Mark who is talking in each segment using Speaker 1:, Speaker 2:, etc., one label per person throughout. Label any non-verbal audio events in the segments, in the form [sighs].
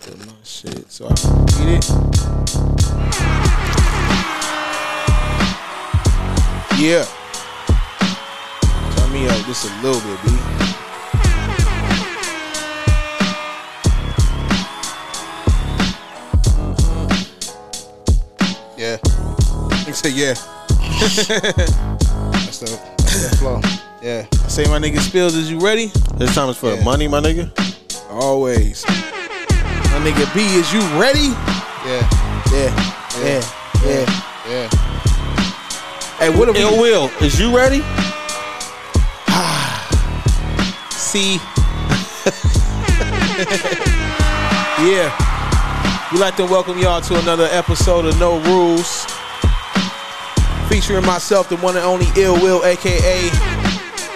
Speaker 1: Took my shit, so I can eat it. Yeah. Turn me up just a little bit, B. Mm-hmm. Yeah. Nigga say yeah. [laughs] That's the, that's the flow. Yeah. I say my nigga Spills, is you ready?
Speaker 2: This time it's for
Speaker 1: Yeah.
Speaker 2: the money, my nigga.
Speaker 1: Always. My nigga B, is you ready? Yeah. Yeah. Yeah. Yeah. Yeah. Hey, what a
Speaker 2: Ill Will, is you
Speaker 1: [sighs]
Speaker 2: ready?
Speaker 1: see. [laughs] yeah. We'd like to welcome y'all to another episode of No Rules. Featuring myself, the one and only Ill Will, aka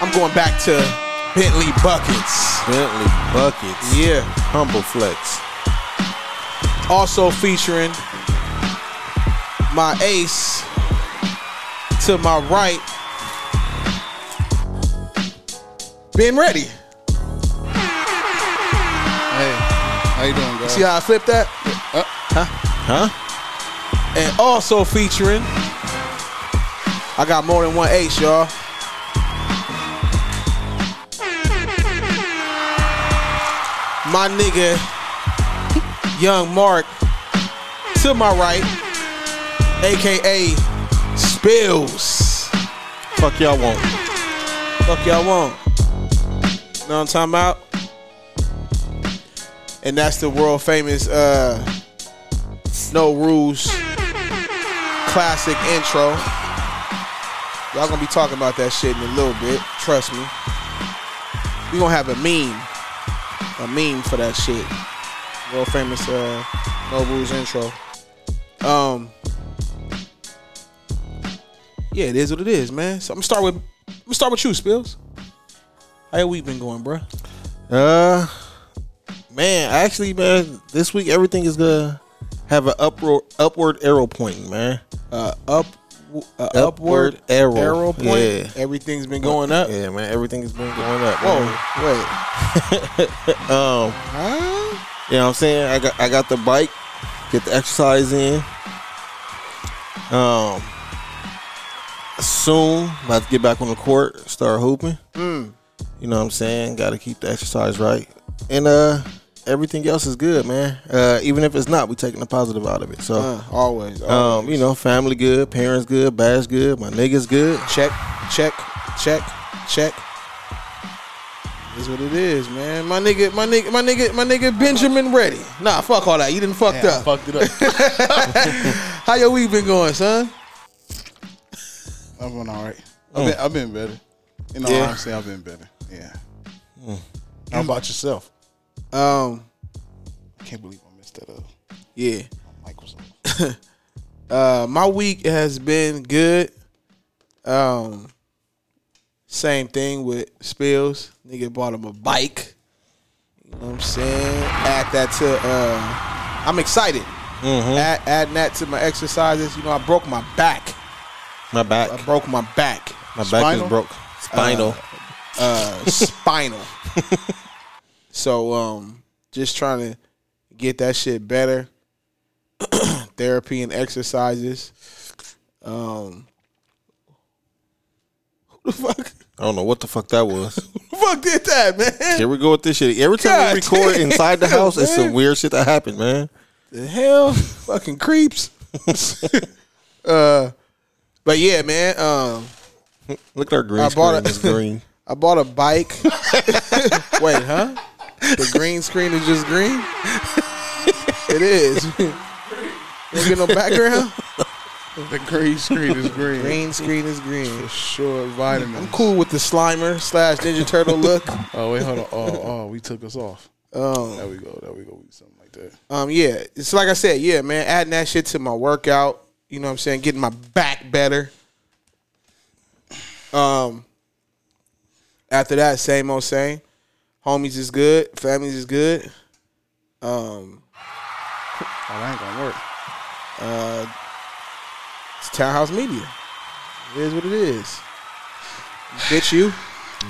Speaker 1: I'm going back to Bentley Buckets.
Speaker 2: Bentley buckets.
Speaker 1: Yeah.
Speaker 2: Humble flex.
Speaker 1: also featuring my ace to my right, Ben Ready.
Speaker 3: Hey, how you doing, guys?
Speaker 1: See how I flipped that?
Speaker 2: Uh, Huh?
Speaker 1: And also featuring, I got more than one ace, y'all. My nigga, Young Mark, to my right, aka Spills.
Speaker 2: Fuck y'all want.
Speaker 1: Fuck y'all want. Know what I'm talking about? And that's the world famous uh No Rules classic intro. Y'all gonna be talking about that shit in a little bit, trust me. We gonna have a meme. A meme for that shit. World famous uh No Rules intro. Um Yeah, it is what it is, man. So I'm gonna start with I'm gonna start with you, Spills. How your week been going, bruh?
Speaker 2: Uh, man, actually, man, this week everything is gonna have an upward upward arrow pointing, man.
Speaker 1: uh, up, uh,
Speaker 2: Upward
Speaker 1: upward,
Speaker 2: arrow.
Speaker 1: arrow point.
Speaker 2: Yeah.
Speaker 1: Everything's been going up.
Speaker 2: Yeah, man, everything has been going up.
Speaker 1: Whoa,
Speaker 2: man.
Speaker 1: wait. Oh,
Speaker 2: [laughs] Um,
Speaker 1: Huh?
Speaker 2: you know what I'm saying? I got I got the bike, get the exercise in. Um, soon about to get back on the court, start hooping.
Speaker 1: Mm.
Speaker 2: You know what I'm saying? Got to keep the exercise right, and uh, everything else is good, man. Uh, even if it's not, we taking the positive out of it. So.
Speaker 1: Uh, always.
Speaker 2: Um,
Speaker 1: always.
Speaker 2: you know, family good, parents good, bash good, my niggas good.
Speaker 1: check, check, check, check. Is what it is, man. My nigga, my nigga, my nigga, my nigga Benjamin Ready. Nah, fuck all that. You didn't fucked
Speaker 3: Yeah, I
Speaker 1: up. [laughs]
Speaker 3: fucked it [laughs] up.
Speaker 1: How your week been going, son?
Speaker 3: I've been all right. I've been, I've been better. You know,
Speaker 1: Yeah.
Speaker 3: honestly, I've been better. Yeah. How about yourself?
Speaker 1: Um,
Speaker 3: I can't believe I messed that up.
Speaker 1: yeah.
Speaker 3: Mic was off.
Speaker 1: Uh, my week has been good. Um, same thing with Spills. Nigga bought him a bike. You know what I'm saying? Add that to. Uh, I'm excited.
Speaker 2: Mm-hmm.
Speaker 1: Add, adding that to my exercises. You know, I broke my back.
Speaker 2: My back,
Speaker 1: I broke my back.
Speaker 2: my back
Speaker 3: Spinal?
Speaker 2: is broke. Spinal.
Speaker 1: Uh, [laughs] spinal. so, um, just trying to get that shit better. [clears throat] Therapy and exercises. Um, who the fuck?
Speaker 2: I don't know what the fuck that was.
Speaker 1: Who the fuck did that, man?
Speaker 2: Here we go with this shit. Every time
Speaker 1: God
Speaker 2: we record
Speaker 1: damn,
Speaker 2: inside the house,
Speaker 1: [laughs]
Speaker 2: it's some
Speaker 1: man.
Speaker 2: weird shit that happened, man.
Speaker 1: the hell? Fucking creeps. [laughs] uh, but yeah, man. Um,
Speaker 2: Look at our green
Speaker 1: I bought
Speaker 2: screen.
Speaker 1: a- [laughs]
Speaker 2: It's green.
Speaker 1: I bought a
Speaker 3: [laughs]
Speaker 1: bike. Wait, huh? The green screen is just green. it is. Don't get no background.
Speaker 3: The green screen is green.
Speaker 1: Green screen is green.
Speaker 3: For sure, vitamins.
Speaker 1: I'm cool with the Slimer slash Ninja Turtle look.
Speaker 3: Oh wait, hold on. Oh, oh, we took us off. There we go. There we go. Something like that.
Speaker 1: Um, yeah, it's like I said, yeah, man, adding that shit to my workout, you know what I'm saying, getting my back better. Um, after that, same old same. Homies is good, families is good. Um,
Speaker 3: Oh, that ain't gonna work.
Speaker 1: uh, it's Townhouse Media. It is what it is. Bitch, you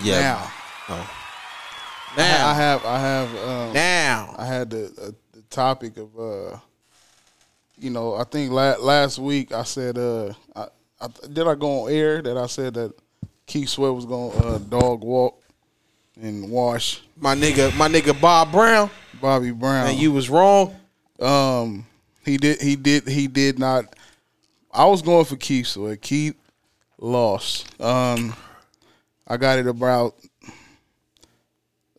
Speaker 2: Yeah.
Speaker 3: Now,
Speaker 1: now,
Speaker 3: I have, I have, um,
Speaker 1: now.
Speaker 3: I had the, uh, the topic of, uh, you know, I think la- last week I said, uh, I, I, did I go on air that I said that Keith Sweat was gonna uh, dog walk and wash
Speaker 1: My nigga, my nigga Bob Brown,
Speaker 3: Bobby Brown?
Speaker 1: and you was wrong.
Speaker 3: Um, he did. He did. He did not. I was going for Keith, so Keith lost. Um, I got it about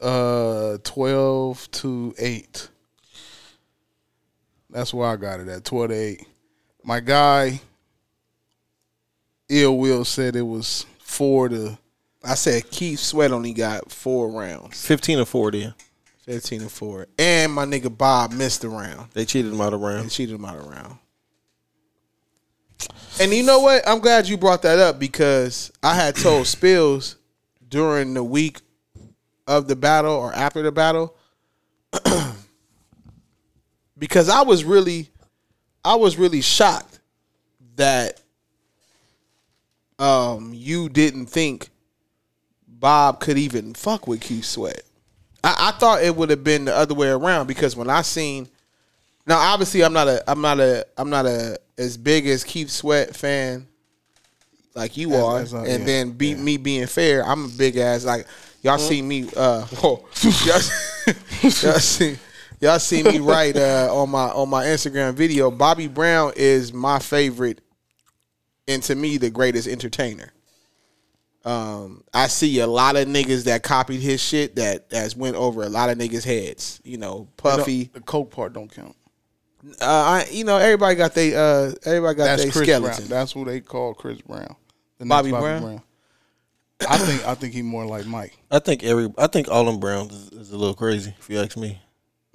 Speaker 3: uh twelve to eight. That's where I got it at twelve to eight. My guy, Ill Will said it was four to.
Speaker 1: I said Keith Sweat only got four rounds,
Speaker 2: 15 or 40.
Speaker 1: fifteen and four, and my nigga Bob missed a round.
Speaker 2: They cheated him out of
Speaker 1: and
Speaker 2: round.
Speaker 1: cheated him out of round. And you know what? I'm glad you brought that up because I had
Speaker 3: [clears throat]
Speaker 1: told Spills during the week of the battle or after the battle [clears throat] because I was really I was really shocked that um you didn't think Bob could even fuck with Keith Sweat. I, I thought it would have been the other way around because when I seen now, obviously, I'm not a, I'm not a, I'm not a as big as Keith Sweat fan like you are,
Speaker 3: as I-
Speaker 1: and
Speaker 3: yeah, Mm-hmm.
Speaker 1: then be, me being fair, I'm a big ass like y'all see me. Uh, [laughs] whoa, y'all, [laughs] y'all see. Y'all see me right uh, on my on my Instagram video. Bobby Brown is my favorite, and to me the greatest entertainer. Um, I see a lot of niggas that copied his shit that has went over a lot of niggas' heads. You know, Puffy.
Speaker 3: The coke part don't count.
Speaker 1: Uh, I, you know, everybody got they. Uh, everybody got
Speaker 3: That's
Speaker 1: their
Speaker 3: Chris
Speaker 1: skeleton.
Speaker 3: Brown. That's who they call Chris Brown. The next
Speaker 1: Bobby Brown?
Speaker 3: I think I think he more like Mike.
Speaker 2: I think every I think all them Browns is, is a little crazy if you ask me.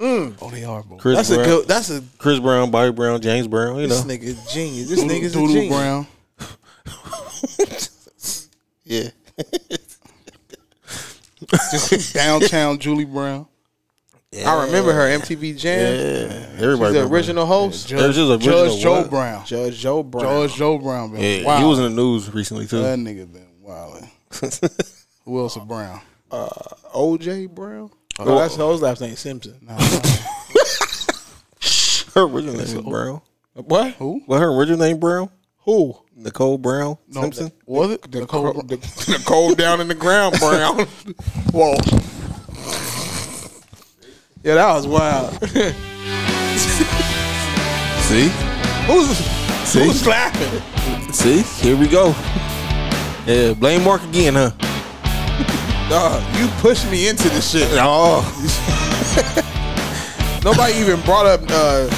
Speaker 3: Oh, they are both.
Speaker 2: Chris
Speaker 1: That's
Speaker 2: Brown,
Speaker 1: a good. That's a
Speaker 2: Chris Brown, Bobby Brown, James Brown, you
Speaker 1: this
Speaker 2: know.
Speaker 1: nigga is genius. This
Speaker 3: Doodle-
Speaker 1: nigga's a
Speaker 3: Doodle
Speaker 1: genius. [laughs]
Speaker 3: Brown.
Speaker 2: Yeah.
Speaker 3: Downtown Julie Brown.
Speaker 1: I remember her MTV Jam.
Speaker 2: Yeah. Everybody.
Speaker 1: The
Speaker 2: remember.
Speaker 1: original host,
Speaker 2: It was just original
Speaker 3: Judge Joe
Speaker 2: what?
Speaker 3: Brown.
Speaker 1: Judge Joe Brown.
Speaker 3: Judge Joe Brown been
Speaker 2: Yeah,
Speaker 3: wild.
Speaker 2: He was in the news recently too.
Speaker 3: that nigga been
Speaker 1: [laughs]
Speaker 3: wilding. who else a Brown?
Speaker 1: OJ Brown. Oh, that's his last name Simpson.
Speaker 2: her original name was Brown.
Speaker 1: What? Who?
Speaker 2: What her original name Brown?
Speaker 1: Who?
Speaker 2: Nicole Brown
Speaker 1: [laughs]
Speaker 2: Simpson.
Speaker 3: Was it
Speaker 1: The,
Speaker 3: Nicole
Speaker 1: cro-
Speaker 3: Brown?
Speaker 1: the, the cold Oh, down in the ground, [laughs] Brown. Whoa. Yeah, that was wild.
Speaker 2: See,
Speaker 1: Who's
Speaker 2: See?
Speaker 1: who's laughing?
Speaker 2: see, here we go. Yeah, blame Mark again, huh?
Speaker 1: Dog, you pushed me into this shit.
Speaker 2: Oh,
Speaker 1: [laughs] Nobody even brought up uh,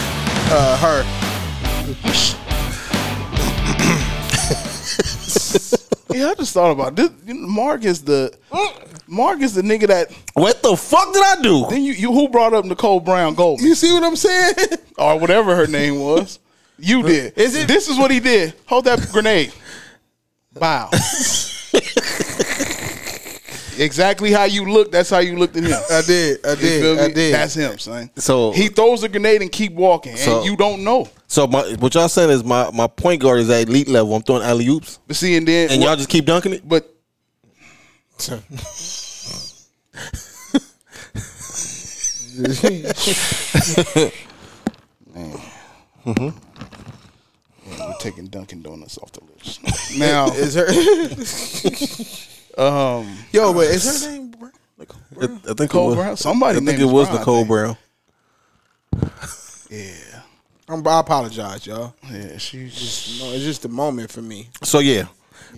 Speaker 1: uh, her.
Speaker 3: [laughs] Yeah, I just thought about this. You know, Mark
Speaker 1: [laughs]
Speaker 3: is the Mark is the nigga that
Speaker 2: what the fuck did I do?
Speaker 3: then you, you who brought up Nicole Brown Goldman
Speaker 1: You see what I'm saying?
Speaker 3: [laughs] or whatever her name was. You did.
Speaker 1: Is it-
Speaker 3: This is what he did. Hold that grenade.
Speaker 1: [laughs]
Speaker 3: Bow. exactly how you look. That's how you looked at him.
Speaker 1: I did. I
Speaker 3: You feel
Speaker 1: did.
Speaker 3: me?
Speaker 1: I did.
Speaker 3: That's him, son.
Speaker 2: So-
Speaker 3: he throws a grenade and keep walking,
Speaker 2: So-
Speaker 3: and you don't know.
Speaker 2: So my what y'all saying is my my point guard is at elite level. I'm throwing alley oops,
Speaker 3: But see, and then
Speaker 2: and y'all just keep dunking it.
Speaker 3: but man, we're taking Dunkin' Donuts off the list [laughs] now.
Speaker 1: is her?
Speaker 3: um,
Speaker 1: Yo, but is her name? Brown? Like,
Speaker 2: I, I think it
Speaker 3: Nicole
Speaker 2: was,
Speaker 3: Brown. Somebody
Speaker 2: I think
Speaker 3: named
Speaker 2: it was
Speaker 3: Brown, I
Speaker 2: Nicole
Speaker 3: think.
Speaker 2: Brown.
Speaker 3: Yeah,
Speaker 1: I'm, I apologize, y'all.
Speaker 3: yeah. She just
Speaker 1: No, it's just a moment for me.
Speaker 2: So yeah,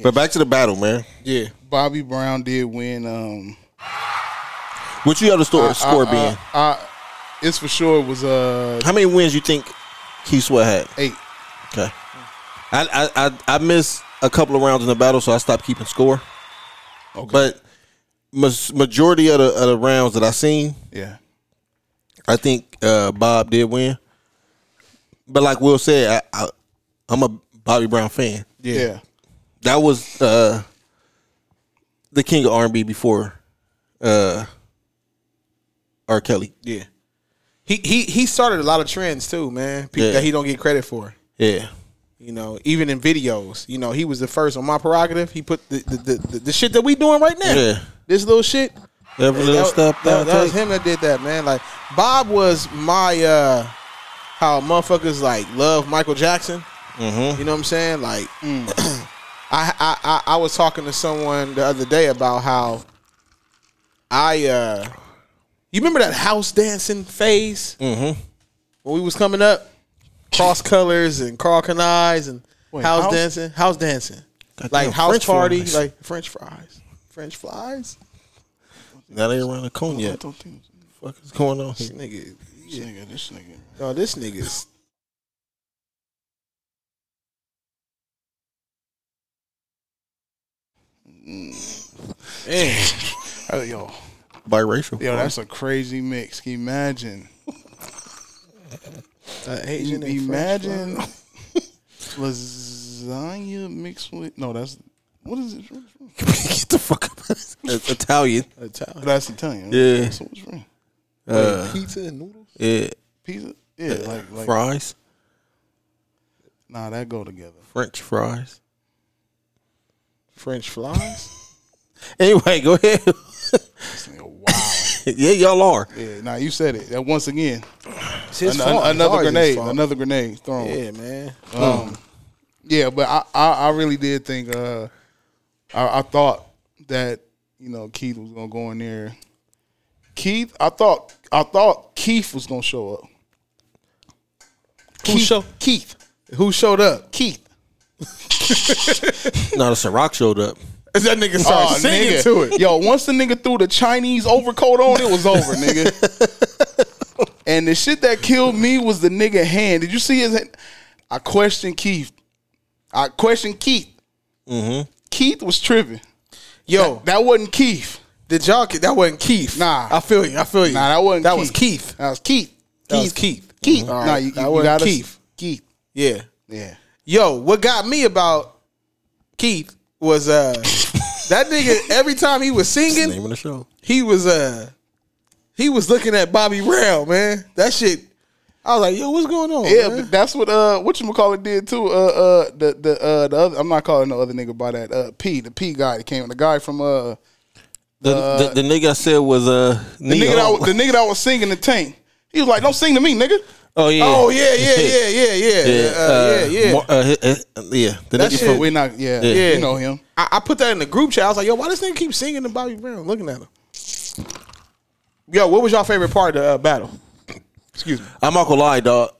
Speaker 2: but back to the battle, man.
Speaker 1: Yeah.
Speaker 3: Bobby Brown did win. Um,
Speaker 2: What you got the store, score being?
Speaker 3: I, I, it's for sure it was uh
Speaker 2: How many wins you think Keith Sweat had?
Speaker 3: eight.
Speaker 2: Okay. I I I, I missed a couple of rounds in the battle, so I stopped keeping score. But mas- majority of the, of the rounds that I seen,
Speaker 3: Yeah,
Speaker 2: I think uh, Bob did win, but like Will said, I, I, I'm a Bobby Brown fan.
Speaker 3: Yeah. yeah.
Speaker 2: That was uh, the king of R&B before uh, R. Kelly.
Speaker 1: Yeah. He he he started a lot of trends too, man. People
Speaker 2: Yeah.
Speaker 1: that he don't get credit for.
Speaker 2: Yeah,
Speaker 1: You know, even in videos. You know, he was the first on my prerogative. He put the the, the, the, the shit that we doing right now.
Speaker 2: Yeah.
Speaker 1: This little shit.
Speaker 2: every little
Speaker 1: That,
Speaker 2: step
Speaker 1: that-
Speaker 2: that,
Speaker 1: that
Speaker 2: I
Speaker 1: was
Speaker 2: take.
Speaker 1: him that did that, man. Like Bob was my uh how motherfuckers like love Michael Jackson.
Speaker 2: Mm-hmm.
Speaker 1: You know what I'm saying? Like [clears throat] I, I I I was talking to someone the other day about how I uh you remember that house dancing phase
Speaker 2: Mm-hmm.
Speaker 1: when we was coming up? Cross colors and Carl Can Eyes and house,
Speaker 3: house-
Speaker 1: dancing. House dancing.
Speaker 2: Goddamn
Speaker 1: like house
Speaker 2: French
Speaker 1: party,
Speaker 2: fries.
Speaker 1: like French fries. French flies?
Speaker 2: That ain't around the cone
Speaker 3: I
Speaker 2: yet.
Speaker 3: don't think
Speaker 2: What the fuck is going on here?
Speaker 1: Nigga.
Speaker 3: this nigga, this nigga.
Speaker 1: No, this nigga's Man,
Speaker 3: Oh, yo,
Speaker 2: Biracial.
Speaker 3: yo, that's [laughs] a crazy mix. Can you Imagine,
Speaker 1: uh, Asian and
Speaker 3: imagine [laughs] lasagna mixed with no, that's what is it?
Speaker 2: Get the fuck up. It's Uh, Italian.
Speaker 1: French fries. Italian.
Speaker 3: That's Italian.
Speaker 2: Yeah.
Speaker 3: That's what's wrong.
Speaker 2: Uh,
Speaker 1: pizza and noodles.
Speaker 2: yeah,
Speaker 3: Pizza. Yeah, like like
Speaker 2: fries,
Speaker 3: nah, that go together.
Speaker 2: French fries.
Speaker 1: French flies.
Speaker 2: Anyway, go ahead.
Speaker 3: [laughs]
Speaker 2: [laughs]
Speaker 3: This nigga, wow.
Speaker 2: yeah, y'all are.
Speaker 3: yeah, nah, you said it. That once again,
Speaker 1: It's his
Speaker 3: an-
Speaker 1: fault. It's
Speaker 3: another
Speaker 1: always his
Speaker 3: grenade,
Speaker 1: fault.
Speaker 3: another grenade thrown.
Speaker 1: Yeah, man.
Speaker 3: Um, yeah, but I, I, I really did think uh, I, I thought that you know Keith was gonna go in there. Keith, I thought I thought Keith was gonna show up.
Speaker 1: Who show-
Speaker 3: Keith,
Speaker 1: Who showed up?
Speaker 3: Keith.
Speaker 2: No, the Ciroc showed up. Oh,
Speaker 1: That nigga started
Speaker 3: Aw,
Speaker 1: singing
Speaker 3: Oh, nigga.
Speaker 1: to it.
Speaker 3: Yo, once the nigga threw the Chinese overcoat on, it was over,
Speaker 1: [laughs]
Speaker 3: nigga. and the shit that killed me was the nigga hand. Did you see his hand? I questioned Keith. I questioned Keith.
Speaker 1: Mm-hmm.
Speaker 3: Keith was tripping.
Speaker 1: Yo,
Speaker 3: That wasn't Keith.
Speaker 1: did y'all? get- That wasn't Keith.
Speaker 3: Nah.
Speaker 1: I feel you. I feel you.
Speaker 3: Nah, that wasn't
Speaker 1: That
Speaker 3: Keith.
Speaker 1: was Keith.
Speaker 3: That was Keith.
Speaker 1: That was Keith.
Speaker 3: Keith.
Speaker 1: Mhm. All
Speaker 3: Nah,
Speaker 1: right,
Speaker 3: you,
Speaker 1: that
Speaker 3: you
Speaker 1: wasn't
Speaker 3: gotta-
Speaker 1: Keith.
Speaker 3: Keith.
Speaker 1: Yeah.
Speaker 3: Yeah.
Speaker 1: Yo, what got me about Keith was uh [laughs] that nigga. Every time he was
Speaker 2: That's
Speaker 1: singing,
Speaker 2: the name of the show.
Speaker 1: he was uh he was looking at Bobby Brown, man. That shit. I was like, yo, what's going on?
Speaker 3: Yeah,
Speaker 1: man?
Speaker 3: but that's what uh what you call it did too. Uh uh the the uh the other I'm not calling no other nigga by that. Uh P, the P guy that came the guy from uh
Speaker 2: The, the, the nigga I said was uh
Speaker 3: the
Speaker 2: Neo.
Speaker 3: nigga that, was- the nigga that was singing the tank. He was like, "Don't sing to me, nigga."
Speaker 2: oh yeah.
Speaker 1: Oh yeah, yeah, yeah, yeah, yeah, yeah, uh, yeah. yeah.
Speaker 2: Mar- uh, hi- hi- yeah. The
Speaker 1: That
Speaker 2: nigga
Speaker 1: shit-
Speaker 3: But
Speaker 2: from
Speaker 3: we're not. Yeah,
Speaker 2: Yeah.
Speaker 3: you know him.
Speaker 1: I, I put that in the group chat. I was like, yo, why this nigga keep singing to Bobby Brown? Looking at him. Yo, what was your favorite part of the uh, battle? Excuse me.
Speaker 2: I'm not gonna lie, dog.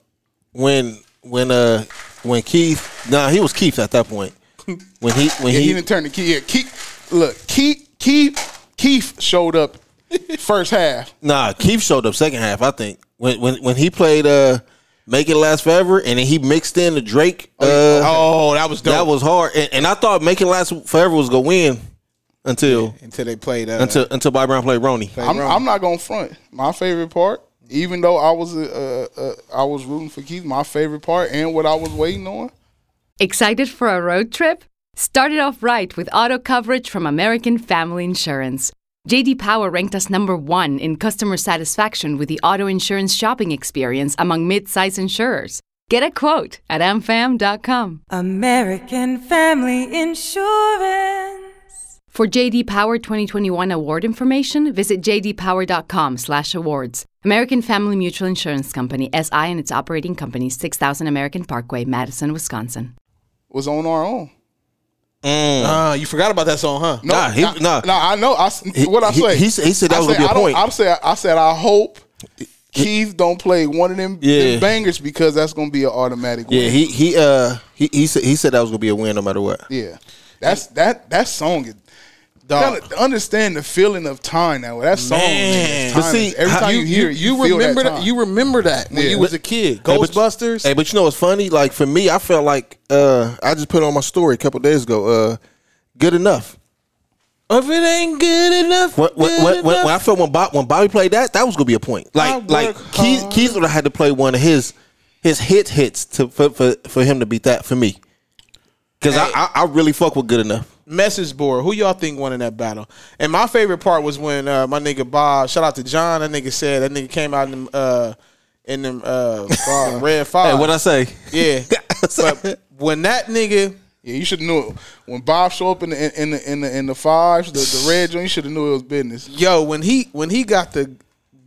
Speaker 2: When when uh when Keith nah he was Keith at that point. When he when
Speaker 3: Yeah, he,
Speaker 2: he,
Speaker 3: didn't turn the key. Yeah, Keith. Look, Keith. Keith. Keith showed up [laughs] first half.
Speaker 2: nah Keith showed up second half I think when when when he played uh Make It Last Forever and then he mixed in the Drake uh
Speaker 1: oh, that was dope.
Speaker 2: that was hard and, and I thought Make It Last Forever was gonna win until
Speaker 1: until they played. Uh,
Speaker 2: until until Bobby Brown played Ronnie.
Speaker 3: I'm, I'm not gonna front. My favorite part, even though I was uh, uh, I was rooting for Keith. My favorite part and what I was waiting on.
Speaker 4: Excited for a road trip? Start it off right with auto coverage from American Family Insurance. JD Power ranked us number 1 in customer satisfaction with the auto insurance shopping experience among mid-size insurers. Get a quote at amfam.com.
Speaker 5: American Family Insurance.
Speaker 4: For JD Power 2021 award information, visit jdpower.com/awards. American Family Mutual Insurance Company SI and its operating company 6000 American Parkway, Madison, Wisconsin.
Speaker 3: Was on our own.
Speaker 1: uh, you forgot about that song, huh?
Speaker 3: No,
Speaker 2: Nah, he-
Speaker 3: I-
Speaker 2: nah.
Speaker 3: nah, I know. I s
Speaker 2: He-
Speaker 3: what I
Speaker 2: he-
Speaker 3: say.
Speaker 2: he said- he said that
Speaker 3: I
Speaker 2: was gonna be a
Speaker 3: I don't-
Speaker 2: point.
Speaker 3: I said. I said. I hope Keith don't play one of them, them
Speaker 2: Yeah.
Speaker 3: bangers because that's gonna be an automatic.
Speaker 2: Yeah,
Speaker 3: win.
Speaker 2: he he uh he he said he said that was gonna be a win no matter what.
Speaker 3: yeah. That's that that song is.
Speaker 1: Dog.
Speaker 3: Gotta Understand the feeling of time now. That song,
Speaker 1: Man.
Speaker 3: is
Speaker 2: But
Speaker 3: time
Speaker 2: see,
Speaker 3: is- every
Speaker 2: how-
Speaker 3: time you,
Speaker 2: you-
Speaker 3: hear it, you, feel
Speaker 1: remember
Speaker 3: that. time.
Speaker 1: You remember that when
Speaker 3: Yeah.
Speaker 1: you was a kid.
Speaker 2: Hey, but-
Speaker 1: Ghostbusters.
Speaker 2: Hey, but you know what's funny? Like for me, I felt like uh I just put on my story a couple days ago. Uh, good enough.
Speaker 1: If it ain't good enough,
Speaker 2: What, what,
Speaker 1: good
Speaker 2: what, what,
Speaker 1: enough.
Speaker 2: when I felt when Bob, when Bobby played that, that was gonna be a point.
Speaker 1: I
Speaker 2: Like
Speaker 1: work
Speaker 2: like Keys
Speaker 1: hard.
Speaker 2: Keys would have had to play one of his his hit hits to for for, for him to beat that for me. Because
Speaker 1: Hey.
Speaker 2: I, I I really fuck with good enough.
Speaker 1: message board. Who y'all think won in that battle? And my favorite part was when uh, my nigga Bob, shout out to John, that nigga said that nigga came out in them uh, in them
Speaker 2: [laughs]
Speaker 1: uh, five- red five.
Speaker 2: Hey, what I say? [laughs]
Speaker 1: yeah, but when that nigga
Speaker 3: Yeah, you should have knew it. when Bob show up in the in the in the in the fives, the, the red joint. You should have knew it was business.
Speaker 1: yo when he when he got the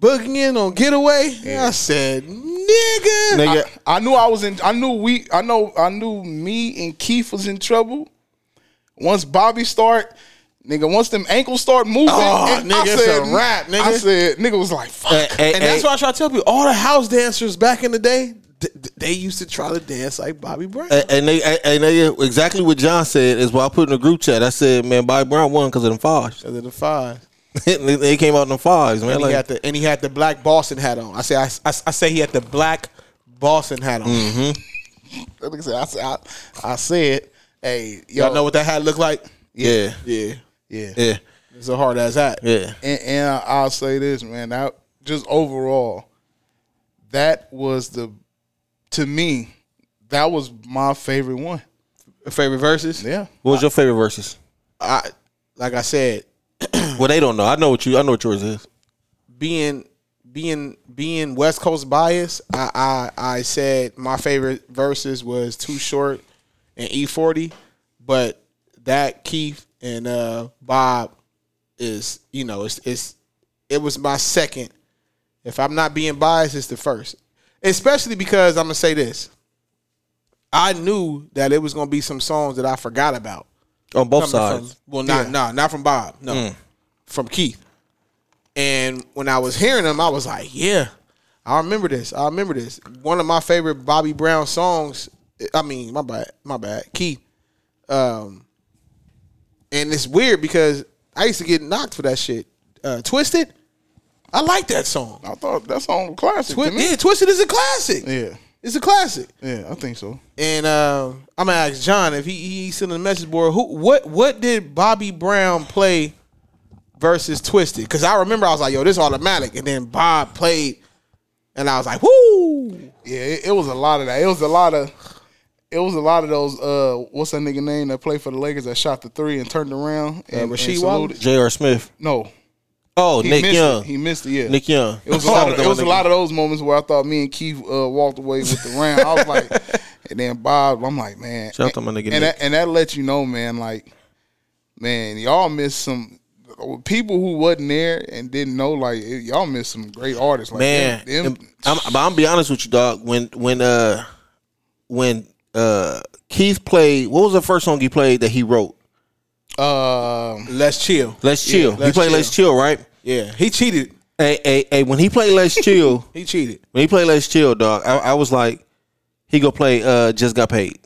Speaker 1: booging in on getaway, I said nigga.
Speaker 2: Nigga,
Speaker 3: I knew I was in. I knew we. I know. I knew me and Keith was in trouble. Once Bobby start, nigga. Once them ankles start moving,
Speaker 1: Oh,
Speaker 3: and
Speaker 1: nigga, it's a wrap, nigga.
Speaker 3: I said, nigga was like, fuck.
Speaker 2: Hey, hey,
Speaker 1: and that's
Speaker 2: hey.
Speaker 1: why I try to tell people all the house dancers back in the day, th- th- they used to try to dance like Bobby Brown.
Speaker 2: And, and they, and- and they, exactly what John said is what I put in the group chat. I said, man, Bobby Brown won because of them fives.
Speaker 1: Because of the five.
Speaker 2: [laughs] they they came out in the fives, man.
Speaker 1: And he
Speaker 2: Like,
Speaker 1: had the and he had the black Boston hat on. I say I, I, I say he had the black Boston hat on.
Speaker 3: That nigga said, I said, I, I said, hey,
Speaker 1: Y'all
Speaker 3: yo,
Speaker 1: know what that hat looked like?
Speaker 2: yeah,
Speaker 1: Yeah, yeah.
Speaker 2: yeah,
Speaker 1: It's a hard ass hat.
Speaker 2: yeah.
Speaker 3: And, and I'll say this, man. That just overall, that was the, to me, that was my favorite one.
Speaker 1: Favorite verses?
Speaker 3: Yeah.
Speaker 2: What was your favorite verses?
Speaker 1: I like I said,
Speaker 2: Well, they don't know. I know what you. I know what yours is.
Speaker 1: being being being West Coast biased, I I, I said my favorite verses was Too Short and E Forty, but that Keith and uh, Bob is you know it's it's it was my second. If I'm not being biased, it's the first. Especially because I'm gonna say this. I knew that it was gonna be some songs that I forgot about.
Speaker 2: On both
Speaker 1: coming
Speaker 2: sides.
Speaker 1: From, well, not
Speaker 3: Yeah.
Speaker 1: nah, not from Bob. No, from Keith. And when I was hearing them, I was like, yeah, I remember this. I remember this. One of my favorite Bobby Brown songs. I mean, my bad, my bad, Keith. Um, and it's weird because I used to get knocked for that shit. Uh, Twisted. I like that song.
Speaker 3: I thought that song was classic.
Speaker 1: Twi-
Speaker 3: to me.
Speaker 1: yeah, Twisted is a classic.
Speaker 3: Yeah.
Speaker 1: It's a classic.
Speaker 3: Yeah, I think so.
Speaker 1: And um, I'm gonna ask John if he he sent a message board. Who what what did Bobby Brown play versus Twisted? Because I remember I was like, yo, this automatic. And then Bob played, and I was like, woo.
Speaker 3: Yeah, it, it was a lot of that. It was a lot of it was a lot of those uh what's that nigga name that played for the Lakers that shot the three and turned around and,
Speaker 1: Rasheed
Speaker 3: and
Speaker 1: Wallace?
Speaker 3: saluted?
Speaker 2: J.R. Smith.
Speaker 3: No.
Speaker 2: Oh,
Speaker 3: He
Speaker 2: Nick
Speaker 3: missed
Speaker 2: Young.
Speaker 3: It. He missed it, yeah.
Speaker 2: Nick Young.
Speaker 3: It was a lot of, it was a lot of those moments where I thought me and Keith uh, walked away with the round. I was like [laughs] and then Bob, I'm like, man.
Speaker 2: Shout out to my nigga Nick.
Speaker 3: and that, and that lets you know, man, like man, y'all missed some people who wasn't there and didn't know like y'all missed some great artists like
Speaker 2: man.
Speaker 3: them- them-
Speaker 2: and I'm, but I'm be honest with you, dog. When when uh when uh Keith played, what was the first song he played that he wrote?
Speaker 3: um
Speaker 1: Let's chill.
Speaker 2: Let's chill.
Speaker 1: Let's
Speaker 2: he played Let's Chill, right?
Speaker 1: Yeah, he cheated.
Speaker 2: Hey, hey, hey, when he played Let's Chill, [laughs]
Speaker 1: He cheated.
Speaker 2: when he played Let's Chill, dog, I, I was like, he go play uh Just Got Paid.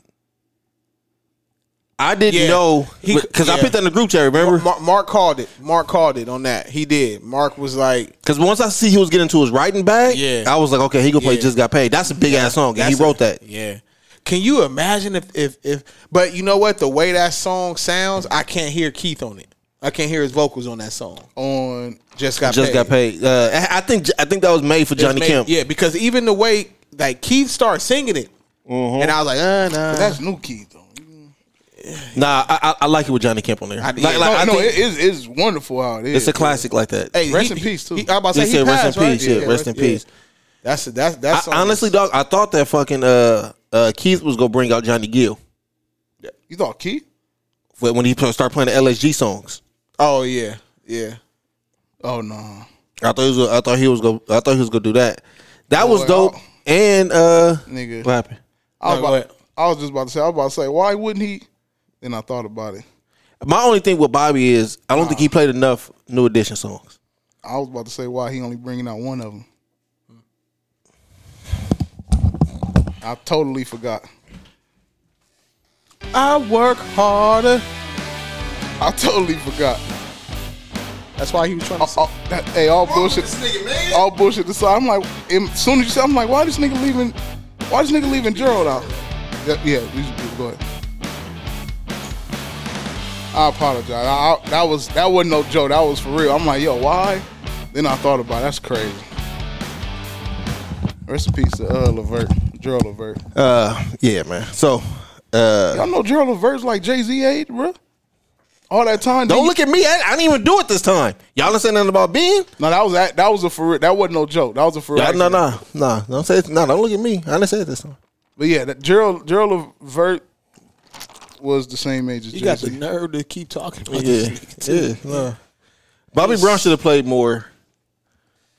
Speaker 2: I didn't
Speaker 1: Yeah.
Speaker 2: know
Speaker 1: He-
Speaker 2: because I
Speaker 1: yeah.
Speaker 2: put that in the group chat. Remember?
Speaker 1: Mark, Mark called it. Mark called it on that. He did. Mark was like,
Speaker 2: Because once I see he was getting to his writing bag,
Speaker 1: Yeah.
Speaker 2: I was like, okay, he go play
Speaker 1: Yeah.
Speaker 2: Just Got Paid. That's a big ass song, and
Speaker 1: That's
Speaker 2: he wrote
Speaker 1: a-
Speaker 2: that.
Speaker 1: Yeah. Can you imagine if if if? But you know what? The way that song sounds, I can't hear Keith on it. I can't hear his vocals on that song.
Speaker 3: on
Speaker 1: Just got
Speaker 2: Just
Speaker 1: paid.
Speaker 2: Got Paid. Uh, I- I think I think that was made for Johnny
Speaker 1: It's made-
Speaker 2: Kemp.
Speaker 1: Yeah, because even the way like Keith started singing it,
Speaker 2: Mm-hmm.
Speaker 1: and I was like, uh, nah.
Speaker 3: that's new Keith though.
Speaker 2: Nah, I, I, I like it with Johnny Kemp on there.
Speaker 1: I-
Speaker 2: like,
Speaker 1: yeah.
Speaker 2: like,
Speaker 3: No,
Speaker 2: I
Speaker 3: no,
Speaker 2: think
Speaker 3: it is it's wonderful how it is.
Speaker 2: it's a classic like that.
Speaker 1: Hey,
Speaker 3: Rest in peace, too.
Speaker 1: He, I'm about to
Speaker 2: He
Speaker 1: say he
Speaker 2: said rest
Speaker 1: passed,
Speaker 2: in
Speaker 1: right?
Speaker 2: peace, yeah, rest in peace.
Speaker 1: That's that's
Speaker 2: I-
Speaker 1: that's
Speaker 2: honestly, dog, I thought that fucking uh, uh, Keith was gonna bring out Johnny Gill.
Speaker 3: you thought Keith?
Speaker 2: when when he pl- started playing the LSG songs.
Speaker 1: Oh yeah, yeah.
Speaker 3: Oh no.
Speaker 2: I thought he was. gonna- I thought he was gonna. I thought he was gonna do that. That was
Speaker 3: Boy,
Speaker 2: dope.
Speaker 3: I-
Speaker 2: And uh,
Speaker 3: Nigga.
Speaker 2: what happened?
Speaker 3: I was,
Speaker 1: No, go
Speaker 3: about,
Speaker 1: ahead.
Speaker 3: I was just about to say I was about to say, why wouldn't he? Then I thought about it.
Speaker 2: My only thing with Bobby is I don't think he played enough New Edition songs.
Speaker 3: I was about to say why he only bringing out one of them. I totally forgot.
Speaker 1: I work harder.
Speaker 3: I totally forgot.
Speaker 1: That's why he was trying to.
Speaker 3: All- all- that- hey, all Oh, bullshit. Oh, All bullshit aside, I'm like, as soon as you said, I'm like, why this nigga leaving? Why this nigga leaving Gerald out? Yeah, yeah we should go ahead. I apologize. I, I- that was that wasn't no joke. That was for real. I'm like, yo, why? Then I thought about it. that's crazy. Rest in peace to uh, Levert, Gerald Levert.
Speaker 2: Uh, yeah, man. So,
Speaker 3: Y'all know Gerald Levert's like Jay Z ate, bro. All that time.
Speaker 2: don't
Speaker 3: Then-
Speaker 2: look at me. I, I didn't even do it this time. Y'all didn't say nothing about Ben.
Speaker 3: No, that was that. That was a for real. That wasn't no joke. That was a for real.
Speaker 2: Y'all, no,
Speaker 3: accident.
Speaker 2: no, no. Don't say it. No, don't look at me. I didn't say it this time.
Speaker 3: But yeah, that Gerald Gerald Levert was the same age as
Speaker 1: You
Speaker 3: Jay
Speaker 1: got the
Speaker 3: Z.
Speaker 1: nerve to keep talking about
Speaker 2: Yeah,
Speaker 1: this nigga, too.
Speaker 2: yeah. No. Bobby Brown should have played more.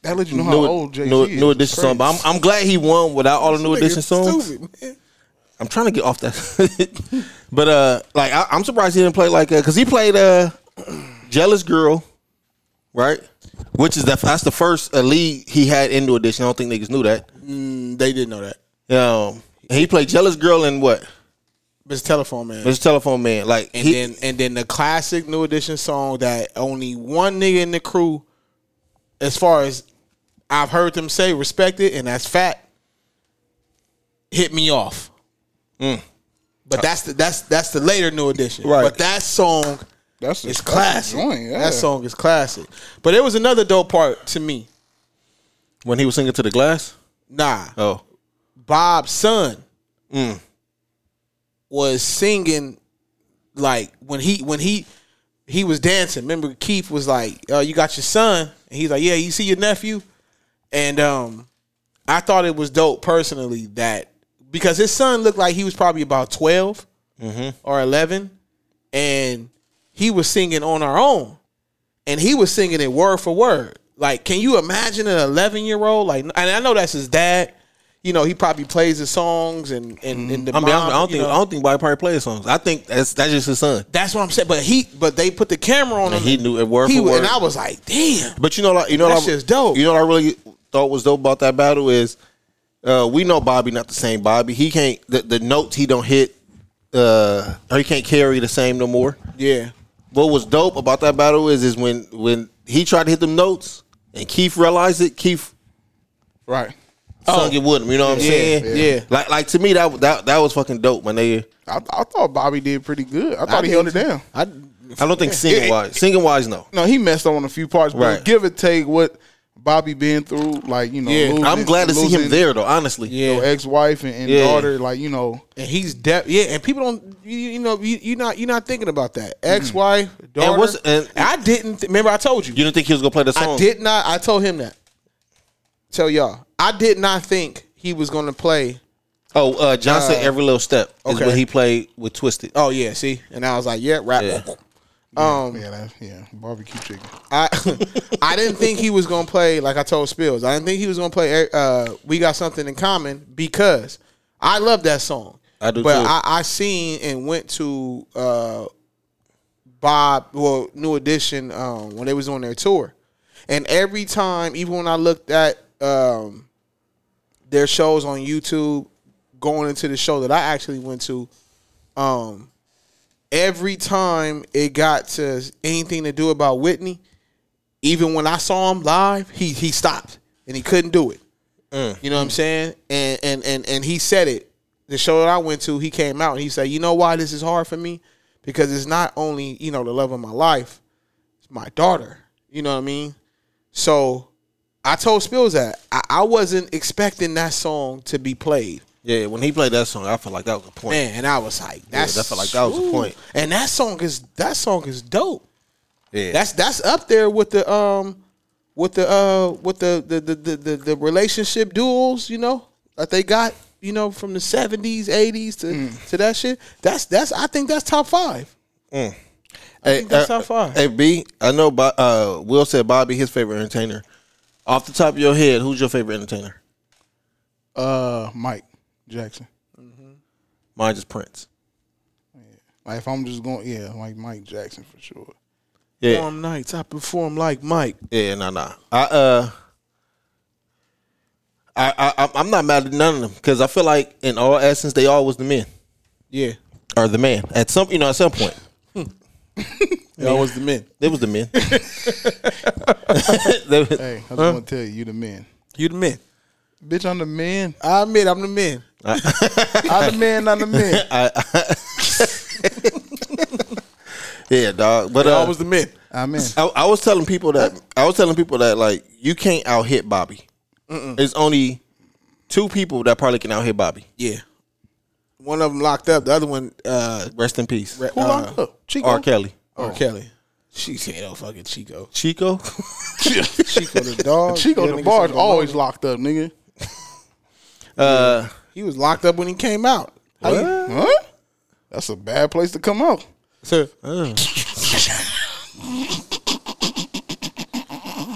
Speaker 3: That let you know how
Speaker 2: New,
Speaker 3: old Jay Z
Speaker 2: new,
Speaker 3: is.
Speaker 2: new
Speaker 3: It's
Speaker 2: edition
Speaker 3: crazy.
Speaker 2: song, but I'm, I'm glad he won without all the new
Speaker 1: Nigga,
Speaker 2: edition songs.
Speaker 1: Stupid, man.
Speaker 2: I'm trying to get off that, [laughs] but uh, like I, I'm surprised he didn't play like because he played uh, [clears throat] "Jealous Girl," right? Which is the, that's the first uh, lead he had in new edition. I don't think niggas knew that.
Speaker 1: Mm, They didn't know that.
Speaker 2: Um, he played "Jealous Girl" and what?
Speaker 1: It's telephone man.
Speaker 2: Mr. Telephone Man. Like
Speaker 1: and
Speaker 2: he,
Speaker 1: then and then the classic new edition song that only one nigga in the crew, as far as I've heard them say, respected, and that's fat. Hit me off. But that's the that's that's the later new edition.
Speaker 2: Right.
Speaker 1: But that song
Speaker 3: That's
Speaker 1: is
Speaker 3: that's
Speaker 1: classic.
Speaker 3: joint, yeah.
Speaker 1: That song is classic. But there was another dope part to me.
Speaker 2: when he was singing to the glass.
Speaker 1: Nah.
Speaker 2: Oh,
Speaker 1: Bob's son was singing like when he when he he was dancing. Remember Keith was like, "Oh, you got your son," and he's like, "Yeah, you see your nephew," and um, I thought it was dope personally that because his son looked like he was probably about 12
Speaker 2: Mm-hmm.
Speaker 1: or eleven, and he was singing on our own, and he was singing it word for word. Like, can you imagine an eleven year old? Like, and I know that's his dad. You know, he probably plays the songs and and, and the
Speaker 2: I mean, I don't, I
Speaker 1: mom,
Speaker 2: don't
Speaker 1: you
Speaker 2: think
Speaker 1: know.
Speaker 2: I don't think Bobby Party played songs. I think that's that's just his son.
Speaker 1: That's what I'm saying. But he, but they put the camera on him.
Speaker 2: And he knew it word
Speaker 1: He
Speaker 2: for
Speaker 1: was-
Speaker 2: word.
Speaker 1: And I was like, damn.
Speaker 2: But you know, like you know,
Speaker 1: That
Speaker 2: what I-
Speaker 1: shit's dope.
Speaker 2: You know, what I really thought was dope about that battle is uh, we know Bobby not the same Bobby. He can't the, the notes he don't hit, uh, or he can't carry the same no more.
Speaker 1: Yeah.
Speaker 2: What was dope about that battle is is when when he tried to hit them notes and Keith realized it. Keith
Speaker 3: right.
Speaker 2: sung it with him. You know what I'm
Speaker 1: Oh. Yeah,
Speaker 2: saying?
Speaker 1: yeah.
Speaker 2: Like like to me that that that was fucking dope, my nigga.
Speaker 3: I, I thought Bobby did pretty good. I thought he held it down.
Speaker 1: I,
Speaker 2: I don't think singing wise, singing wise, no.
Speaker 3: No, he messed up on a few parts, but
Speaker 2: Right.
Speaker 3: give or take what Bobby been through, like you know,
Speaker 1: Yeah,
Speaker 3: losing,
Speaker 2: I'm glad to see him
Speaker 3: losing
Speaker 2: there though. Honestly,
Speaker 1: yeah.
Speaker 3: Your ex-wife and, and
Speaker 2: Yeah.
Speaker 3: daughter, like you know,
Speaker 1: and he's deaf. Yeah. And people don't. You, you know. You, you're not. You're not thinking about that. Ex wife. Daughter.
Speaker 2: Mm-hmm. And what's- and-
Speaker 1: I didn't. th- remember, I told you.
Speaker 2: You didn't think he was gonna play the song?
Speaker 1: I did not. I told him that. Tell y'all, I did not think he was gonna play.
Speaker 2: Oh, uh, Johnson, every little step is
Speaker 1: okay.
Speaker 2: what he played with Twisted.
Speaker 1: Oh yeah. See. And I was like, yeah, rap.
Speaker 2: Yeah.
Speaker 1: Um.
Speaker 3: yeah, that, yeah, barbecue chicken.
Speaker 1: I [laughs] I didn't think he was gonna play like I told Spills. I didn't think he was gonna play. Uh, we got something in common because I love that song.
Speaker 2: I do
Speaker 1: but
Speaker 2: too.
Speaker 1: I, I seen and went to uh, Bob, well, New Edition um, when they was on their tour, and every time, even when I looked at um, their shows on YouTube, going into the show that I actually went to, um, every time it got to anything to do about Whitney, even when I saw him live, he he stopped and he couldn't do it.
Speaker 2: Mm.
Speaker 1: You know what I'm saying? And and and and he said it. The show that I went to, he came out and he said, "You know why this is hard for me? Because it's not only you know the love of my life, it's my daughter. You know what I mean? So." I told Spills that I, I wasn't expecting that song to be played,
Speaker 2: Yeah, when he played that song, I felt like that was a point.
Speaker 1: man, and I was like, "That's
Speaker 2: that felt like that was the
Speaker 1: ooh.
Speaker 2: point.
Speaker 1: And that song is that song is dope.
Speaker 2: Yeah,
Speaker 1: That's that's up there with the um with the uh with the the the the, the, the relationship duels, you know, that they got, you know, from the seventies, eighties to to that shit. That's that's I think that's top five.
Speaker 2: hey, uh,
Speaker 1: think that's how far.
Speaker 2: Hey, B, I know. Bo- Uh, Will said Bobby his favorite entertainer. Off the top of your head, who's your favorite entertainer?
Speaker 3: Uh, Mike Jackson.
Speaker 2: Mine is Prince.
Speaker 3: Like if I'm just going, yeah, like Mike Jackson for sure.
Speaker 2: Yeah,
Speaker 1: Perform nights, I perform like Mike.
Speaker 2: yeah, nah, nah. I uh, I, I I'm- I'm not mad at none of them because I feel like in all essence they all was the men
Speaker 1: Yeah.
Speaker 2: or the man at some you know at some point.
Speaker 1: That was the men.
Speaker 2: They was the men. They was-
Speaker 3: Hey, I just want to tell you, you the man,
Speaker 1: You the men.
Speaker 3: bitch. I'm the
Speaker 1: [laughs]
Speaker 3: man.
Speaker 1: I admit I'm the men. [laughs]
Speaker 3: I'm the man, not the man.
Speaker 2: Yeah, dog. But
Speaker 1: But
Speaker 2: uh,
Speaker 1: I was the men.
Speaker 3: I'm in.
Speaker 2: I, I was telling people that I was telling people that like you can't out hit Bobby. It's only two people that probably can out hit Bobby.
Speaker 1: Yeah. One of them locked up. The other one, uh,
Speaker 2: Rest in peace,
Speaker 1: Who
Speaker 2: uh,
Speaker 1: locked up? Chico?
Speaker 2: R. Kelly,
Speaker 1: R. Kelly. She said, "Oh fucking Chico,
Speaker 2: [laughs] Chico.
Speaker 1: Chico [laughs] the dog,
Speaker 3: Chico
Speaker 1: Uh, Yeah,
Speaker 3: the
Speaker 1: nigga
Speaker 3: bar's
Speaker 1: said, "Oh,
Speaker 3: always locked up, nigga.
Speaker 2: uh,
Speaker 1: He was locked up when he came out. How you-
Speaker 3: Huh? That's a bad place to come out.
Speaker 1: So-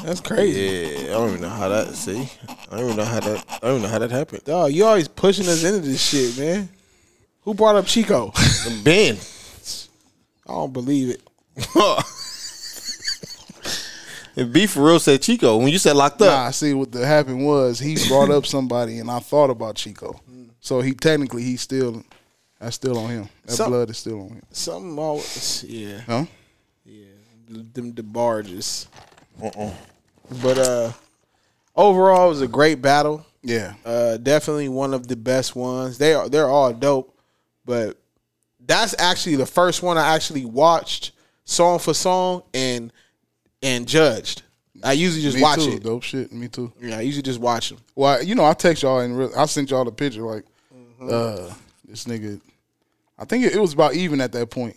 Speaker 1: That's crazy.
Speaker 2: yeah, I don't even know how that. See, I don't even know how that. I don't even know how that happened.
Speaker 1: Dog, you always pushing us into this shit, man. Who brought up Chico? [laughs] I
Speaker 2: Ben, [laughs]
Speaker 1: don't believe it.
Speaker 2: if B for real said Chico, when you said locked
Speaker 3: Nah,
Speaker 2: up,
Speaker 3: I see what the happened was he brought up somebody and I thought about Chico.
Speaker 1: Hmm.
Speaker 3: So he technically he's still that's still on him. That
Speaker 1: Some-
Speaker 3: blood is still on him.
Speaker 1: Something always, yeah.
Speaker 3: Huh?
Speaker 1: Them the barges.
Speaker 3: Uh-uh.
Speaker 1: But uh, overall, it was a great battle.
Speaker 3: Yeah.
Speaker 1: Uh, definitely one of the best ones. They are they're all dope, but that's actually the first one I actually watched song for song and and judged. I usually just
Speaker 3: Me
Speaker 1: watch
Speaker 3: too,
Speaker 1: it.
Speaker 3: Dope shit. Me too.
Speaker 1: Yeah, I usually just watch them.
Speaker 3: Well, you know, I text y'all and re- I sent y'all the picture like uh this nigga I think it, it was about even at that point.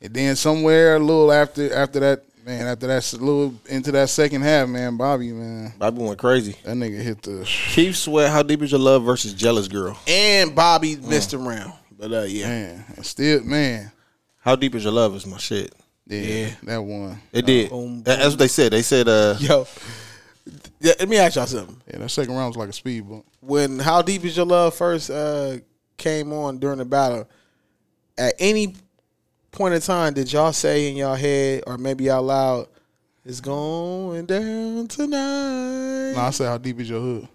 Speaker 3: And then somewhere a little after after that man, after that s- little into that second half, man, Bobby, man,
Speaker 2: Bobby went crazy.
Speaker 3: that nigga hit the
Speaker 2: Keith Sweat, how deep is your love versus jealous girl?
Speaker 1: And Bobby
Speaker 3: Mm.
Speaker 1: missed around, but uh, yeah,
Speaker 3: man. and Still man.
Speaker 2: How deep is your love is my shit.
Speaker 3: Yeah, that one.
Speaker 2: It did.
Speaker 1: boom,
Speaker 2: That- That's what they said. They said, uh,
Speaker 1: [laughs] yo. th- Let me ask y'all something.
Speaker 3: Yeah, that second round was like a speed bump.
Speaker 1: When "How Deep Is Your Love" first uh, came on during the battle, at any point in time, did y'all say in y'all head or maybe out loud, "It's going down tonight"?
Speaker 3: No, I said, how deep is your hood?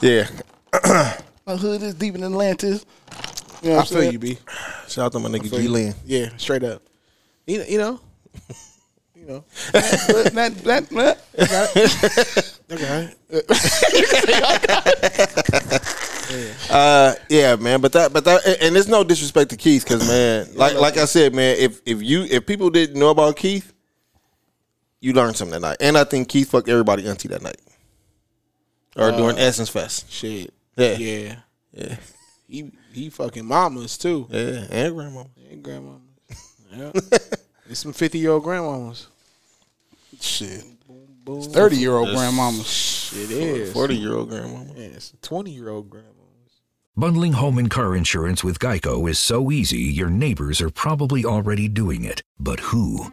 Speaker 2: yeah.
Speaker 3: My hood is deep in Atlantis. You know
Speaker 1: I
Speaker 3: what I'm
Speaker 1: feel
Speaker 3: saying?
Speaker 1: you, B.
Speaker 2: [laughs] Shout out to my nigga
Speaker 1: Feel
Speaker 2: G
Speaker 1: you.
Speaker 2: Lin.
Speaker 1: Yeah, straight up. You know, you know, [laughs] you know.
Speaker 3: [laughs] Not- not- not-
Speaker 1: Okay.
Speaker 2: Uh, yeah, man. But that, but that, and- and it's no disrespect to Keith, because man, like, like I said, man, if if you if people didn't know about Keith, you learned something that night. And I think Keith fucked everybody auntie that night, or during Essence Fest.
Speaker 1: Shit.
Speaker 2: Yeah.
Speaker 1: Yeah. Yeah. He he fucking mamas too.
Speaker 2: Yeah, and grandma.
Speaker 1: And grandmamas. Yeah. There's some fifty year old grandmamas.
Speaker 3: Shit. 30 year old grandmama.
Speaker 1: It is.
Speaker 2: Forty year old grandma.
Speaker 1: Yes. Twenty year old grandmamas.
Speaker 6: Bundling home and car insurance with Geico is so easy, your neighbors are probably already doing it. But who?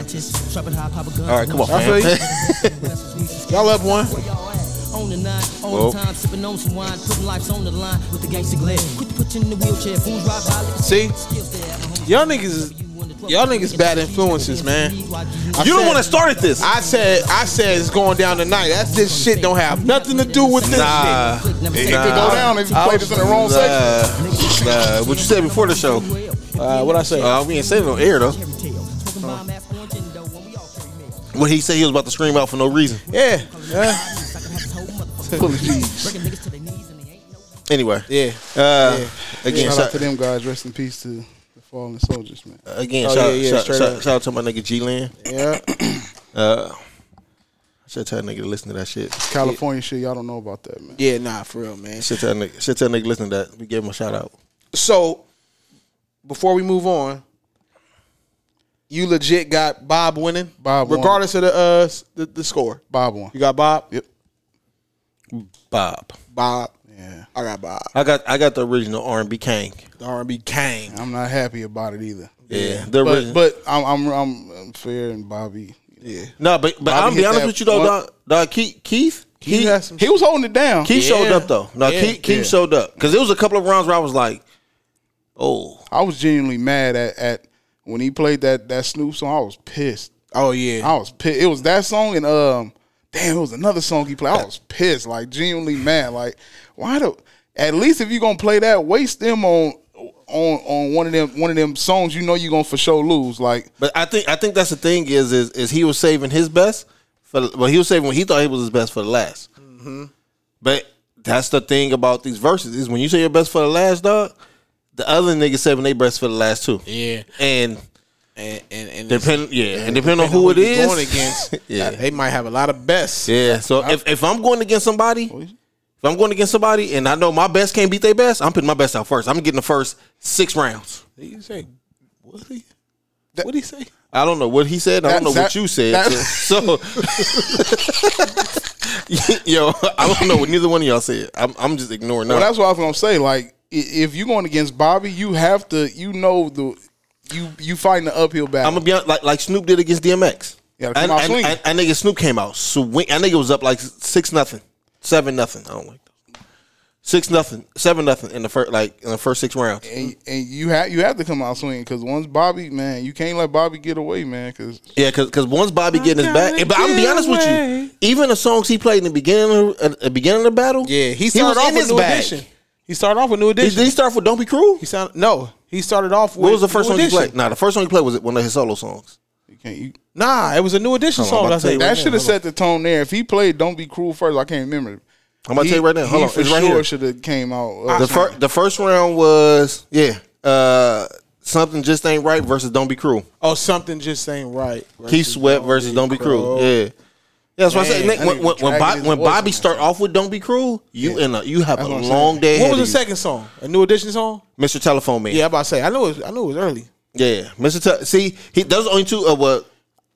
Speaker 2: All right, come on,
Speaker 1: I feel
Speaker 2: fam. [laughs]
Speaker 1: you. Y'all up one. See, y'all niggas, is- y'all niggas bad influences, man. I
Speaker 2: You
Speaker 1: said-
Speaker 2: don't want to start at this.
Speaker 1: I said, I said it's going down tonight. That's this shit don't have nothing to do with this shit.
Speaker 3: It could go down if you play this in the wrong section.
Speaker 2: section. uh, Nah, what you said before the show?
Speaker 1: Uh, what I say?
Speaker 2: Uh, we ain't saving no air though. What he said he was about to scream out for no reason.
Speaker 1: yeah, yeah,
Speaker 2: Anyway,
Speaker 1: yeah.
Speaker 2: uh, again,
Speaker 3: Shout out
Speaker 2: shout,
Speaker 3: to them guys. Rest in peace to the fallen soldiers, man.
Speaker 2: again,
Speaker 1: Oh,
Speaker 2: shout,
Speaker 1: yeah, yeah,
Speaker 2: shout,
Speaker 1: straight
Speaker 2: shout,
Speaker 1: up.
Speaker 2: shout out to my nigga G Lin.
Speaker 1: yeah.
Speaker 2: Uh, Should tell that nigga to listen to that shit.
Speaker 3: California shit, y'all don't know about that, man.
Speaker 1: Yeah, nah, for real, man.
Speaker 2: Should tell nigga, should tell nigga listen to that. We give him a shout out.
Speaker 1: So, before we move on, you legit got Bob winning,
Speaker 3: Bob,
Speaker 1: regardless of the uh s- the, the score.
Speaker 3: Bob won.
Speaker 1: You got Bob.
Speaker 3: Yep.
Speaker 2: Bob.
Speaker 1: Bob.
Speaker 3: Yeah.
Speaker 1: I got Bob.
Speaker 2: I got I got the original R and B Kang.
Speaker 1: The R&B Kang.
Speaker 3: I'm not happy about it either.
Speaker 2: Yeah, the
Speaker 3: but,
Speaker 2: original.
Speaker 3: but I'm, I'm I'm I'm fair and Bobby.
Speaker 1: Yeah,
Speaker 2: no, but but
Speaker 3: Bobby
Speaker 2: I'm
Speaker 3: hit
Speaker 2: be honest
Speaker 3: that
Speaker 2: with you though,
Speaker 3: one-
Speaker 2: dog, dog Keith Keith
Speaker 3: he,
Speaker 2: Keith,
Speaker 3: had some he was holding it down.
Speaker 2: Keith showed
Speaker 1: Yeah.
Speaker 2: up though. No,
Speaker 1: Yeah.
Speaker 2: Keith, Keith
Speaker 3: Yeah.
Speaker 2: showed up because it was a couple of rounds where I was like, oh,
Speaker 3: I was genuinely mad at, at when he played that that Snoop song. I was pissed.
Speaker 1: Oh yeah.
Speaker 3: I was pissed. It was that song and um, damn, it was another song he played. I was pissed, like genuinely mad. Like, why the? At least if you gonna play that, waste them on on on one of them one of them songs you know you gonna for sure lose. Like,
Speaker 2: But I think I think that's the thing is is is he was saving his best for well he was saving what he thought he was his best for the last.
Speaker 1: Mm-hmm.
Speaker 2: But that's the thing about these verses is when you say your best for the last dog, the other niggas saving their best for the last too.
Speaker 1: Yeah.
Speaker 2: And
Speaker 1: And and, and
Speaker 2: depend yeah, and depending on who it
Speaker 1: you're
Speaker 2: is
Speaker 1: going against,
Speaker 2: yeah.
Speaker 1: they might have a lot of best.
Speaker 2: Yeah. So if, if I'm going against somebody,
Speaker 3: Oh,
Speaker 2: if I'm going against somebody and I know my best can't beat their best, I'm putting my best out first. I'm getting the first six rounds.
Speaker 1: You say what he? What he say?
Speaker 2: I don't know what he said. I don't
Speaker 3: That-
Speaker 2: know what
Speaker 3: that-
Speaker 2: you said.
Speaker 3: that-
Speaker 2: so, [laughs] yo, I don't know what neither one of y'all said. I'm, I'm just ignoring that.
Speaker 3: well, that's what I was gonna say. Like, i- if you going against Bobby, you have to you know the you you fighting the uphill battle.
Speaker 2: I'm gonna be honest, like like Snoop did against DMX.
Speaker 3: Yeah,
Speaker 2: I,
Speaker 3: come out
Speaker 2: I-
Speaker 3: swinging.
Speaker 2: I- I nigga Snoop came out swing. I nigga was up like six nothing, seven nothing. I don't like those. Six nothing, seven nothing in the first like in the first six rounds.
Speaker 3: and and you have you have to come out swinging because once Bobby, man, you can't let Bobby get away, man. Because
Speaker 2: Yeah, because once Bobby getting his back, but I'm gonna be honest with you, even the songs he played in the beginning, of, at the beginning of the battle,
Speaker 1: Yeah, he started
Speaker 2: was
Speaker 1: off
Speaker 2: in
Speaker 1: with
Speaker 2: his
Speaker 1: new
Speaker 2: bag.
Speaker 1: edition. He started off with new
Speaker 2: Did,
Speaker 1: edition.
Speaker 2: did he start with "Don't Be Cruel"?
Speaker 1: He sound no. He started off with
Speaker 2: What was the first
Speaker 1: New
Speaker 2: one he
Speaker 1: Edition.
Speaker 2: played? Nah, the first one he played was one of his solo songs.
Speaker 3: you can't you.
Speaker 1: Nah, it was a new edition
Speaker 2: Hold
Speaker 1: song.
Speaker 2: on, I'm
Speaker 1: I
Speaker 2: about to tell
Speaker 1: say
Speaker 2: you
Speaker 3: That should have set the tone there. If he played "Don't Be Cruel" first, I can't remember.
Speaker 2: I'm about to
Speaker 3: He-
Speaker 2: tell you right now. Hold
Speaker 3: he
Speaker 2: on,
Speaker 3: for
Speaker 2: it's right
Speaker 3: sure
Speaker 2: here.
Speaker 3: should have came out.
Speaker 2: The
Speaker 3: uh,
Speaker 2: first the first round was yeah, uh, something just ain't right versus "Don't Be Cruel."
Speaker 1: Oh, something just ain't right.
Speaker 2: Keith Sweat versus "Don't Be Cruel." Yeah. Yeah, that's why I
Speaker 3: Man,
Speaker 2: said Nick, when,
Speaker 3: that nigga
Speaker 2: when, when,
Speaker 3: dragging
Speaker 2: Bob,
Speaker 3: his
Speaker 2: when
Speaker 3: voice on
Speaker 2: Bobby
Speaker 3: that
Speaker 2: start off with "Don't Be Cruel," you in a you have a
Speaker 3: what I'm
Speaker 2: long
Speaker 3: saying.
Speaker 2: day.
Speaker 1: What was
Speaker 2: ahead
Speaker 1: the
Speaker 2: of you.
Speaker 1: second song? A new edition song?
Speaker 2: Mr. Telephone Man?
Speaker 1: Yeah, I about to say. I knew it was, I knew it was early.
Speaker 2: Yeah, Mr. Tell see, he those are only two uh, of what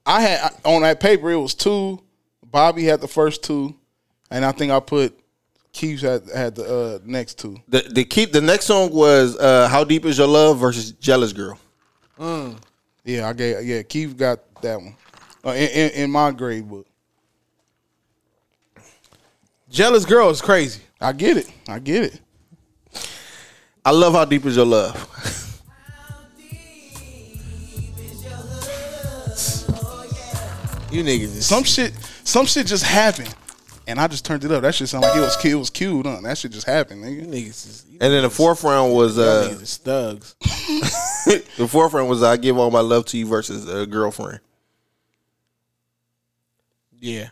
Speaker 3: I had I- on that paper it was two. Bobby had the first two, and I think I put Keith had had the uh, next two.
Speaker 2: the, the keep the next song was uh How Deep Is Your Love versus Jealous Girl.
Speaker 3: Yeah, I gave. Yeah, Keith got that one uh, in, in, in my grade book.
Speaker 1: Jealous Girl is crazy.
Speaker 3: I get it. I get it.
Speaker 2: I love How Deep Is Your Love. [laughs]
Speaker 1: You niggas is
Speaker 3: Some shit. Some shit just happened, and I just turned it up. That shit sounded like it was cu- it was cued on. That shit just happened, nigga.
Speaker 1: you niggas is you
Speaker 2: And then the fourth round was uh
Speaker 1: niggas is thugs.
Speaker 2: the fourth round was I Give All My Love to You versus uh, Girlfriend.
Speaker 1: Yeah.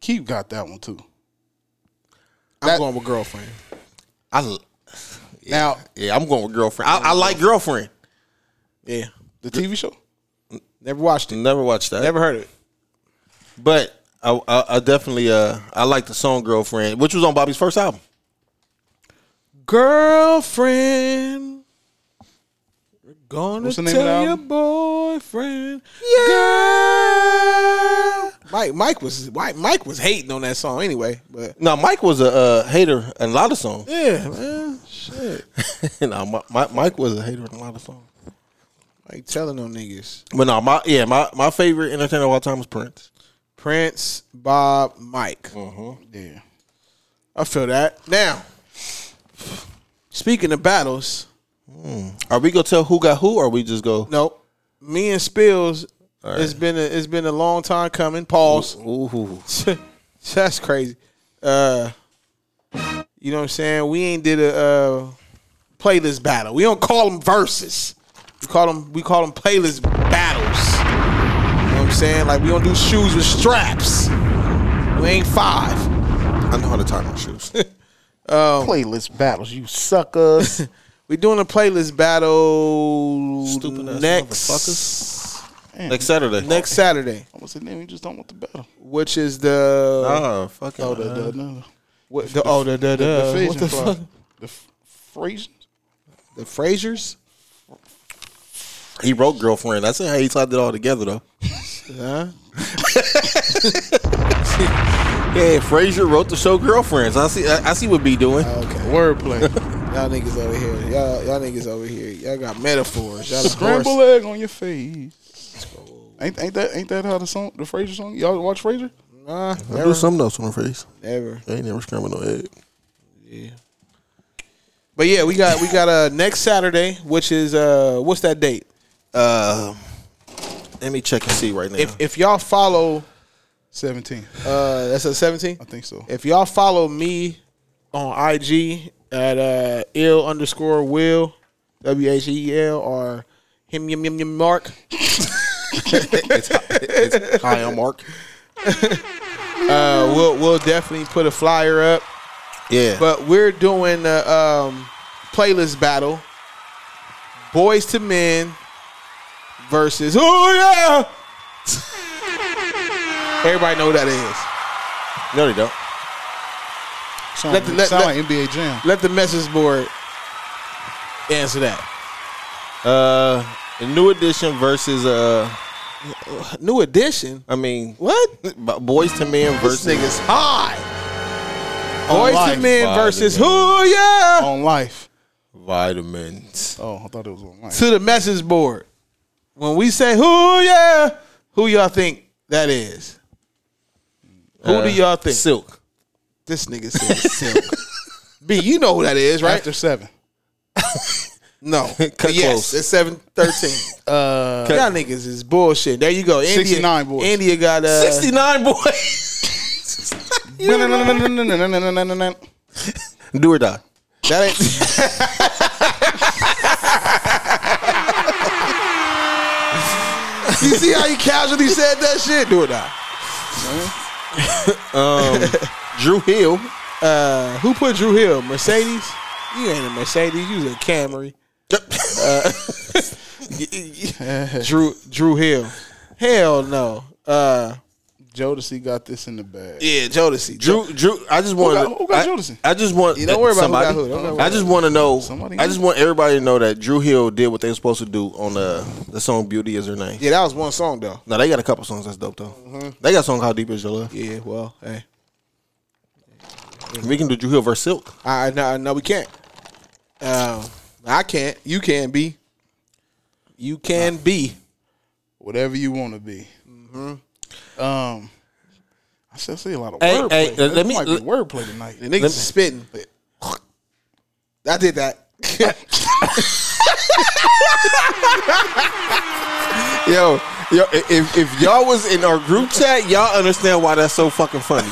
Speaker 3: Keith got that one too.
Speaker 1: I'm
Speaker 3: That-
Speaker 1: going with girlfriend.
Speaker 2: I l-
Speaker 3: Now
Speaker 2: yeah, I'm going with Girlfriend. I, I like Girlfriend.
Speaker 1: Yeah.
Speaker 3: the TV show.
Speaker 1: Never watched it.
Speaker 2: Never watched that.
Speaker 1: Never heard of it.
Speaker 2: But I, I, I definitely uh I like the song Girlfriend, which was on Bobby's first album.
Speaker 1: Girlfriend. We're gonna
Speaker 3: What's the name of the
Speaker 1: tell your
Speaker 3: album?
Speaker 1: boyfriend. Yeah. Mike Mike was Mike, Mike was hating on that song anyway, but
Speaker 2: Now Mike was a uh, hater in a lot of songs. [laughs]
Speaker 1: yeah, man. Shit.
Speaker 2: no, my, my, Mike was a hater in a lot of songs.
Speaker 1: Like telling them niggas.
Speaker 2: But no, my yeah, my, my favorite entertainer of all time was Prince.
Speaker 1: Prince, Bob, Mike.
Speaker 3: Yeah.
Speaker 1: I feel that. Now, speaking of battles,
Speaker 2: Are we gonna tell who got who, or we just go?
Speaker 1: no, me and Spills, it's been a, it's been a long time coming. Pause.
Speaker 2: Ooh,
Speaker 1: [laughs] That's crazy. Uh, you know what I'm saying? We ain't did a uh, playlist battle. We don't call them verses. We call them we call them playlist battles. You know what I'm saying? Like we don't do shoes with straps. We ain't five.
Speaker 2: I know how to tie
Speaker 1: [laughs]
Speaker 2: my shoes.
Speaker 3: Oh. Playlist battles, you suckers. [laughs]
Speaker 1: We're doing a playlist battle
Speaker 2: Stupid ass
Speaker 1: next.
Speaker 2: motherfuckers. Next Saturday.
Speaker 1: Next Saturday.
Speaker 3: What's the name? You just don't want the battle.
Speaker 1: Which is the
Speaker 2: Oh, fucking,
Speaker 1: oh the, the,
Speaker 2: uh,
Speaker 1: no. what the, oh the the, the,
Speaker 3: uh, the
Speaker 1: what the
Speaker 3: Frisian
Speaker 1: fuck
Speaker 3: fly.
Speaker 1: the
Speaker 3: The Frasian?
Speaker 1: Frasers
Speaker 2: He wrote girlfriend. That's how he tied it all together though.
Speaker 1: huh
Speaker 2: [laughs] Yeah, Frazier wrote the show Girlfriends. I see. I, I see what B doing.
Speaker 1: okay.
Speaker 3: Wordplay. [laughs]
Speaker 1: y'all niggas over here y'all y'all niggas over here y'all got metaphors y'all
Speaker 3: Scramble
Speaker 1: horse-
Speaker 3: egg on your face. Ain't, ain't that ain't that how the song the Frasier song? Y'all watch Frasier?
Speaker 1: Nah,
Speaker 2: I
Speaker 1: never.
Speaker 2: do some notes on her face.
Speaker 1: Never.
Speaker 2: I ain't never scrambled no egg.
Speaker 1: But yeah, we got we got uh next Saturday, which is uh what's that date?
Speaker 2: Uh, let me check and see right now.
Speaker 1: If if y'all follow
Speaker 3: Seventeen.
Speaker 1: uh that's a 17?
Speaker 3: I think so.
Speaker 1: If y'all follow me on IG at uh ill underscore will W H E L or him yum yum yum mark.
Speaker 2: Hi, I'm Mark.
Speaker 1: Uh we'll we'll definitely put a flyer up.
Speaker 2: Yeah,
Speaker 1: But we're doing the um playlist battle. Boys to men versus Oh yeah. [laughs] Everybody know who that is.
Speaker 2: no, they don't.
Speaker 3: Sound,
Speaker 1: Let the- let-
Speaker 3: sound
Speaker 1: let-
Speaker 3: like NBA Jam.
Speaker 1: Let the message board answer that.
Speaker 2: Uh, a new edition versus uh,
Speaker 1: [sighs] New edition.
Speaker 2: I mean,
Speaker 1: What?
Speaker 2: b- boys to men
Speaker 1: This
Speaker 2: versus
Speaker 1: nigga's high. Boys
Speaker 3: life.
Speaker 1: to men
Speaker 2: Fire,
Speaker 1: versus
Speaker 2: nigga.
Speaker 1: who? Yeah.
Speaker 3: On life.
Speaker 2: vitamins.
Speaker 3: Oh, I thought it was on life.
Speaker 1: To the message board. When we say who? Yeah. Who y'all think that is? Who
Speaker 2: Uh,
Speaker 1: do y'all think?
Speaker 2: Silk.
Speaker 1: This nigga said silk. [laughs] B, you know who that is, right?
Speaker 3: After seven.
Speaker 1: no.
Speaker 2: Cut
Speaker 1: yes,
Speaker 2: [laughs] close.
Speaker 1: it's seven thirteen. uh, y'all niggas is bullshit. There you go. India,
Speaker 3: 69 boys.
Speaker 1: India got uh,
Speaker 2: Sixty nine boy.
Speaker 3: That's
Speaker 2: Do or die.
Speaker 1: That ain't. [laughs] you see how you casually said that shit? Do it now.
Speaker 2: Drew Hill.
Speaker 1: Uh, who put Drew Hill? Mercedes? You ain't a Mercedes. You was a Camry. Uh, [laughs] Drew Drew Hill. Hell no. Uh,
Speaker 3: Jodeci got this in the bag.
Speaker 1: yeah, Jodeci.
Speaker 2: Drew, Drew, I just want
Speaker 3: got- who got
Speaker 2: I,
Speaker 3: Jodeci?
Speaker 2: I just want
Speaker 1: Yeah, don't worry about who got
Speaker 2: somebody.
Speaker 1: who. Don't worry
Speaker 2: I
Speaker 1: about
Speaker 2: just want to know.
Speaker 3: Somebody
Speaker 2: I just want everybody to know that Drew Hill did what they were supposed to do on the the song "Beauty Is Her Name."
Speaker 1: Yeah, that was one song though.
Speaker 2: Now they got a couple songs that's dope though. They got a song "How Deep Is Your Love."
Speaker 1: Yeah, well, hey,
Speaker 2: We can do Drew Hill
Speaker 1: [laughs]
Speaker 2: versus Silk.
Speaker 1: I I- no, no, we can't. Um, I can't. You can be. You can be.
Speaker 3: Whatever you want to be. Um, I still see a lot of
Speaker 2: Hey,
Speaker 3: wordplay.
Speaker 2: hey,
Speaker 3: This
Speaker 2: let me-
Speaker 3: might be
Speaker 2: let-
Speaker 3: wordplay tonight.
Speaker 1: The niggas is spitting. [laughs] I did that. [laughs]
Speaker 2: Yo, yo, if if y'all was in our group chat, y'all understand why that's so fucking funny.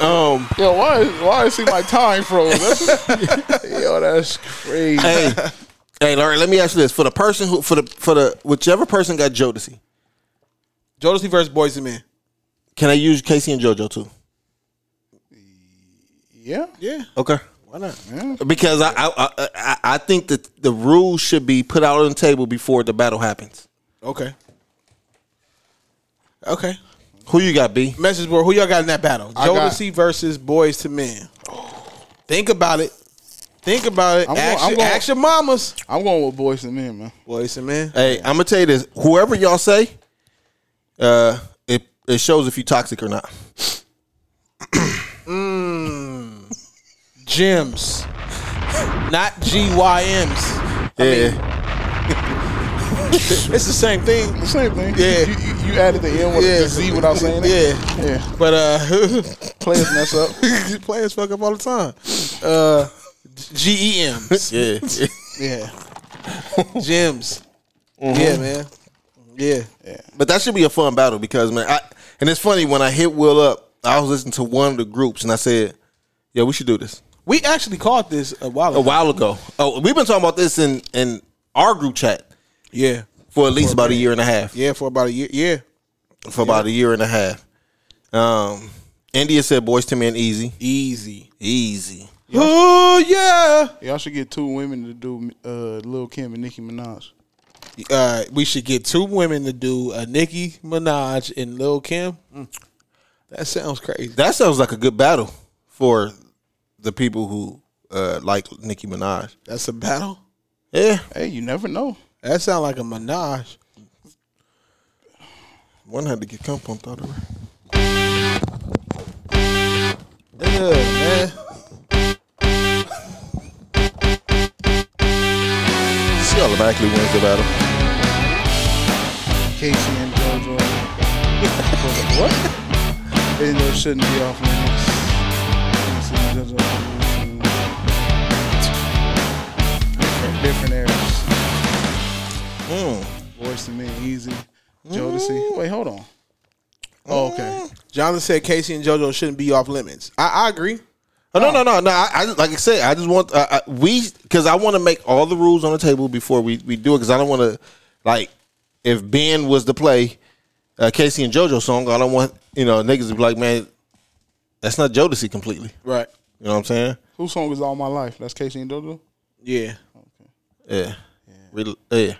Speaker 2: um,
Speaker 3: Yo, why is, why is he [laughs] my time froze? That's- Yo, that's crazy.
Speaker 2: hey, hey, Larry, let me ask you this: for the person who, for the for the whichever person got Jodeci,
Speaker 1: [laughs] Jodeci versus Boys and Men.
Speaker 2: can I use Casey and JoJo too?
Speaker 3: Yeah,
Speaker 1: Yeah.
Speaker 2: Okay.
Speaker 1: Why not?
Speaker 2: Because I I, I I- I think that the rules should be put out on the table before the battle happens.
Speaker 1: Okay. Okay.
Speaker 2: Who you got, B?
Speaker 1: Message board. Who y'all got in that battle?
Speaker 3: I got-
Speaker 1: Jodeci versus Boys to Men. Think about it. Think about it.
Speaker 3: I'm
Speaker 1: ask,
Speaker 3: going- I'm
Speaker 1: your,
Speaker 3: going-
Speaker 1: ask your mamas.
Speaker 3: I'm going with boys and men, man.
Speaker 1: Boys and Men.
Speaker 2: Hey, I'm gonna tell you this. Whoever y'all say, uh, it it shows if you toxic or not.
Speaker 1: Gems. Not GYMs.
Speaker 2: yeah.
Speaker 1: [laughs] It's the same thing.
Speaker 3: Same thing.
Speaker 1: Yeah.
Speaker 3: You, you, you added the N with
Speaker 1: Yeah.
Speaker 3: the Z without saying it.
Speaker 1: Yeah.
Speaker 3: Yeah.
Speaker 1: But uh [laughs]
Speaker 3: Players mess up.
Speaker 1: players fuck up all the time. Uh GEMs. [laughs]
Speaker 2: yeah. [laughs]
Speaker 1: Yeah. Gems. Yeah, man. Yeah.
Speaker 2: But that should be a fun battle because man, I, and it's funny when I hit Will up, I was listening to one of the groups and I said, "Yo, we should do this."
Speaker 1: We actually caught this a while ago.
Speaker 2: A while ago. Oh, we've been talking about this in in our group chat
Speaker 1: Yeah.
Speaker 2: for at least about a year and a half.
Speaker 1: Yeah, for about a year. Yeah.
Speaker 2: for about a year and a half. Um, India said boys to men easy,
Speaker 1: Easy.
Speaker 2: easy.
Speaker 1: Oh yeah.
Speaker 3: Y'all should get two women to do uh, Lil Kim and Nicki Minaj.
Speaker 1: uh, we should get two women to do a Nicki Minaj and Lil Kim. That sounds crazy.
Speaker 2: That sounds like a good battle for the people who uh, like Nicki Minaj.
Speaker 1: That's a battle.
Speaker 2: Yeah.
Speaker 3: Hey, you never know.
Speaker 1: That sounds like a Minaj.
Speaker 2: One had to get cum pumped out of her.
Speaker 1: Yeah, man.
Speaker 2: She automatically wins the battle.
Speaker 3: Casey and JoJo. what? They know shouldn't be off limits. Casey and JoJo. Different, different eras. Voice to me, easy. Jodeci. Wait, hold on. Oh, okay.
Speaker 1: Jonathan said Casey and JoJo shouldn't be off limits. I, I agree.
Speaker 2: Oh, no, no, no, no. I, I like I said, I just want uh, I, we because I want to make all the rules on the table before we, we do it because I don't want to like if Ben was to play uh, Casey and JoJo song, I don't want you know niggas to be like, man, that's not Jodeci completely.
Speaker 1: Right.
Speaker 2: You know what I'm saying?
Speaker 3: Whose song is All My Life? That's Casey and JoJo?
Speaker 1: [laughs] Yeah.
Speaker 2: Yeah. Real- yeah.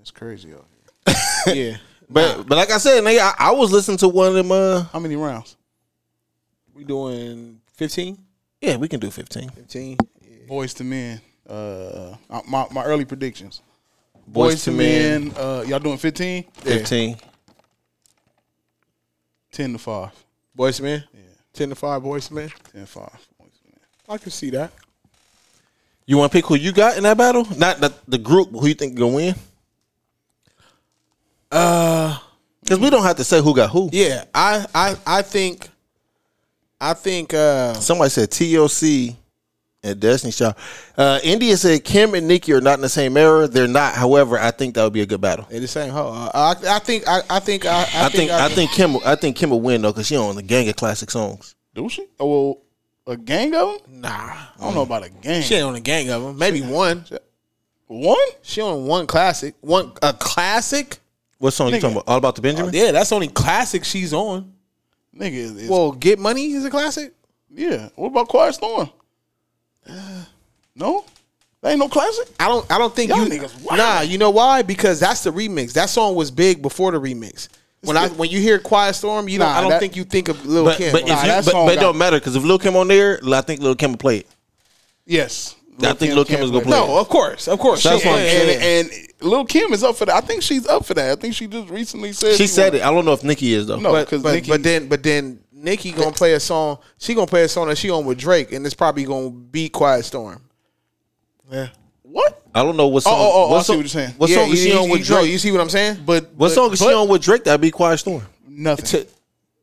Speaker 3: It's crazy out here.
Speaker 1: yeah.
Speaker 2: But but like I said, nigga, I, I was listening to one of them. Uh,
Speaker 3: How many rounds?
Speaker 1: We doing 15?
Speaker 2: yeah, we can do 15.
Speaker 1: 15.
Speaker 3: Boys to Men. Uh, my, my early predictions.
Speaker 2: Boys to Men.
Speaker 3: Uh, y'all doing 15?
Speaker 2: 15.
Speaker 3: 10 to 5.
Speaker 1: Boys man. Yeah. 10 to 5 boys man.
Speaker 3: 10 to 5. Boys to Men.
Speaker 1: I can see that.
Speaker 2: You want to pick who you got in that battle? Not the, the group who you think gonna win.
Speaker 1: Uh
Speaker 2: Because we don't have to say who got who.
Speaker 1: yeah, I I I think I think uh
Speaker 2: Somebody said TLC and Destiny Child. Uh, India said Kim and Nikki are not in the same era. They're not. However, I think that would be a good battle.
Speaker 1: they the same hoe. Uh, I I think I I think I, I,
Speaker 2: I think I think Kim I think Kim will win though because she on the gang of classic songs.
Speaker 3: Do she? Oh, well, a gang of them?
Speaker 1: nah.
Speaker 3: I don't know about a gang.
Speaker 1: She ain't on a gang of them. Maybe one.
Speaker 3: One?
Speaker 1: She on one classic. One a classic?
Speaker 2: What song you talking about? All about the Benjamin?
Speaker 1: Oh, Yeah, that's the only classic she's on.
Speaker 3: Nigga, is, is-
Speaker 1: Well, Get Money is a classic?
Speaker 3: yeah. What about
Speaker 1: [sighs]
Speaker 3: Quiet Storm? no? That ain't no classic?
Speaker 1: I don't. I don't think
Speaker 3: Y'all
Speaker 1: you.
Speaker 3: niggas wild.
Speaker 1: Nah, you know why? Because that's the remix. That song was big before the remix. When I when you hear Quiet Storm, you don't.
Speaker 3: Nah,
Speaker 1: I don't
Speaker 3: that-
Speaker 1: think you think of Lil
Speaker 2: But,
Speaker 1: Kim.
Speaker 2: but, if
Speaker 3: Nah,
Speaker 2: you,
Speaker 3: that
Speaker 2: but,
Speaker 3: song
Speaker 2: but it
Speaker 3: got-
Speaker 2: don't matter because if Lil Kim on there, I think Lil Kim will play it.
Speaker 3: Yes.
Speaker 2: I think Lil Kim
Speaker 3: can't
Speaker 2: is gonna
Speaker 3: that.
Speaker 2: play.
Speaker 1: no, of course, of course.
Speaker 2: That's
Speaker 1: She-
Speaker 2: what I'm
Speaker 1: and-
Speaker 2: saying.
Speaker 1: and-
Speaker 3: And, and Lil Kim is up for that. I think she's up for that. I think she just recently said
Speaker 2: She said it. I don't know if Nikki is though.
Speaker 3: No,
Speaker 1: but,
Speaker 3: 'cause
Speaker 1: but,
Speaker 3: Nicki-
Speaker 1: but then but then Nicki gonna play a song. She gonna play a song that she on with Drake, and it's probably gonna be Quiet Storm. Yeah.
Speaker 3: What?
Speaker 2: I don't know what song.
Speaker 3: oh, oh, I
Speaker 2: what
Speaker 3: see
Speaker 2: song,
Speaker 3: what you're saying.
Speaker 2: What
Speaker 1: yeah,
Speaker 2: song
Speaker 1: you,
Speaker 2: is she
Speaker 1: you-
Speaker 2: on with
Speaker 1: you know,
Speaker 2: Drake?
Speaker 1: You see what I'm saying?
Speaker 3: But
Speaker 2: What
Speaker 3: but-
Speaker 2: song is she
Speaker 3: but-
Speaker 2: on with Drake? That'd be Quiet Storm.
Speaker 3: Nothing.
Speaker 1: To-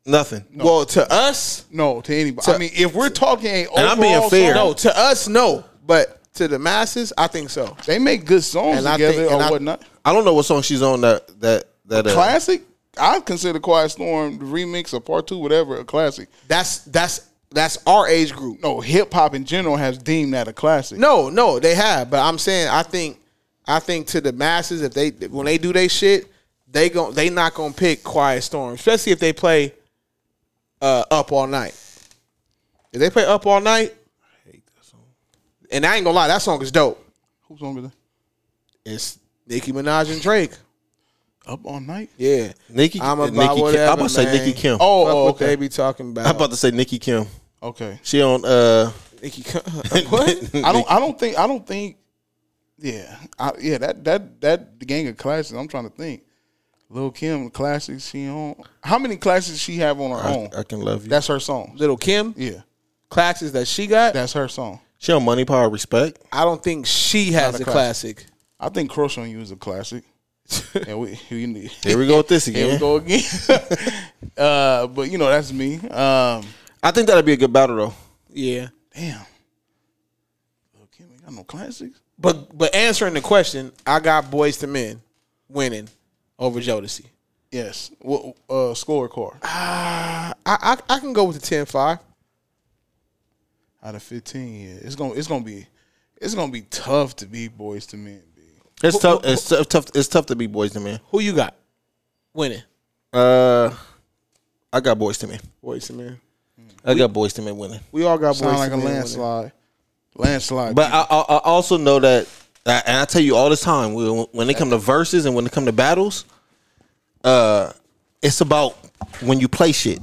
Speaker 2: Nothing.
Speaker 1: Well, to us,
Speaker 3: no, to anybody. I mean, if we're talking a
Speaker 2: And
Speaker 3: overall
Speaker 2: I'm being fair.
Speaker 3: song,
Speaker 1: no. To us, no. But to the masses, I think so.
Speaker 3: they make good songs
Speaker 1: And I
Speaker 3: together
Speaker 1: think-
Speaker 3: or
Speaker 1: and I-
Speaker 3: whatnot.
Speaker 2: I don't know what song she's on that that that uh,
Speaker 3: classic. I consider Quiet Storm the remix or part two, whatever, a classic.
Speaker 1: That's that's that's our age group.
Speaker 3: No, hip hop in general has deemed that a classic.
Speaker 1: No, no, they have. But I'm saying I think I think to the masses, if they when they do they shit, they gon' they not gonna pick Quiet Storm, especially if they play uh, Up All Night. If they play Up All Night, I hate that song. And I ain't gonna lie, that song is dope.
Speaker 3: Who's on with
Speaker 1: It's Nicki Minaj and Drake.
Speaker 3: Up all night?
Speaker 1: Yeah,
Speaker 2: Nikki.
Speaker 1: I'm about
Speaker 2: Nikki Kim.
Speaker 1: whatever.
Speaker 2: I'm about to say
Speaker 1: man.
Speaker 2: Nikki Kim.
Speaker 3: Oh,
Speaker 1: Fuck
Speaker 3: oh,
Speaker 1: what
Speaker 3: okay.
Speaker 1: they be talking about.
Speaker 2: I'm about to say Nikki Kim. [laughs]
Speaker 3: Okay.
Speaker 2: She on uh
Speaker 1: Nicki
Speaker 3: [laughs]
Speaker 1: Kim.
Speaker 2: [laughs]
Speaker 1: what?
Speaker 3: I don't. I don't think. I don't think. Yeah. I, yeah. That that that the gang of classics. I'm trying to think. Lil Kim classics. She on. How many classics she have on her
Speaker 2: I,
Speaker 3: own?
Speaker 2: I can love you.
Speaker 3: That's her song.
Speaker 1: Little Kim
Speaker 3: Yeah.
Speaker 1: classes that she got.
Speaker 3: That's her song.
Speaker 2: She on Money Power Respect.
Speaker 1: I don't think she has
Speaker 3: Not
Speaker 1: a
Speaker 3: a
Speaker 1: classic.
Speaker 3: I think Crush on You is a
Speaker 2: [laughs]
Speaker 3: classic. and we, we need-
Speaker 2: Here we go with
Speaker 3: [laughs]
Speaker 2: this
Speaker 3: Here
Speaker 2: again.
Speaker 3: we go again. uh, but you know that's me. Um,
Speaker 2: I think that'd be a good battle though.
Speaker 1: Yeah.
Speaker 3: damn. Lil Kim ain't got no classics.
Speaker 1: But but answering the question, I got Boys to Men winning over Jodeci.
Speaker 3: Yes. What uh, scorecard
Speaker 1: I, I I can go with the 10-5.
Speaker 3: out of fifteen? Yeah, it's gonna it's gonna be it's gonna be tough to beat Boys to Men. B.
Speaker 2: It's tough. It's tough, tough. It's tough to beat Boys to Men.
Speaker 1: Who you got winning?
Speaker 2: Uh, I got Boys to Men.
Speaker 1: Boys to Men.
Speaker 2: I got Boys to Men winning.
Speaker 1: We all got
Speaker 3: Sound
Speaker 1: Boys
Speaker 3: like
Speaker 1: to
Speaker 3: a
Speaker 1: Men. winning.
Speaker 3: landslide. Landslide.
Speaker 2: But I, I, I also know that I- and I tell you all the time, Will, when it come to verses and when it come to battles, uh, it's about when you play shit.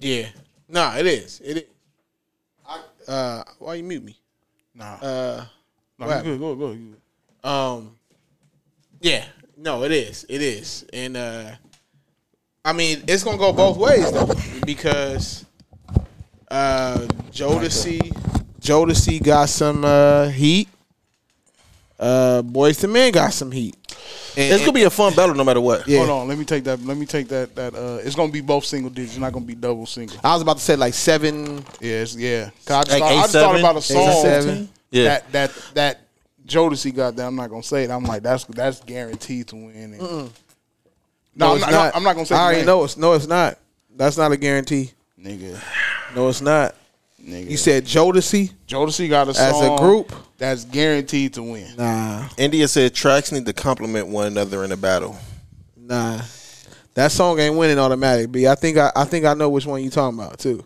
Speaker 1: Yeah. Nah, it is. It is. I, uh, why you mute me?
Speaker 3: Nah.
Speaker 1: Uh,
Speaker 3: Nah,
Speaker 1: what
Speaker 3: you
Speaker 1: happened?
Speaker 3: good, good, good,
Speaker 1: Um, yeah. No, it is. It is. And uh, I mean, it's gonna go both ways though, because uh, Jodeci, Jodeci got some uh, heat. Uh, Boys to Men got some heat. And-
Speaker 2: it's gonna be a fun battle no matter what.
Speaker 3: Hold on, let me take that. Let me take that. That uh, it's gonna be both single digits. It's not gonna be double single.
Speaker 1: I was about to say like seven.
Speaker 3: Yes, yeah. 'Cause I just,
Speaker 1: Like
Speaker 3: thought, I just thought
Speaker 1: 8-7?
Speaker 3: about a song
Speaker 1: 8-7?
Speaker 3: yeah.
Speaker 1: Yeah.
Speaker 3: that that that Jodeci got that. I'm not gonna say it. I'm like that's that's guaranteed to win. And-
Speaker 1: Mm-mm.
Speaker 3: No, I'm, not, no, I'm not gonna say.
Speaker 1: I
Speaker 3: the
Speaker 1: already
Speaker 3: name.
Speaker 1: know it's no, it's not. That's not a guarantee,
Speaker 3: nigga.
Speaker 1: No, it's not.
Speaker 3: Nigga.
Speaker 1: You said Jodeci.
Speaker 3: Jodeci got a
Speaker 1: As a
Speaker 3: song
Speaker 1: group?
Speaker 3: that's guaranteed to win.
Speaker 1: Nah,
Speaker 2: India said tracks need to complement one another in a battle.
Speaker 1: nah. That song ain't winning automatic. B. I think I, I think I know which one you talking about too.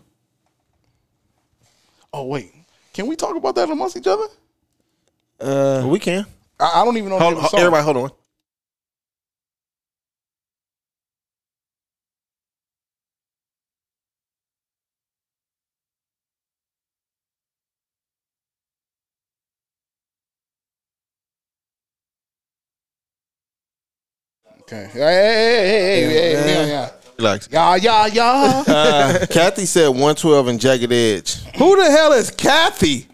Speaker 3: Oh wait, can we talk about that amongst each other?
Speaker 1: Uh,
Speaker 2: we can.
Speaker 3: I, I don't even know.
Speaker 2: Hold,
Speaker 3: the
Speaker 2: hold-
Speaker 3: song.
Speaker 2: everybody, hold on.
Speaker 3: Okay. Hey, hey, hey, hey, hey, hey, yeah, yeah.
Speaker 2: Relax.
Speaker 3: Yeah, yeah, yeah.
Speaker 2: [laughs]
Speaker 3: [laughs]
Speaker 2: Uh, Kathy said 112 and Jagged Edge.
Speaker 1: Who the hell is Kathy?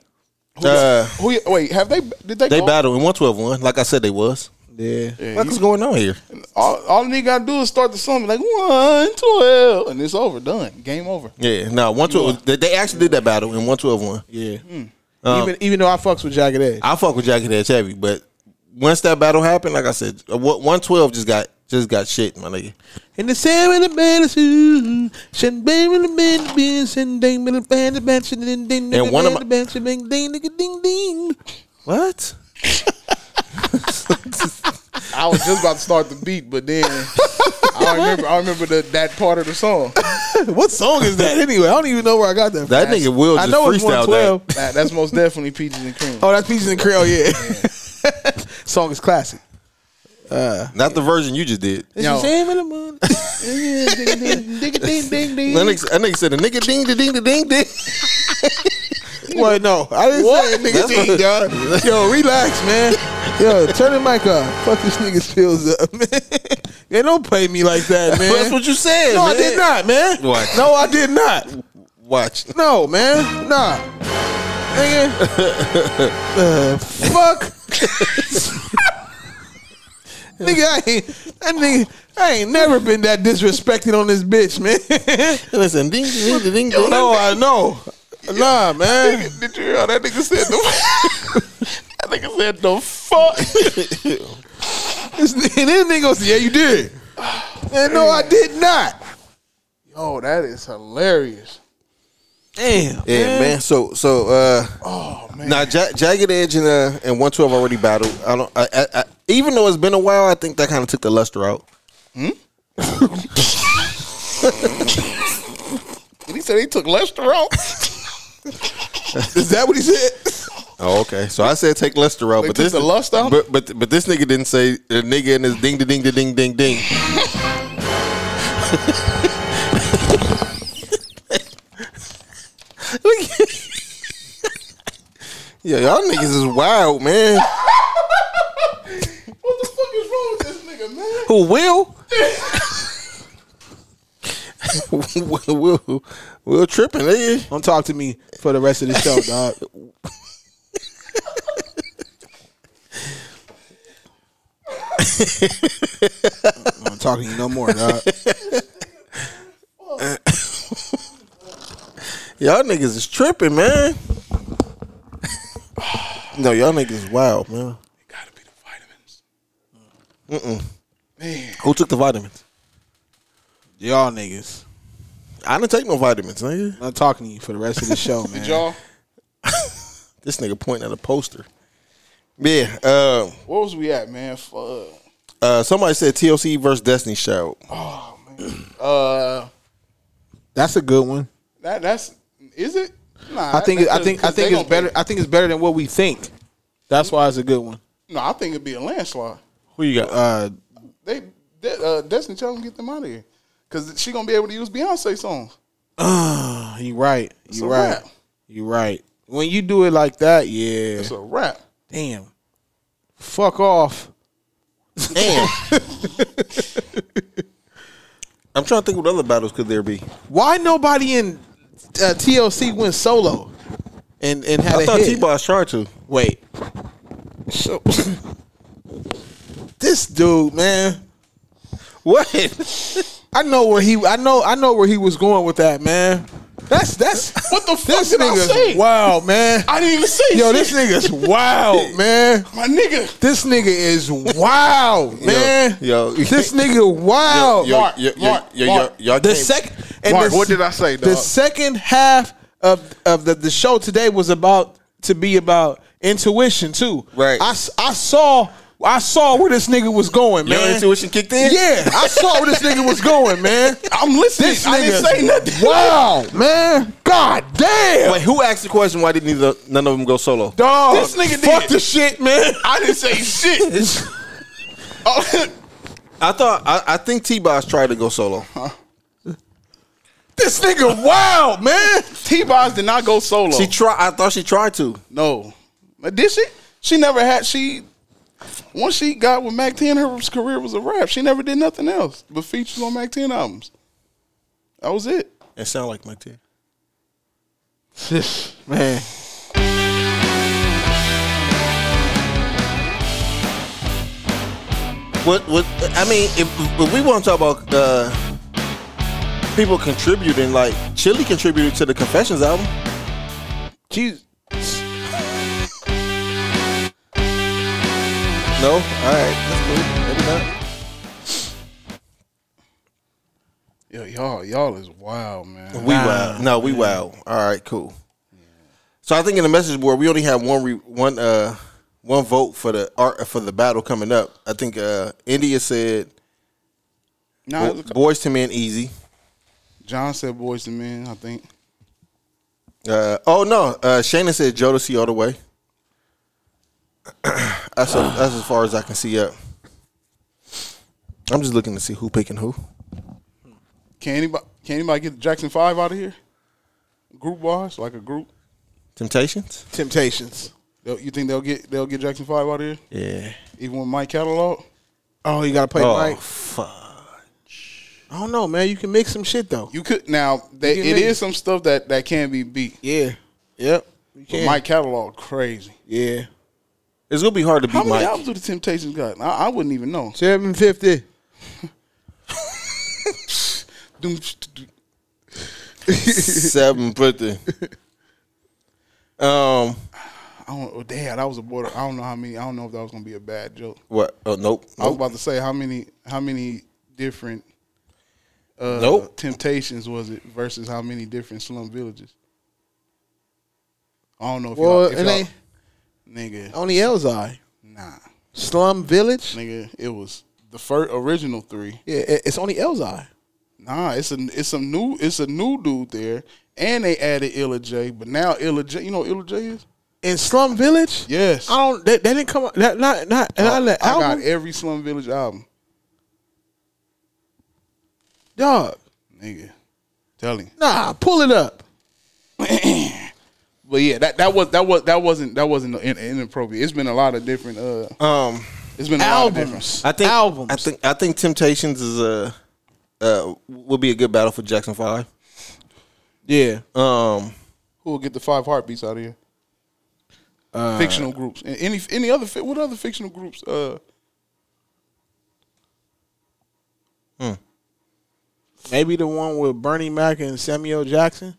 Speaker 2: Uh,
Speaker 3: Who? you- Wait, have they? Did they?
Speaker 2: they
Speaker 3: go?
Speaker 2: battled and 112 won, like I said they was.
Speaker 1: Yeah.
Speaker 2: What's going on here?
Speaker 3: All, all they gotta do is start the song like one, twelve, and it's over. Done. Game over.
Speaker 2: Yeah, no, 112. They, they actually did that battle and 112 won.
Speaker 1: Yeah.
Speaker 2: Um,
Speaker 1: even even though I fucks with Jagged Edge.
Speaker 2: I fuck with Jagged Edge heavy, but once that battle happened, like I said, uh, what- 112 just got just got shit, my nigga.
Speaker 1: In the same in the band suit, shin bang with the band beans, and ding with the band the band shin ding ding
Speaker 2: And one of my-
Speaker 1: band shin ding ding ding ding ding.
Speaker 2: [laughs] What?
Speaker 3: I was just about to start the beat, but [laughs] then I remember. I remember the, that part of the [laughs] song.
Speaker 1: what song is
Speaker 2: [laughs]
Speaker 1: that anyway? I don't even know where I got that.
Speaker 2: That
Speaker 1: from.
Speaker 2: nigga Will
Speaker 1: I
Speaker 2: just
Speaker 1: know it's
Speaker 2: freestyled that.
Speaker 1: 112.
Speaker 3: Nah, that's most definitely peaches and cream.
Speaker 1: Oh, that's Peaches and Creole. Yeah, [laughs] song is classic.
Speaker 2: Uh, Not the version you just did.
Speaker 1: It's the same in the moon. Ding ding ding ding.
Speaker 2: That nigga, that nigga said a nigga ding da ding da ding ding.
Speaker 1: [laughs] Well, no, I didn't
Speaker 2: What?
Speaker 1: say nigga
Speaker 2: That's
Speaker 1: ding,
Speaker 2: what- [laughs]
Speaker 1: dog. Yo, relax, man. Yo, turn the mic off. Fuck this nigga's feels up, [laughs] man. They don't play me like that, man.
Speaker 2: That's what you said.
Speaker 1: No,
Speaker 2: man.
Speaker 1: I did not, man.
Speaker 2: What?
Speaker 1: No, I did not.
Speaker 2: Watch.
Speaker 1: No, man. Nah. Nigga. The
Speaker 2: [laughs]
Speaker 1: fuck? nigga, I ain't, that nigga, I ain't never been that disrespected on this bitch, man.
Speaker 2: [laughs]
Speaker 1: [laughs]
Speaker 2: Listen, ding ding ding ding. ding.
Speaker 1: no, I know. Nah, man.
Speaker 3: Did you hear how that nigga said the? that nigga said the fuck.
Speaker 1: This, and then nigga goes, yeah, you did. [sighs] And no, I did not.
Speaker 3: Yo, that is hilarious.
Speaker 1: Damn.
Speaker 2: Yeah, man. So so uh now ja- Jagged Edge and uh and 112 already battled. I don't I, I, I even though it's been a while, I think that kind of took the luster out.
Speaker 3: He said he took Lester [laughs] out.
Speaker 1: Is that what he said?
Speaker 2: Oh, okay. So I said take luster out,
Speaker 3: They
Speaker 2: but
Speaker 3: took
Speaker 2: this
Speaker 3: the lust out?
Speaker 2: But but but this nigga didn't say the nigga and his ding da ding da ding ding [laughs] ding. yeah, y'all niggas is wild, man.
Speaker 3: What the fuck is wrong with this nigga, man?
Speaker 2: Who will?
Speaker 3: [laughs]
Speaker 2: will [laughs] will will tripping, nigga.
Speaker 1: Don't talk to me for the rest of the [laughs] show, dog. I'm talking to you no more, [laughs] dog.
Speaker 2: Y'all niggas is tripping, man. no, y'all niggas wild, man. It gotta be the vitamins. Mm
Speaker 3: Man.
Speaker 2: Who took the vitamins?
Speaker 1: Y'all niggas.
Speaker 2: I didn't take no vitamins, nigga.
Speaker 1: I'm talking to you for the rest of the show, man.
Speaker 3: [laughs] Did y'all?
Speaker 2: This nigga pointing at a poster. Yeah. Uh,
Speaker 3: Where was we at, man? Fuck.
Speaker 2: uh, somebody said TLC versus Destiny Child.
Speaker 3: Uh,
Speaker 1: That's a good one.
Speaker 3: that that's is it? Nah,
Speaker 1: I think
Speaker 3: that-
Speaker 1: I think I
Speaker 3: 'cause they
Speaker 1: think
Speaker 3: gonna
Speaker 1: it's better. I think it's better than what we think. That's why it's a good one.
Speaker 3: No, I think it'd be a landslide.
Speaker 2: Who you got? Uh,
Speaker 3: They, De- uh, Destiny Child gonna get them out of here because she gonna be able to use Beyonce songs.
Speaker 1: Ah, you right.
Speaker 3: It's
Speaker 1: You
Speaker 3: a
Speaker 1: right.
Speaker 3: wrap.
Speaker 1: You right. When you do it like that, yeah, it's
Speaker 3: a wrap.
Speaker 1: Damn. Fuck off. Damn.
Speaker 2: [laughs] I'm trying to think what other battles could there be.
Speaker 1: Why nobody in uh, TLC went solo and and had
Speaker 2: I
Speaker 1: a
Speaker 2: thought
Speaker 1: hit?
Speaker 2: T-Boss tried to.
Speaker 1: Wait. So [coughs] this dude, man. What? I know where he I know I know where he was going with that, man. That's that's
Speaker 3: What the fuck
Speaker 1: this
Speaker 3: did I say?
Speaker 1: nigga's wild, man.
Speaker 3: I didn't even say.
Speaker 1: Yo,
Speaker 3: shit.
Speaker 1: this nigga's
Speaker 3: [laughs]
Speaker 1: wild, man.
Speaker 3: My nigga.
Speaker 1: This nigga is wild, man.
Speaker 2: yo.
Speaker 1: this nigga wild.
Speaker 2: Yo, yo, Mark, yo, yo, Mark, yo, yo, Mark. y'all
Speaker 1: the
Speaker 2: came-
Speaker 1: second.
Speaker 3: Mark, what did I say,
Speaker 1: The
Speaker 3: dog?
Speaker 1: second half of of the, the show today was about to be about intuition too.
Speaker 2: Right.
Speaker 1: I, s- I saw I saw where this nigga was going,
Speaker 2: Your
Speaker 1: man.
Speaker 2: intuition kicked in?
Speaker 1: Yeah, I saw where this nigga was going, man.
Speaker 3: I'm listening.
Speaker 1: This
Speaker 3: I didn't
Speaker 1: nigga-
Speaker 3: say nothing.
Speaker 1: Wow, man. God damn.
Speaker 2: [laughs] Wait, who asked the question? Why didn't either, none of them go solo?
Speaker 1: Dog,
Speaker 3: This nigga
Speaker 1: fuck
Speaker 3: did.
Speaker 1: the shit,
Speaker 3: [laughs]
Speaker 1: man.
Speaker 3: I didn't say shit. [laughs] Oh, [laughs]
Speaker 2: I thought I, I think T-Boss tried to go solo.
Speaker 1: This nigga wild, man.
Speaker 3: T Boz did not go solo.
Speaker 1: Oh.
Speaker 2: She tried. I thought she tried to.
Speaker 3: no, But did she? She never had. She once she got with Mac Ten, her career was a wrap. She never did nothing else but features on Mac Ten albums. That was it.
Speaker 2: It sounded like my team.
Speaker 1: [laughs] Man.
Speaker 2: What? What? I mean, if, if we want to talk about uh, people contributing, like Chili contributed to the Confessions album.
Speaker 1: Jeez.
Speaker 2: No. All right. That's cool. Maybe not.
Speaker 3: Yo, y'all, y'all is wild, man.
Speaker 2: We wow. No, we wow. All right. Cool. So I think in the message board we only have one re, one uh one vote for the art for the battle coming up. I think uh India said
Speaker 3: Nah, it was a-
Speaker 2: Boys to Men easy.
Speaker 3: John said boys and men. I think
Speaker 2: Uh, oh no, uh, Shannon said Jodeci all the way. [clears throat] that's a, that's as far as I can see up. I'm just looking to see who picking who.
Speaker 3: can anybody can anybody get Jackson Five out of here? Group wise, like a group.
Speaker 2: Temptations.
Speaker 1: Temptations.
Speaker 3: They'll- You think they'll get they'll get Jackson Five out of here?
Speaker 2: Yeah.
Speaker 3: Even with Mike Catalog.
Speaker 1: Oh, you gotta play
Speaker 2: Oh
Speaker 1: Mike.
Speaker 2: fuck.
Speaker 1: I don't know, man. You can mix some shit though.
Speaker 3: You could now. They,
Speaker 1: You
Speaker 3: it
Speaker 1: can
Speaker 3: is
Speaker 1: make-
Speaker 3: some stuff that that can be beat.
Speaker 1: Yeah. Yep. You
Speaker 3: But
Speaker 1: can.
Speaker 3: Mike Catalog crazy.
Speaker 1: Yeah.
Speaker 2: It's gonna be hard to beat
Speaker 3: How many
Speaker 2: Mike.
Speaker 3: albums do the Temptations got? I, I wouldn't even know.
Speaker 1: Seven fifty.
Speaker 3: Doom-
Speaker 2: [laughs] Seven fifty. um.
Speaker 3: I don't. Oh, damn, that was a border. I don't know how many. I don't know if that was gonna be a bad joke.
Speaker 2: What? Oh nope.
Speaker 3: I was
Speaker 2: nope.
Speaker 3: about to say how many. How many different. Uh,
Speaker 2: Nope.
Speaker 3: Temptations was it versus how many different slum villages? I don't know if
Speaker 1: Well,
Speaker 3: y'all, if
Speaker 1: it
Speaker 3: y'all-
Speaker 1: ain't
Speaker 3: nigga.
Speaker 1: only Elzai.
Speaker 3: Nah,
Speaker 1: Slum Village.
Speaker 3: nigga. It was the first original three.
Speaker 1: Yeah, it- it's only Elzai.
Speaker 3: Nah, it's a it's some new it's a new dude there, and they added Illa J. But now Illa J, you know what Illa J is?
Speaker 1: In Slum Village.
Speaker 3: Yes,
Speaker 1: I don't. That, that didn't come. out- That not not.
Speaker 2: Oh,
Speaker 3: I,
Speaker 1: not that
Speaker 3: I got
Speaker 1: album.
Speaker 3: every Slum Village album,
Speaker 1: Dog.
Speaker 3: nigga. Tell him.
Speaker 1: Nah, pull it up.
Speaker 3: But yeah, that that was that was that wasn't that wasn't in, inappropriate. It's been a lot of different. Uh,
Speaker 2: Um.
Speaker 3: it's been a lot of different.
Speaker 1: Albums.
Speaker 2: I think
Speaker 1: albums.
Speaker 2: I think I think Temptations is a uh will be a good battle for Jackson Five.
Speaker 1: Yeah.
Speaker 2: Um.
Speaker 3: Who will get the five heartbeats out of here?
Speaker 1: Uh,
Speaker 3: fictional groups. And Any any other fi- what other fictional groups? Uh,
Speaker 1: Maybe the one with Bernie Mac and Samuel Jackson.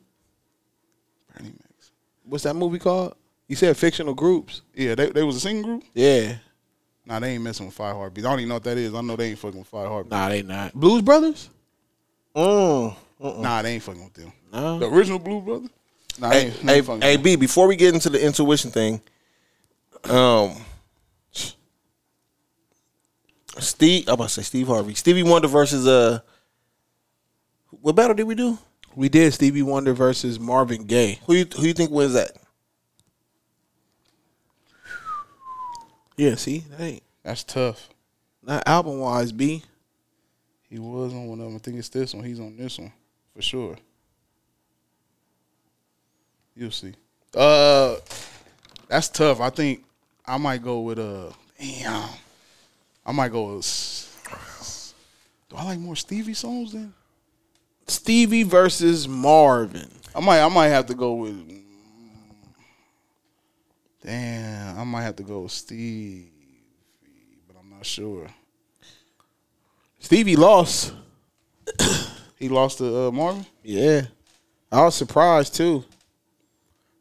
Speaker 3: Bernie Mac.
Speaker 1: What's that movie called? You said fictional groups.
Speaker 3: Yeah, they, they was a singing group.
Speaker 1: Yeah.
Speaker 3: Nah, they ain't messing with five heartbeats. I don't even know what that is. I know they ain't fucking with five heartbeats.
Speaker 1: Nah, they not. Blues Brothers.
Speaker 2: Mm.
Speaker 3: Nah, they ain't fucking with them.
Speaker 1: No.
Speaker 3: The original Blue Brother? Nah, they
Speaker 2: Hey,
Speaker 3: ain't, they
Speaker 2: hey,
Speaker 3: ain't fucking
Speaker 2: hey,
Speaker 3: with
Speaker 2: B. Before we get into the intuition thing, um, Steve. I'm about to say Steve Harvey. Stevie Wonder versus uh, what battle did we do?
Speaker 1: We did Stevie Wonder versus Marvin Gaye.
Speaker 2: Who you who you think wins that?
Speaker 1: Yeah, see, that ain't.
Speaker 3: That's tough.
Speaker 1: Not album wise, B.
Speaker 3: He was on one of them. I think it's this one. He's on this one for sure. You'll see. Uh, that's tough. I think I might go with uh, damn. I might go with. s- Do I like more Stevie songs then?
Speaker 1: Stevie versus Marvin.
Speaker 3: I might. I might have to go with. Damn, I might have to go with Stevie, but I'm not sure.
Speaker 1: Stevie lost.
Speaker 3: he lost to uh, Marvin.
Speaker 1: Yeah, I was surprised too.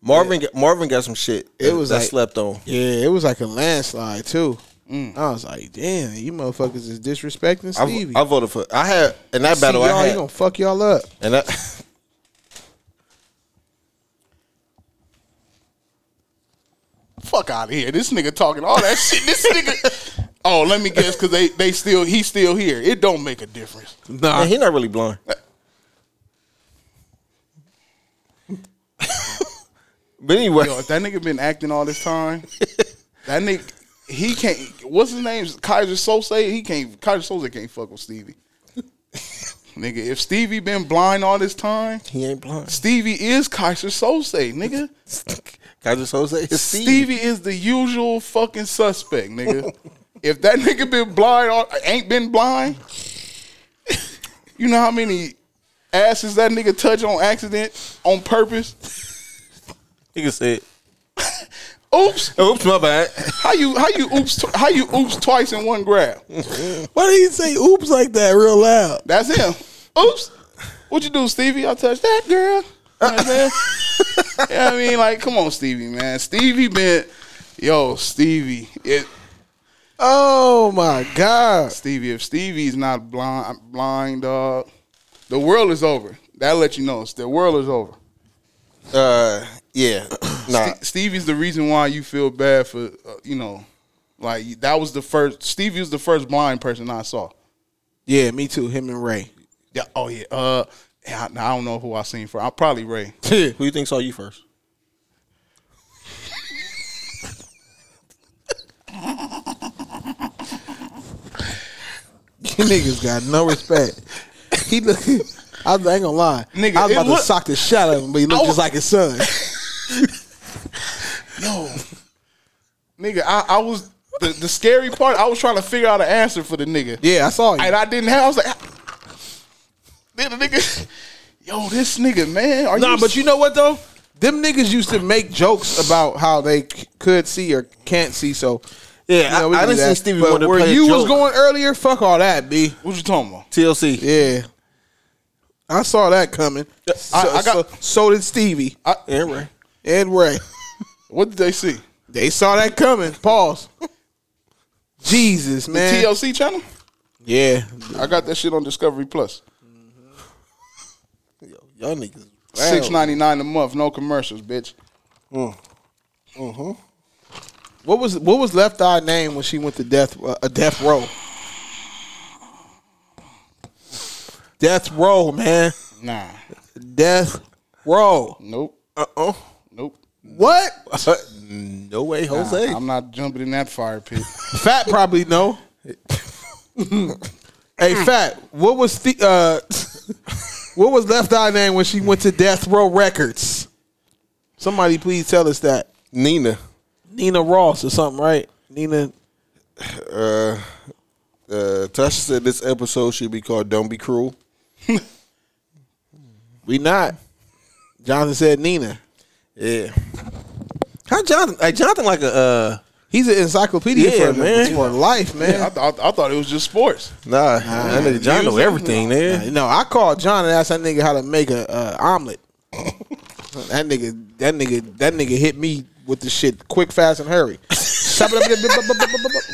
Speaker 2: Marvin, got Marvin got some shit.
Speaker 1: It was
Speaker 2: that
Speaker 1: like-
Speaker 2: slept on.
Speaker 1: Yeah, it was like a landslide too. I was like, damn, you motherfuckers is disrespecting
Speaker 2: I,
Speaker 1: Stevie.
Speaker 2: vo- I voted for. I had in that
Speaker 1: See,
Speaker 2: battle.
Speaker 1: y'all,
Speaker 2: I
Speaker 1: he
Speaker 2: had
Speaker 1: gonna fuck y'all up.
Speaker 2: and I,
Speaker 3: Fuck out of here! This nigga talking all that shit. This nigga. Oh, let me guess, because they they still he's still here. It don't make a difference.
Speaker 1: Ah.
Speaker 2: nah, he not really blind.
Speaker 1: Uh.
Speaker 2: [laughs] but anyway,
Speaker 3: Yo, if that nigga been acting all this time, that nigga he can't. What's his name? Kaiser Sose. He can't. Kaiser Sose can't fuck with Stevie. nigga, if Stevie been blind all this time,
Speaker 2: he ain't [laughs] blind.
Speaker 3: Stevie is Kaiser Sose, nigga.
Speaker 2: Kaiser Soze is Stevie.
Speaker 3: Stevie is the usual fucking suspect, nigga. if that nigga been blind or ain't been blind, you know how many asses that nigga touch on accident, on purpose?
Speaker 2: He can say, it.
Speaker 3: Oops.
Speaker 2: "Oops, my bad."
Speaker 3: How you how you oops tw- how you oops twice in one grab?
Speaker 1: [laughs] Why did he say oops like that real loud?
Speaker 3: That's him. Oops. What you do, Stevie? I touched that girl. You know what I'm saying? You know what I mean? Like, come on, Stevie, man. Stevie been yo, Stevie. It,
Speaker 1: Oh my god!
Speaker 3: Stevie, if Stevie's not blind, blind dog, the world is over. That let you know the world is over.
Speaker 2: Uh, yeah, nah.
Speaker 3: Ste- Stevie's the reason why you feel bad for uh, you know, like that was the first. Stevie was the first blind person I saw.
Speaker 1: [clears throat] Yeah, me too. Him and Ray.
Speaker 3: Yeah. Oh yeah. Uh, I, I don't know who I seen for. I probably Ray.
Speaker 2: Who you think saw you first?
Speaker 1: [laughs] You niggas got no respect. He look. I was- I ain't gonna lie.
Speaker 3: Nigga,
Speaker 1: I was
Speaker 3: it
Speaker 1: about
Speaker 3: look-
Speaker 1: to sock the shit out of him, but he looked
Speaker 3: I
Speaker 1: just
Speaker 3: was-
Speaker 1: like his son.
Speaker 3: No. nigga, I, I was the, the scary part. I was trying to figure out an answer for the nigga.
Speaker 1: Yeah, I saw you.
Speaker 3: and I didn't have. I was like, [laughs] then the nigga, yo, this nigga, man, are
Speaker 1: [laughs] Nah,
Speaker 3: you?
Speaker 1: but you know what though? Them niggas used to make jokes about how they c- could see or can't see. So
Speaker 2: Yeah,
Speaker 1: you know, we
Speaker 2: I, I
Speaker 1: do
Speaker 2: didn't
Speaker 1: that.
Speaker 2: see Stevie
Speaker 1: But
Speaker 2: wanted to
Speaker 1: where
Speaker 2: play a
Speaker 1: you was
Speaker 2: joke.
Speaker 1: going earlier, fuck all that, b.
Speaker 3: what you talking about?
Speaker 2: TLC.
Speaker 1: Yeah, I saw that coming. So,
Speaker 3: I- I got-
Speaker 1: so, so did Stevie
Speaker 2: Yeah, right.
Speaker 1: and Ray.
Speaker 3: What did they see?
Speaker 1: They saw that coming. Pause. Jesus,
Speaker 3: The
Speaker 1: man.
Speaker 3: TLC channel.
Speaker 1: yeah,
Speaker 3: I got that shit on Discovery Plus.
Speaker 2: Y'all niggas.
Speaker 3: Six ninety nine a month, no commercials, bitch.
Speaker 1: What was what was Left Eye name when she went to death uh, a death row? Death row, man.
Speaker 3: Nah,
Speaker 1: Death row.
Speaker 3: nope,
Speaker 1: Uh oh.
Speaker 3: nope.
Speaker 1: What?
Speaker 2: [laughs] No way, Jose.
Speaker 3: I'm not jumping in that fire pit.
Speaker 1: Fat probably no.
Speaker 2: Hmm.
Speaker 1: hey, Fat. What was the uh, what was Left Eye name when she went to death row records? Somebody please tell us that
Speaker 2: Nina.
Speaker 1: Nina Ross or something, right? Nina.
Speaker 2: Uh, uh, Tasha said this episode should be called "Don't Be Cruel."
Speaker 1: [laughs] We not. Jonathan said Nina.
Speaker 2: Yeah. How Jonathan? Like Jonathan, like a uh,
Speaker 1: He's an encyclopedia
Speaker 2: Yeah,
Speaker 1: for,
Speaker 2: man.
Speaker 1: for life, man.
Speaker 3: [laughs] I, th- I thought it was just sports.
Speaker 2: nah. that nigga John know everything. There.
Speaker 1: No, I called John and asked that nigga how to make a uh, omelet. that nigga, that nigga, that nigga hit me with the shit quick, fast, and hurry.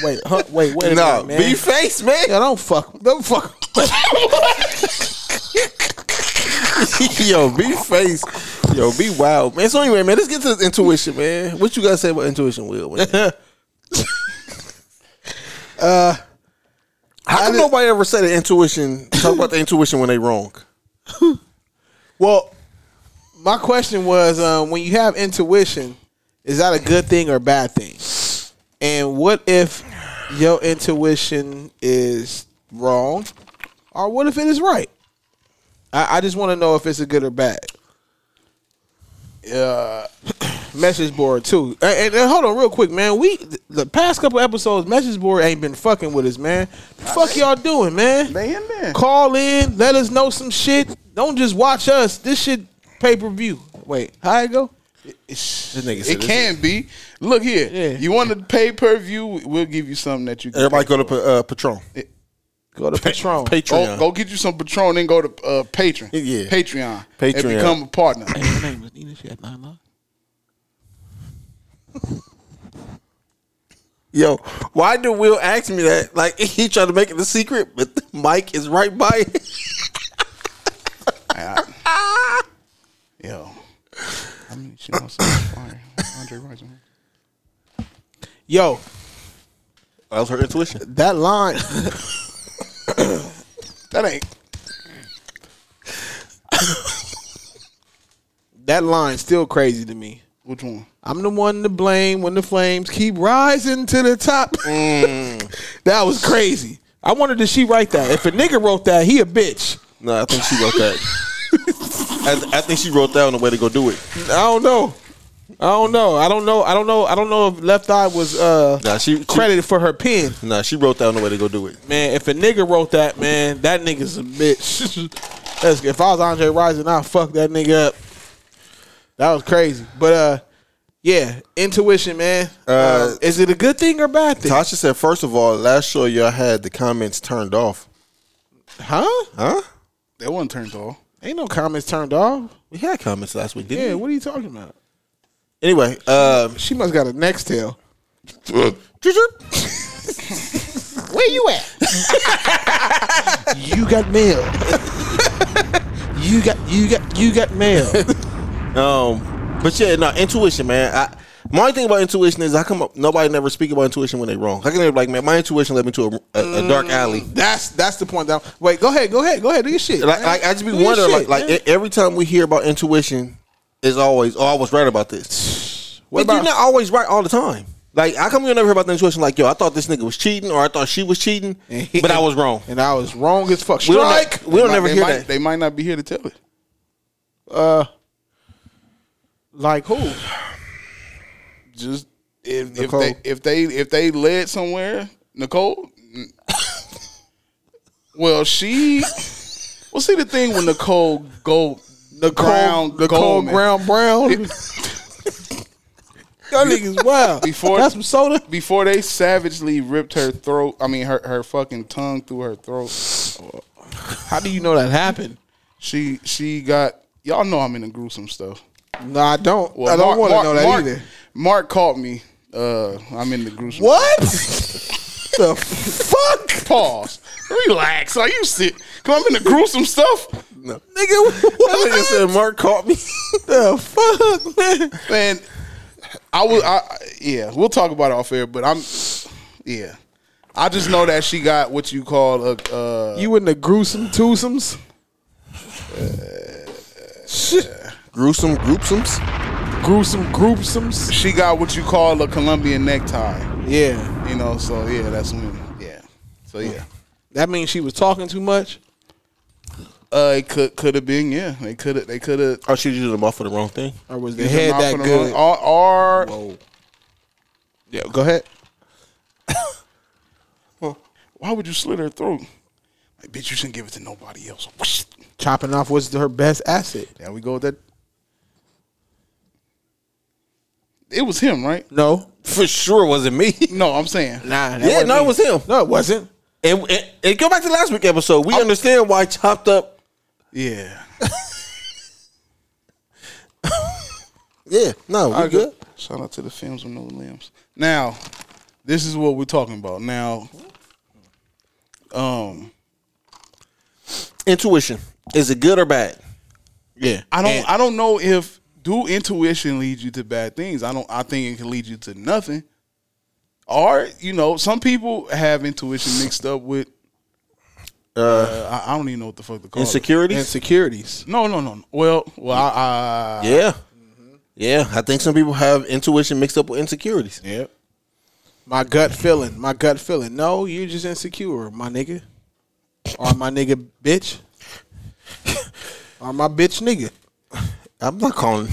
Speaker 1: wait, huh, wait, wait, a
Speaker 2: Nah,
Speaker 1: minute, man.
Speaker 2: be face, man.
Speaker 1: Yo, don't fuck, don't fuck.
Speaker 2: [laughs] Yo, be face. Yo, be wild, man. So anyway, man, let's get to intuition, man. What you gotta say about intuition, Will? Man? uh, how come nobody ever said the intuition? Talk about the intuition when they wrong.
Speaker 1: Well, my question was, um, when you have intuition, is that a good thing or a bad thing? And what if your intuition is wrong, or what if it is right? I, I just want to know if it's a good or bad. Uh, [clears throat] message board too. And, and- and hold on, real quick, man. We th- the past couple episodes, message board ain't been fucking with us, man. The fuck y'all doing, man? They in there. Call in, let us know some shit. Don't just watch us. This shit pay per view. Wait, how it go?
Speaker 7: This nigga
Speaker 3: It can be. Look here. You want to pay per view? We'll give you something that you. Can
Speaker 2: Everybody
Speaker 3: pay
Speaker 2: go to uh, Patron.
Speaker 1: Go to Patron.
Speaker 2: Patreon.
Speaker 3: Go, go get you some Patron, then go to uh, Patron. Yeah. Patreon.
Speaker 2: Patreon.
Speaker 3: And become a partner.
Speaker 2: Yo, why did Will ask me that? Like [laughs] he tried to make it a secret, but Mike is right by it.
Speaker 3: Yo. I mean, she knows something fire. Andre Roger.
Speaker 1: Yo,
Speaker 2: [laughs] that was her intuition.
Speaker 1: That line.
Speaker 3: that ain't.
Speaker 1: That line's still crazy to me.
Speaker 3: Which one?
Speaker 1: I'm the one to blame when the flames keep rising to the top. [laughs] that was crazy. I wonder did she write that? If a nigga wrote that, he a bitch.
Speaker 2: No, I think she wrote that. [laughs] I, I think she wrote that on the way to go do it.
Speaker 1: I don't know. I don't know. I don't know. I don't know. I don't know if Left Eye was uh
Speaker 2: Nah, she, she
Speaker 1: credited for her pen.
Speaker 2: Nah, she wrote that on the way to go do it.
Speaker 1: Man, if a nigga wrote that, man, that nigga's a bitch. [laughs] That's, if I was Andre Rising, I'd fuck that nigga up. That was crazy. But uh yeah, intuition, man.
Speaker 2: Uh,
Speaker 1: is it a good thing or bad thing?
Speaker 2: Tasha said, first of all, last show y'all had the comments turned off.
Speaker 1: Huh?
Speaker 2: Huh?
Speaker 3: That wasn't turned off.
Speaker 1: Ain't no comments turned off.
Speaker 2: We had comments last week, didn't
Speaker 1: Yeah,
Speaker 2: we?
Speaker 1: what are you talking about?
Speaker 2: Anyway, uh,
Speaker 1: She must got a next tail. [laughs] Where you at? [laughs] you got
Speaker 2: [laughs]
Speaker 1: mail. you got you got you got mail.
Speaker 2: um, but yeah, no intuition, man. I, my only thing about intuition is I come up. Nobody never speak about intuition when they wrong. I can never be like, man, my intuition led me to a, a, a dark alley.
Speaker 1: That's that's the point. That wait, go ahead, go ahead, go ahead. Do your shit.
Speaker 2: Like,
Speaker 1: man.
Speaker 2: like I just be
Speaker 1: Do your
Speaker 2: wondering,
Speaker 1: shit,
Speaker 2: like, like
Speaker 1: man.
Speaker 2: e- every time we hear about intuition, it's always, oh, I was right about [sighs] this.
Speaker 1: What
Speaker 2: But
Speaker 1: about-
Speaker 2: you're not always right all the time. Like, how come you never hear about the intuition? Like, yo, I thought this nigga was cheating, or I thought she was [laughs] cheating, but I was wrong.
Speaker 1: And I was wrong as fuck.
Speaker 2: We don't,
Speaker 1: Strike.
Speaker 2: we don't
Speaker 3: They
Speaker 2: ever
Speaker 3: might-
Speaker 2: hear
Speaker 3: they
Speaker 2: that.
Speaker 3: Might, they might not be here to tell it.
Speaker 1: Uh, like who?
Speaker 3: Just if, if
Speaker 1: Nicole.
Speaker 3: they if they if they led somewhere,
Speaker 1: [laughs]
Speaker 3: Nicole. mm. well, she. Well, see the thing with Nicole Gold, Nicole Brown,
Speaker 1: Nicole
Speaker 3: Goldman.
Speaker 1: Brown Brown. [laughs] Y'all niggas wild.
Speaker 3: Before
Speaker 1: That's some soda.
Speaker 3: Before they savagely ripped her throat. I mean, her her fucking tongue through her throat.
Speaker 1: How do you know that happened?
Speaker 3: She she got y'all know I'm into gruesome stuff.
Speaker 1: No, I don't.
Speaker 3: Well,
Speaker 1: I don't
Speaker 3: Mark-
Speaker 1: want to
Speaker 3: Mark-
Speaker 1: know that
Speaker 3: Mark-
Speaker 1: either.
Speaker 3: Mark caught me. Uh, I'm in the gruesome.
Speaker 1: What? [laughs] the fuck?
Speaker 3: Pause. Relax. Are you sick? Cause I'm in the gruesome stuff.
Speaker 2: No.
Speaker 1: Nigga,
Speaker 2: That nigga said Mark caught me.
Speaker 1: [laughs] the fuck, man?
Speaker 3: Man, I will. I, I- yeah, we'll talk about it off air. But I'm, yeah, I just know that she got what you call a. Uh,
Speaker 1: You in the gruesome twosomes?
Speaker 2: Gruesome groupsums.
Speaker 1: gruesome groupsomes?
Speaker 3: she got what you call a Colombian necktie.
Speaker 1: Yeah.
Speaker 3: You know, so yeah, that's when. Yeah, so yeah,
Speaker 1: That means she was talking too much?
Speaker 3: uh, it could could have been. Yeah, they could have. They could have.
Speaker 2: Or Oh, she used them off for the wrong thing.
Speaker 1: Or was the head that good?
Speaker 3: Or, or
Speaker 1: Yeah, go ahead.
Speaker 3: why would you slit her throat? Like, bitch, you shouldn't give it to nobody else. [laughs] Whoosh.
Speaker 1: Chopping off was her best asset.
Speaker 3: There we go. With that it was him, right?
Speaker 1: No.
Speaker 2: For sure, wasn't me.
Speaker 3: No, I'm saying.
Speaker 1: Nah. that
Speaker 2: yeah,
Speaker 1: wasn't
Speaker 2: no, it
Speaker 1: me.
Speaker 2: was him.
Speaker 1: No, it wasn't.
Speaker 2: And, and, and go back to last week episode. We understand why chopped up.
Speaker 3: Yeah.
Speaker 2: Yeah, no, we
Speaker 3: I
Speaker 2: good.
Speaker 3: go- Shout out to the films with no limbs. Now, this is what we're talking about. Now, um,
Speaker 2: Intuition is it good or bad?
Speaker 1: Yeah.
Speaker 3: I don't,
Speaker 1: And-
Speaker 3: I don't know if do intuition lead you to bad things. I don't. I think it can lead you to nothing. Or you know, some people have intuition mixed up with. Uh, I, I don't even know what the fuck to
Speaker 2: Oh,
Speaker 3: call
Speaker 2: Insecurity.
Speaker 1: insecurities.
Speaker 3: it. No, no, no. no. Well, well, I, I
Speaker 2: yeah, yeah. I think some people have intuition mixed up with insecurities.
Speaker 3: Yep.
Speaker 1: My gut feeling. My gut feeling. No, you're just insecure, my nigga. Or my nigga bitch. or my bitch nigga.
Speaker 2: I'm not calling.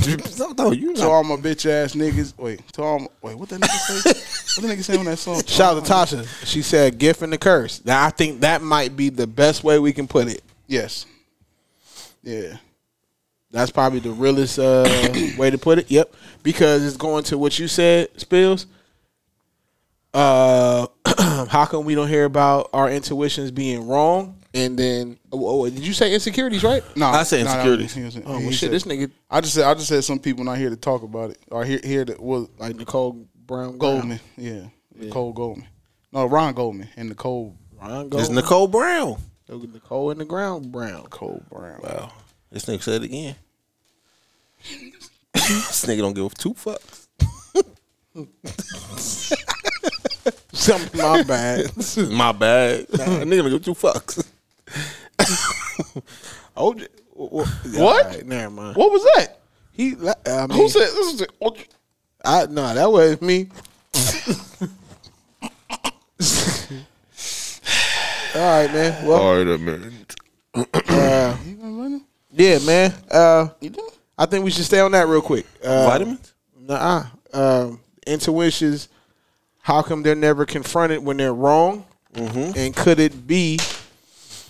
Speaker 2: [laughs] No, you
Speaker 3: To all my bitch ass niggas. Wait, to all my, wait, what that nigga say? what the nigga say on that song?
Speaker 1: [laughs] Shout out to Tasha. She said gift and the curse. Now I think that might be the best way we can put it.
Speaker 3: Yes. Yeah.
Speaker 1: That's probably the realest uh, [coughs] way to put it. Yep. Because it's going to what you said, Spills. Uh, [coughs] how come we don't hear about our intuitions being wrong? And then, oh, oh, did you say insecurities, right?
Speaker 3: No,
Speaker 2: I
Speaker 3: no,
Speaker 2: said
Speaker 3: no,
Speaker 2: insecurities.
Speaker 3: he was-
Speaker 1: Oh, well,
Speaker 3: he
Speaker 1: shit,
Speaker 3: said-
Speaker 1: this nigga-
Speaker 3: I just said I just said some people not here to talk about it or here here that was
Speaker 1: like Nicole Brown
Speaker 3: Goldman, yeah, Nicole Goldman, no Ron Goldman and Nicole.
Speaker 1: Ron
Speaker 2: It's Nicole Brown.
Speaker 1: Nicole in the ground, Brown.
Speaker 3: Nicole Brown.
Speaker 2: Wow. This nigga said it again. [laughs] this nigga don't give two [laughs] fucks.
Speaker 1: Something my bad.
Speaker 2: This is my bad. [laughs] Nah, that nigga don't give two fucks.
Speaker 1: Oh, j- what? [laughs]
Speaker 3: What?
Speaker 1: never mind.
Speaker 3: What was that?
Speaker 1: He. la- I mean,
Speaker 3: Who said this? Is it?
Speaker 1: I no, that wasn't me. [laughs] All right, man. Well,
Speaker 8: All right, a minute.
Speaker 1: uh, yeah, man. Uh, I think we should stay on that real quick. Uh,
Speaker 2: Vitamins?
Speaker 1: Nuh-uh. Um, intuitions. How come they're never confronted when they're wrong? Mm-hmm. And could it be?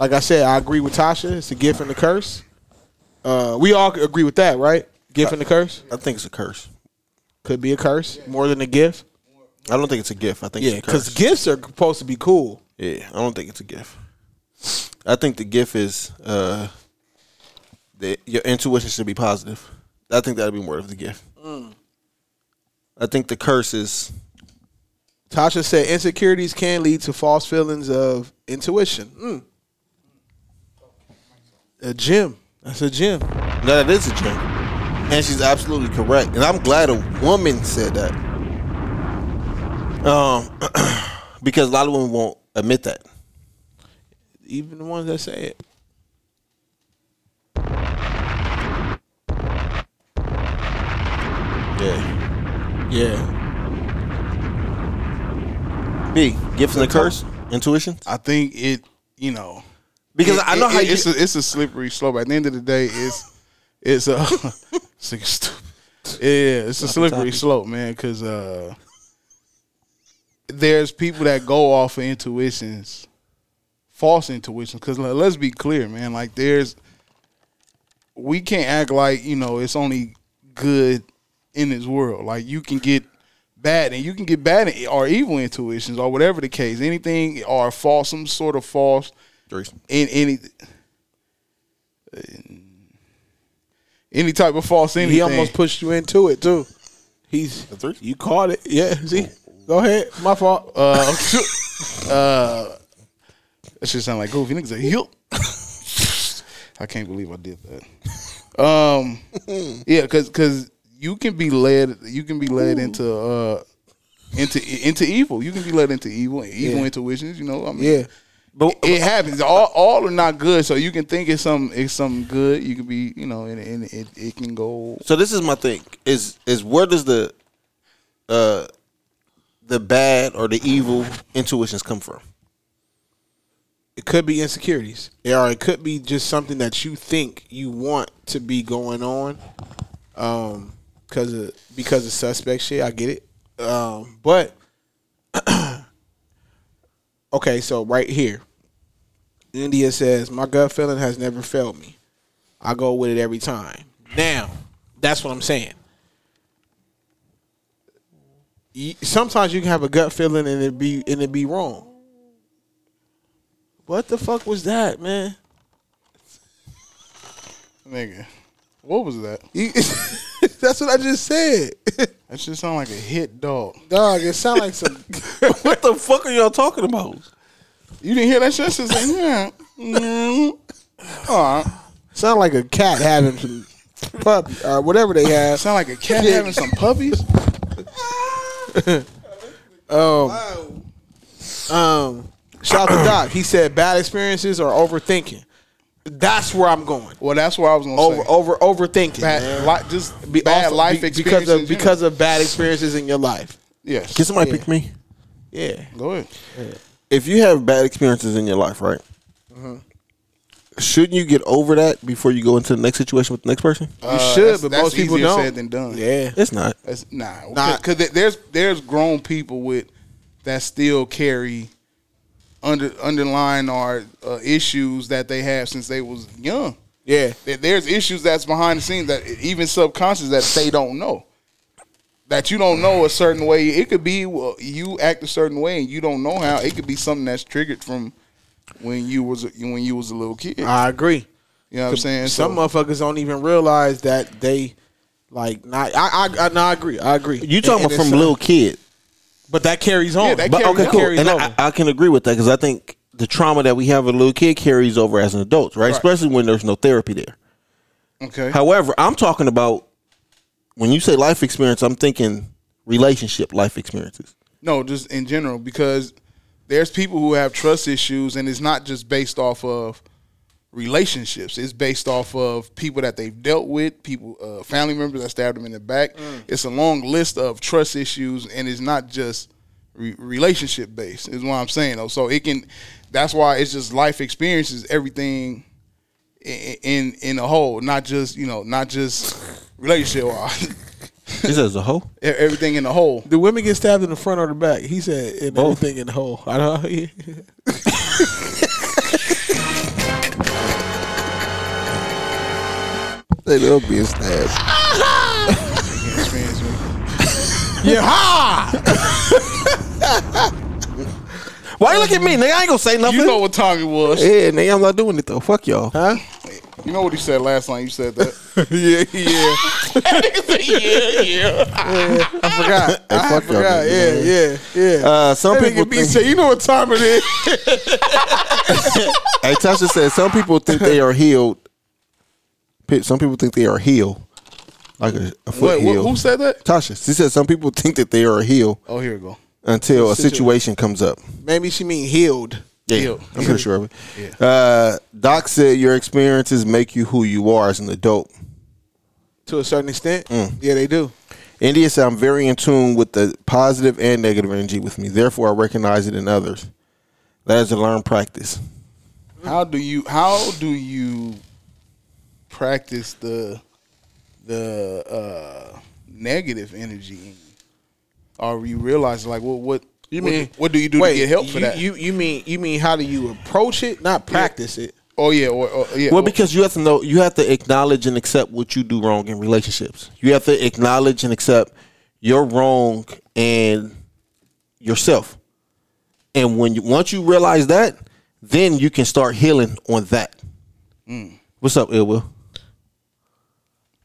Speaker 1: Like I said, I agree with Tasha. It's a gift and a curse. Uh, we all agree with that, right? Gift and a curse
Speaker 2: I think it's a curse.
Speaker 1: could be a curse more than a gift.
Speaker 2: I don't think it's a gift. I think
Speaker 1: Yeah,
Speaker 2: it's a curse.
Speaker 1: because gifts are supposed to be cool.
Speaker 2: Yeah, I don't think it's a gift. I think the gift is uh the your intuition should be positive. I think that'd be more of the gift. I think the curse is
Speaker 1: Tasha said insecurities can lead to false feelings of intuition. Mm. A gym. That's a gym.
Speaker 2: no, that is a gem, and she's absolutely correct. And I'm glad a woman said that, um, [clears throat] because a lot of women won't admit that.
Speaker 1: Even the ones that say it.
Speaker 2: Yeah,
Speaker 1: Yeah.
Speaker 2: B gift and the curse, intuition.
Speaker 3: I think it. You know,
Speaker 2: Because
Speaker 3: it-
Speaker 2: I know
Speaker 3: it-
Speaker 2: how
Speaker 3: it-
Speaker 2: you.
Speaker 3: it's a, it's a slippery slope. At the end of the day, it's it's [laughs] a it's like stupid. Yeah, it's a slippery slope, man. Because uh, there's people that go off of intuitions, false intuitions. Because let's be clear, man. Like there's, we can't act like you know it's only good in this world. Like you can get bad, and you can get bad or evil intuitions or whatever the case. Anything or false, some sort of false in any any type of false anything.
Speaker 1: He almost pushed you into it too. He's
Speaker 2: three?
Speaker 1: you caught it. Yeah. See. Go ahead. My fault.
Speaker 3: uh, [laughs] uh, that should sound like goofy niggas. Like, yup. [laughs] I can't believe I did that.
Speaker 1: [laughs]
Speaker 3: Um, yeah, because cause you can be led you can be led into uh into into evil. You can be led into evil evil
Speaker 1: Yeah.
Speaker 3: intuitions. You know, I mean,
Speaker 1: Yeah.
Speaker 3: But it happens. All, all are not good. So you can think it's some it's something good. You can be, you know, and, and it, it can go.
Speaker 2: So this is my thing: is is where does the uh the bad or the evil intuitions come from?
Speaker 1: It could be insecurities. Yeah, Or it could be just something that you think you want to be going on. Um, because of because of suspect shit. I get it. Um, but [clears throat] okay, so right here. India says, My gut feeling has never failed me. I go with it every time. Now, that's what I'm saying. You- Sometimes you can have a gut feeling and it be and it be wrong. What the fuck was that, man?
Speaker 3: Nigga, what was [laughs] that?
Speaker 1: You, that's what I just said.
Speaker 3: That should sound like a hit dog.
Speaker 1: Dog, it sound like some
Speaker 2: [laughs] what the fuck are y'all talking about?
Speaker 3: [laughs] You didn't hear that shit? It's just like, yeah. mm, All right.
Speaker 1: sound like a cat having some puppy or whatever they have.
Speaker 3: Sound like a cat
Speaker 1: Yeah.
Speaker 3: having some puppies.
Speaker 1: Um, shout out to Doc. He said bad experiences or overthinking. That's where I'm going.
Speaker 3: Well, that's what I was gonna
Speaker 1: Over,
Speaker 3: say.
Speaker 1: over, overthinking.
Speaker 3: bad,
Speaker 1: man.
Speaker 3: li- just
Speaker 1: Be-
Speaker 3: bad
Speaker 1: also
Speaker 3: life
Speaker 1: be-
Speaker 3: experiences
Speaker 1: because of because of bad experiences in your life.
Speaker 3: yes.
Speaker 2: Can somebody pick me?
Speaker 1: Yeah.
Speaker 3: Go ahead.
Speaker 2: If you have bad experiences in your life, right?
Speaker 1: Mhm.
Speaker 2: Shouldn't you get over that before you go into the next situation with the next person?
Speaker 3: You Uh, should, that's- but that's most people easier don't. said than done.
Speaker 1: Yeah,
Speaker 2: it's not.
Speaker 3: That's, nah,
Speaker 1: Nah.
Speaker 3: because there's there's grown people with that still carry under underlying or uh, issues that they have since they was young.
Speaker 1: Yeah,
Speaker 3: There- there's issues that's behind the scenes that even subconscious that they don't know. That you don't know a certain way. It could be well, you act a certain way and you don't know how. It could be something that's triggered from when you was a- when you was a little kid.
Speaker 1: I agree.
Speaker 3: You know what I'm saying?
Speaker 1: Uh, Some
Speaker 3: So-
Speaker 1: motherfuckers don't even realize that they like not. I I, I, no, I agree. I agree.
Speaker 2: You talking
Speaker 1: And- and
Speaker 2: about from
Speaker 1: it's, uh,
Speaker 2: little kid?
Speaker 1: but that carries on.
Speaker 2: But, okay, cool.
Speaker 1: Carries
Speaker 2: And
Speaker 1: over.
Speaker 2: I, I can agree with that because I think the trauma that we have as a little kid carries over as an adult, right?
Speaker 1: Right.
Speaker 2: Especially when there's no therapy there.
Speaker 3: Okay.
Speaker 2: However, I'm talking about when you say life experience, I'm thinking relationship life experiences.
Speaker 3: No, just in general, because there's people who have trust issues, and it's not just based off of relationships. It's based off of people that they've dealt with, people, uh, family members that stabbed them in the back. It's a long list of trust issues, and it's not just re- relationship based. Is what I'm saying. Though, so it can. That's why it's just life experiences, everything in in, in a whole, not just you know, not just relationship. [laughs]
Speaker 2: Is as a whole?
Speaker 3: E- Everything in the hole.
Speaker 1: Do women get stabbed in the front or the back? He said in everything in the hole. I [laughs] don't.
Speaker 2: They love being stabbed.
Speaker 1: Yeah, ha!
Speaker 2: [laughs] Why you look at me, nigga? I ain't gonna say nothing.
Speaker 3: You know what time it was.
Speaker 2: Yeah, nigga, I'm not doing it though. Fuck y'all.
Speaker 1: Huh?
Speaker 3: You know what he said last time you said that?
Speaker 1: [laughs]
Speaker 2: yeah, yeah.
Speaker 3: yeah, yeah.
Speaker 1: I forgot. I
Speaker 2: fuck y'all
Speaker 1: forgot. Yeah,
Speaker 2: niggas,
Speaker 1: Oh, yeah, yeah.
Speaker 2: Uh, some
Speaker 1: That
Speaker 2: people
Speaker 1: nigga B
Speaker 2: think-
Speaker 1: said, "You know what time it [laughs] is."
Speaker 2: Hey, Tasha said some people think they are healed. Pe- Some people think they are healed, like a, a foot
Speaker 3: What, what,
Speaker 2: heel.
Speaker 3: who [laughs] said that?
Speaker 2: Tasha. She said some people think that they are healed
Speaker 3: Oh, here we go.
Speaker 2: until a
Speaker 1: Situation.
Speaker 2: situation comes up.
Speaker 1: Maybe she mean healed.
Speaker 2: Yeah,
Speaker 1: Healed.
Speaker 2: I'm pretty sure of it. Uh, Doc said your experiences make you who you are as an adult.
Speaker 1: to a certain extent. Yeah, they do.
Speaker 2: India said I'm very in tune with the positive and negative energy with me. Therefore, I recognize it in others. That is a learned practice.
Speaker 3: How do you how do you practice the the uh, negative energy? in you? Or you realize like what what
Speaker 1: You
Speaker 3: what-
Speaker 1: mean
Speaker 3: what, do you do
Speaker 1: wait,
Speaker 3: to get help for
Speaker 1: you,
Speaker 3: that?
Speaker 1: You you mean you mean how do you approach it? Not practice it.
Speaker 3: oh yeah, or, or yeah.
Speaker 2: Well,
Speaker 3: or-
Speaker 2: because you have to know, you have to acknowledge and accept what you do wrong in relationships. You have to acknowledge and accept your wrong and yourself. And when you once you realize that, then you can start healing on that.
Speaker 1: Mm.
Speaker 2: What's up, Ill Will?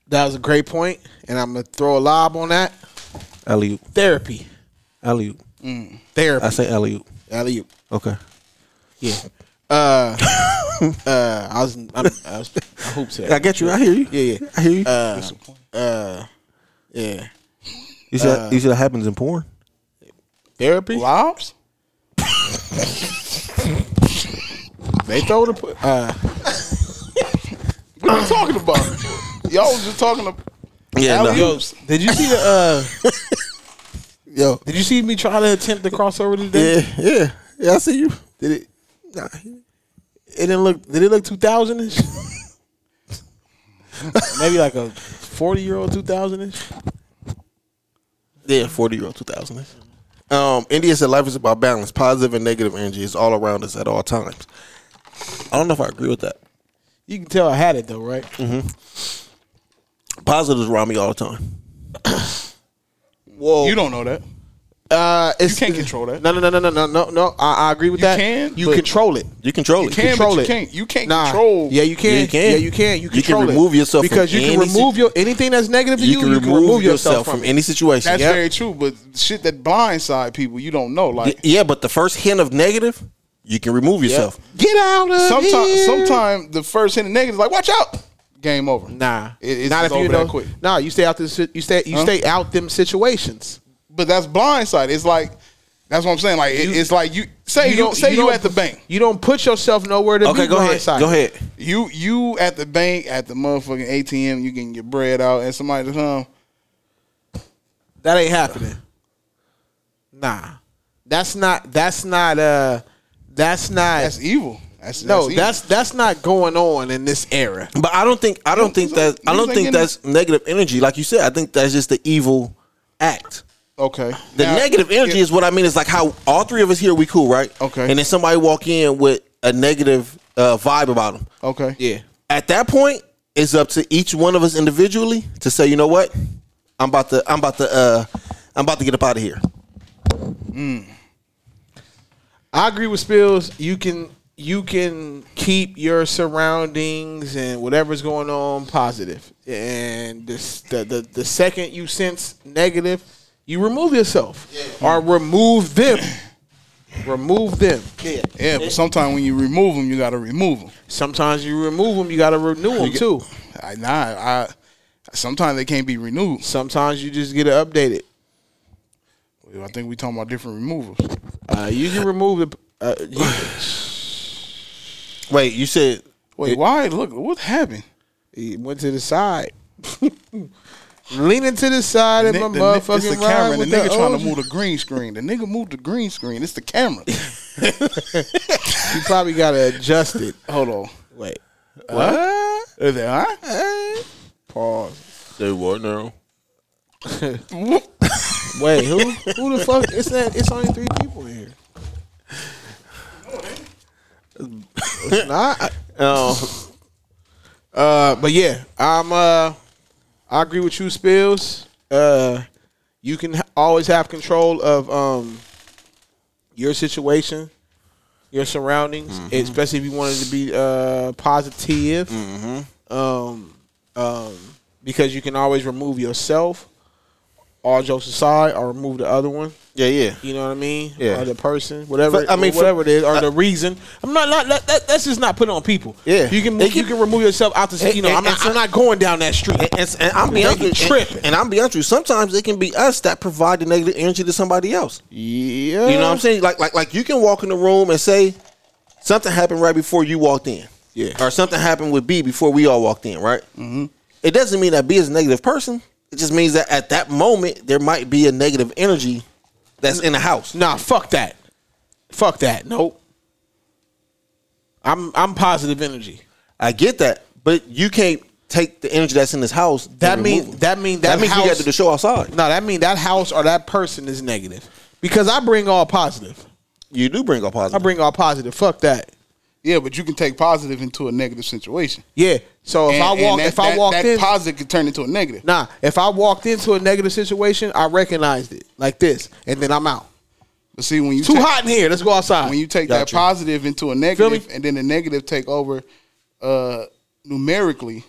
Speaker 1: That was a great point, and I'm gonna throw a lob on that.
Speaker 2: Alley oop,
Speaker 1: Therapy,
Speaker 2: alley oop.
Speaker 1: therapy,
Speaker 2: I say alley oop.
Speaker 1: alley oop.
Speaker 2: Okay.
Speaker 1: Yeah. Uh, uh, I was, I'm, I was, [laughs] I hoop set.
Speaker 2: I get you. I hear you.
Speaker 1: Yeah, yeah.
Speaker 2: I hear you.
Speaker 1: Uh, uh, yeah.
Speaker 2: you see,
Speaker 1: uh,
Speaker 2: that, you see that happens in porn.
Speaker 1: Therapy.
Speaker 3: lobs.
Speaker 1: They throw the. pu- [laughs] Uh,
Speaker 3: What are you talking about? Y'all was just talking about
Speaker 2: Yeah, no.
Speaker 1: yo, did you see the? Uh, [laughs] yo, did you see me try to attempt the crossover today?
Speaker 2: Yeah, yeah, yeah. I see you.
Speaker 1: Did it? Nah. It didn't look. Did it look two thousand ish?
Speaker 3: [laughs]
Speaker 1: Maybe like a forty year old two thousand ish.
Speaker 2: Yeah, forty year old two thousand. Um, India said life is about balance. Positive and negative energy is all around us at all times. I don't know if I agree with that.
Speaker 1: You can tell I had it though, right?
Speaker 2: Mm-hmm. Positives around me all the time.
Speaker 1: Whoa.
Speaker 3: you don't know that.
Speaker 1: Uh, it's,
Speaker 3: can't control that.
Speaker 1: No, no, no, no, no, no, no. no. I, I agree with
Speaker 3: You
Speaker 1: that.
Speaker 3: can,
Speaker 1: You
Speaker 3: but-
Speaker 1: control it.
Speaker 2: You control it.
Speaker 3: Can, but
Speaker 1: control
Speaker 3: you
Speaker 1: it.
Speaker 3: Can't, you can't
Speaker 1: Nah.
Speaker 3: control.
Speaker 1: Yeah, you can.
Speaker 2: You can.
Speaker 1: Yeah, you can. You,
Speaker 2: You can
Speaker 1: control it.
Speaker 2: remove yourself from
Speaker 1: because you can
Speaker 2: any si-
Speaker 1: remove your anything that's negative to you. you can remove yourself from it.
Speaker 2: any situation.
Speaker 3: That's
Speaker 2: yeah.
Speaker 3: very true, but shit that blindside people, you don't know. Like
Speaker 2: yeah, but the first hint of negative, you can remove yourself.
Speaker 1: Get out
Speaker 3: [laughs]
Speaker 1: of
Speaker 3: sometimes,
Speaker 1: here.
Speaker 3: sometimes the first hit of negative is like, watch out, game over.
Speaker 1: Nah,
Speaker 3: It- it's
Speaker 1: not if
Speaker 3: just
Speaker 1: you
Speaker 3: over that
Speaker 1: know.
Speaker 3: quick.
Speaker 1: Nah, you stay out this. You stay. You
Speaker 3: Huh?
Speaker 1: stay out them situations.
Speaker 3: But that's blindside. It's like that's what I'm saying. Like it-
Speaker 1: You-
Speaker 3: it's like you say you,
Speaker 1: don't-
Speaker 3: say you,
Speaker 1: don't-
Speaker 3: at the bank.
Speaker 1: You don't put yourself nowhere to
Speaker 2: Okay,
Speaker 1: be
Speaker 2: go ahead.
Speaker 1: blindsided.
Speaker 2: Go ahead.
Speaker 3: You you at the bank at the motherfucking ATM. You getting your bread out, and somebody just um.
Speaker 1: That ain't happening. Nah. That's not. That's not. Uh, that's not.
Speaker 3: That's evil. That's,
Speaker 1: no,
Speaker 3: that's evil.
Speaker 1: that's that's not going on in this era.
Speaker 2: But I don't think I don't think that I don't
Speaker 1: ain't
Speaker 2: think
Speaker 1: getting
Speaker 2: that's negative energy. Like you said, I think that's just the evil act.
Speaker 3: Okay.
Speaker 2: The
Speaker 3: Now-
Speaker 2: negative energy is what I mean. It's like how all three of us here we cool, right? Okay. And then somebody walk in with a negative uh, vibe about them.
Speaker 3: Okay.
Speaker 1: Yeah.
Speaker 2: At that point, it's up to each one of us individually to say, you know what, I'm about to I'm about to uh, I'm about to get up out of here.
Speaker 1: I agree with Spills. You can you can keep your surroundings and whatever's going on positive. And this, the, the the second you sense negative, you remove yourself or remove
Speaker 3: [coughs]
Speaker 1: them. remove them. Yeah.
Speaker 3: Yeah, but sometimes when you remove them, you got to remove them.
Speaker 1: Sometimes you remove them, you got to renew them too.
Speaker 3: I, nah, I. Sometimes they can't be renewed.
Speaker 1: Sometimes you just get it updated.
Speaker 3: I think we talking about different removals.
Speaker 1: Uh, you can remove the. Uh,
Speaker 3: [coughs]
Speaker 2: Wait, you said.
Speaker 3: Wait, why? Look, what happened?
Speaker 1: He went to the side. [laughs] Leaning to the side of
Speaker 3: The
Speaker 1: my
Speaker 3: ni- the ni-
Speaker 1: motherfucking
Speaker 3: it's the
Speaker 1: ride
Speaker 3: camera.
Speaker 1: with
Speaker 3: the nigga trying
Speaker 1: OG.
Speaker 3: to move the green screen. The nigga moved the green screen. It's
Speaker 1: [laughs]
Speaker 3: the camera.
Speaker 1: You probably gotta adjust it.
Speaker 3: Hold on.
Speaker 1: Wait.
Speaker 3: What? Is it, huh?
Speaker 1: Pause.
Speaker 2: Say what now?
Speaker 1: Wait, who? [laughs] Who the fuck? It's that. It's only three people in here. It's [laughs] not.
Speaker 2: Oh.
Speaker 1: Uh, but yeah, I'm. Uh, I agree with you, Spills. Uh, you can ha- always have control of um your situation, your surroundings, especially if you wanted to be uh positive. Um, um, because you can always remove yourself, all jokes aside, or remove the other one.
Speaker 2: Yeah, yeah.
Speaker 1: You know what I mean?
Speaker 2: Yeah.
Speaker 1: Or the person, whatever.
Speaker 2: I mean, for-
Speaker 1: whatever it is, or the reason. I'm not. not that, that, that's just not put on people.
Speaker 2: Yeah.
Speaker 1: You can,
Speaker 2: They
Speaker 1: move, you can remove yourself out the.
Speaker 2: And-
Speaker 1: You know,
Speaker 2: and-
Speaker 1: I'm not.
Speaker 2: and-
Speaker 1: I'm not going down that street.
Speaker 2: And, and, and I'm be
Speaker 1: They
Speaker 2: honest
Speaker 1: be
Speaker 2: with you,
Speaker 1: tripping.
Speaker 2: and, and I'm be honest with you. Sometimes it can be us that provide the negative energy to somebody else.
Speaker 1: Yeah.
Speaker 2: You know what I'm saying? Like like like you can walk in the room and say something happened right before you walked in.
Speaker 1: Yeah.
Speaker 2: Or something happened with B before we all walked in, right? Mm-hmm. It doesn't mean that B is a negative person. It just means that at that moment there might be a negative energy that's in the house.
Speaker 1: Nah, fuck that. Fuck that. Nope. I'm I'm positive energy.
Speaker 2: I get that, but you can't take the energy that's in this house. and
Speaker 1: That
Speaker 2: remove
Speaker 1: mean
Speaker 2: it.
Speaker 1: that mean that,
Speaker 2: that means
Speaker 1: house,
Speaker 2: you got to do the show outside.
Speaker 1: No, that mean that house or that person is negative because I bring all positive.
Speaker 2: You do bring up
Speaker 1: I
Speaker 2: positive.
Speaker 1: bring all positive. Fuck that.
Speaker 3: Yeah, but you can take positive into a negative situation.
Speaker 1: Yeah. So if
Speaker 3: And-
Speaker 1: I
Speaker 3: and
Speaker 1: walk,
Speaker 3: that-
Speaker 1: if I
Speaker 3: that-
Speaker 1: walked
Speaker 3: that
Speaker 1: in,
Speaker 3: positive can turn into a negative.
Speaker 1: nah. If I walked into a negative situation, I recognized it like this, and then I'm out.
Speaker 3: But see, when you
Speaker 1: Too
Speaker 3: take-
Speaker 1: hot in here. Let's go outside.
Speaker 3: when you take that
Speaker 1: Gotcha.
Speaker 3: positive into a negative, and then the negative take over uh, numerically.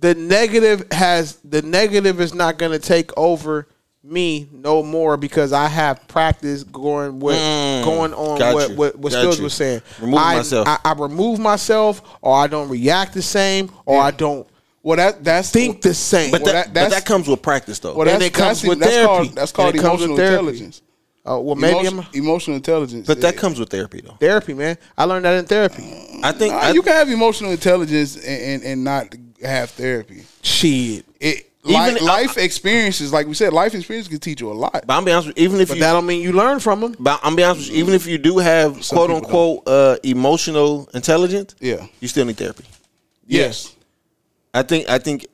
Speaker 1: the negative has the negative is not going to take over me no more because I have practice going with going on
Speaker 2: Mm, got
Speaker 1: what
Speaker 2: you,
Speaker 1: what, what
Speaker 2: got
Speaker 1: Skills
Speaker 2: you.
Speaker 1: was saying.
Speaker 2: Removing
Speaker 1: I,
Speaker 2: myself.
Speaker 1: I, I remove myself, or I don't react the same, or I don't
Speaker 3: Well, that that's
Speaker 1: think the same.
Speaker 2: but,
Speaker 3: Well, that-
Speaker 2: that, but
Speaker 3: that's-
Speaker 2: that comes with practice, though.
Speaker 3: well,
Speaker 1: and
Speaker 3: that's,
Speaker 1: it comes
Speaker 3: that's,
Speaker 1: with
Speaker 3: that's
Speaker 1: therapy.
Speaker 3: Called, that's
Speaker 1: And
Speaker 3: called
Speaker 1: it comes with
Speaker 3: emotional
Speaker 1: therapy.
Speaker 3: intelligence.
Speaker 1: Uh, well, maybe
Speaker 3: Emotion-
Speaker 1: I'm
Speaker 3: emotional intelligence.
Speaker 2: but that
Speaker 3: Yeah.
Speaker 2: comes with therapy, though.
Speaker 1: therapy, man. I learned that in therapy.
Speaker 2: I think
Speaker 3: Nah,
Speaker 2: I-
Speaker 3: you can have emotional intelligence and, and, and not have therapy.
Speaker 1: Shit,
Speaker 3: It
Speaker 2: Even
Speaker 3: life,
Speaker 2: if-
Speaker 3: life experiences, like we said, life experience can teach you a lot.
Speaker 2: But I'm be honest, with you, even if
Speaker 1: but
Speaker 2: you
Speaker 1: that don't mean you learn from them.
Speaker 2: But I'm be honest with you, even if you do have
Speaker 3: Some
Speaker 2: quote
Speaker 3: people
Speaker 2: unquote uh, emotional intelligence,
Speaker 3: Yeah.
Speaker 2: you still need therapy.
Speaker 3: Yes.
Speaker 2: I think I think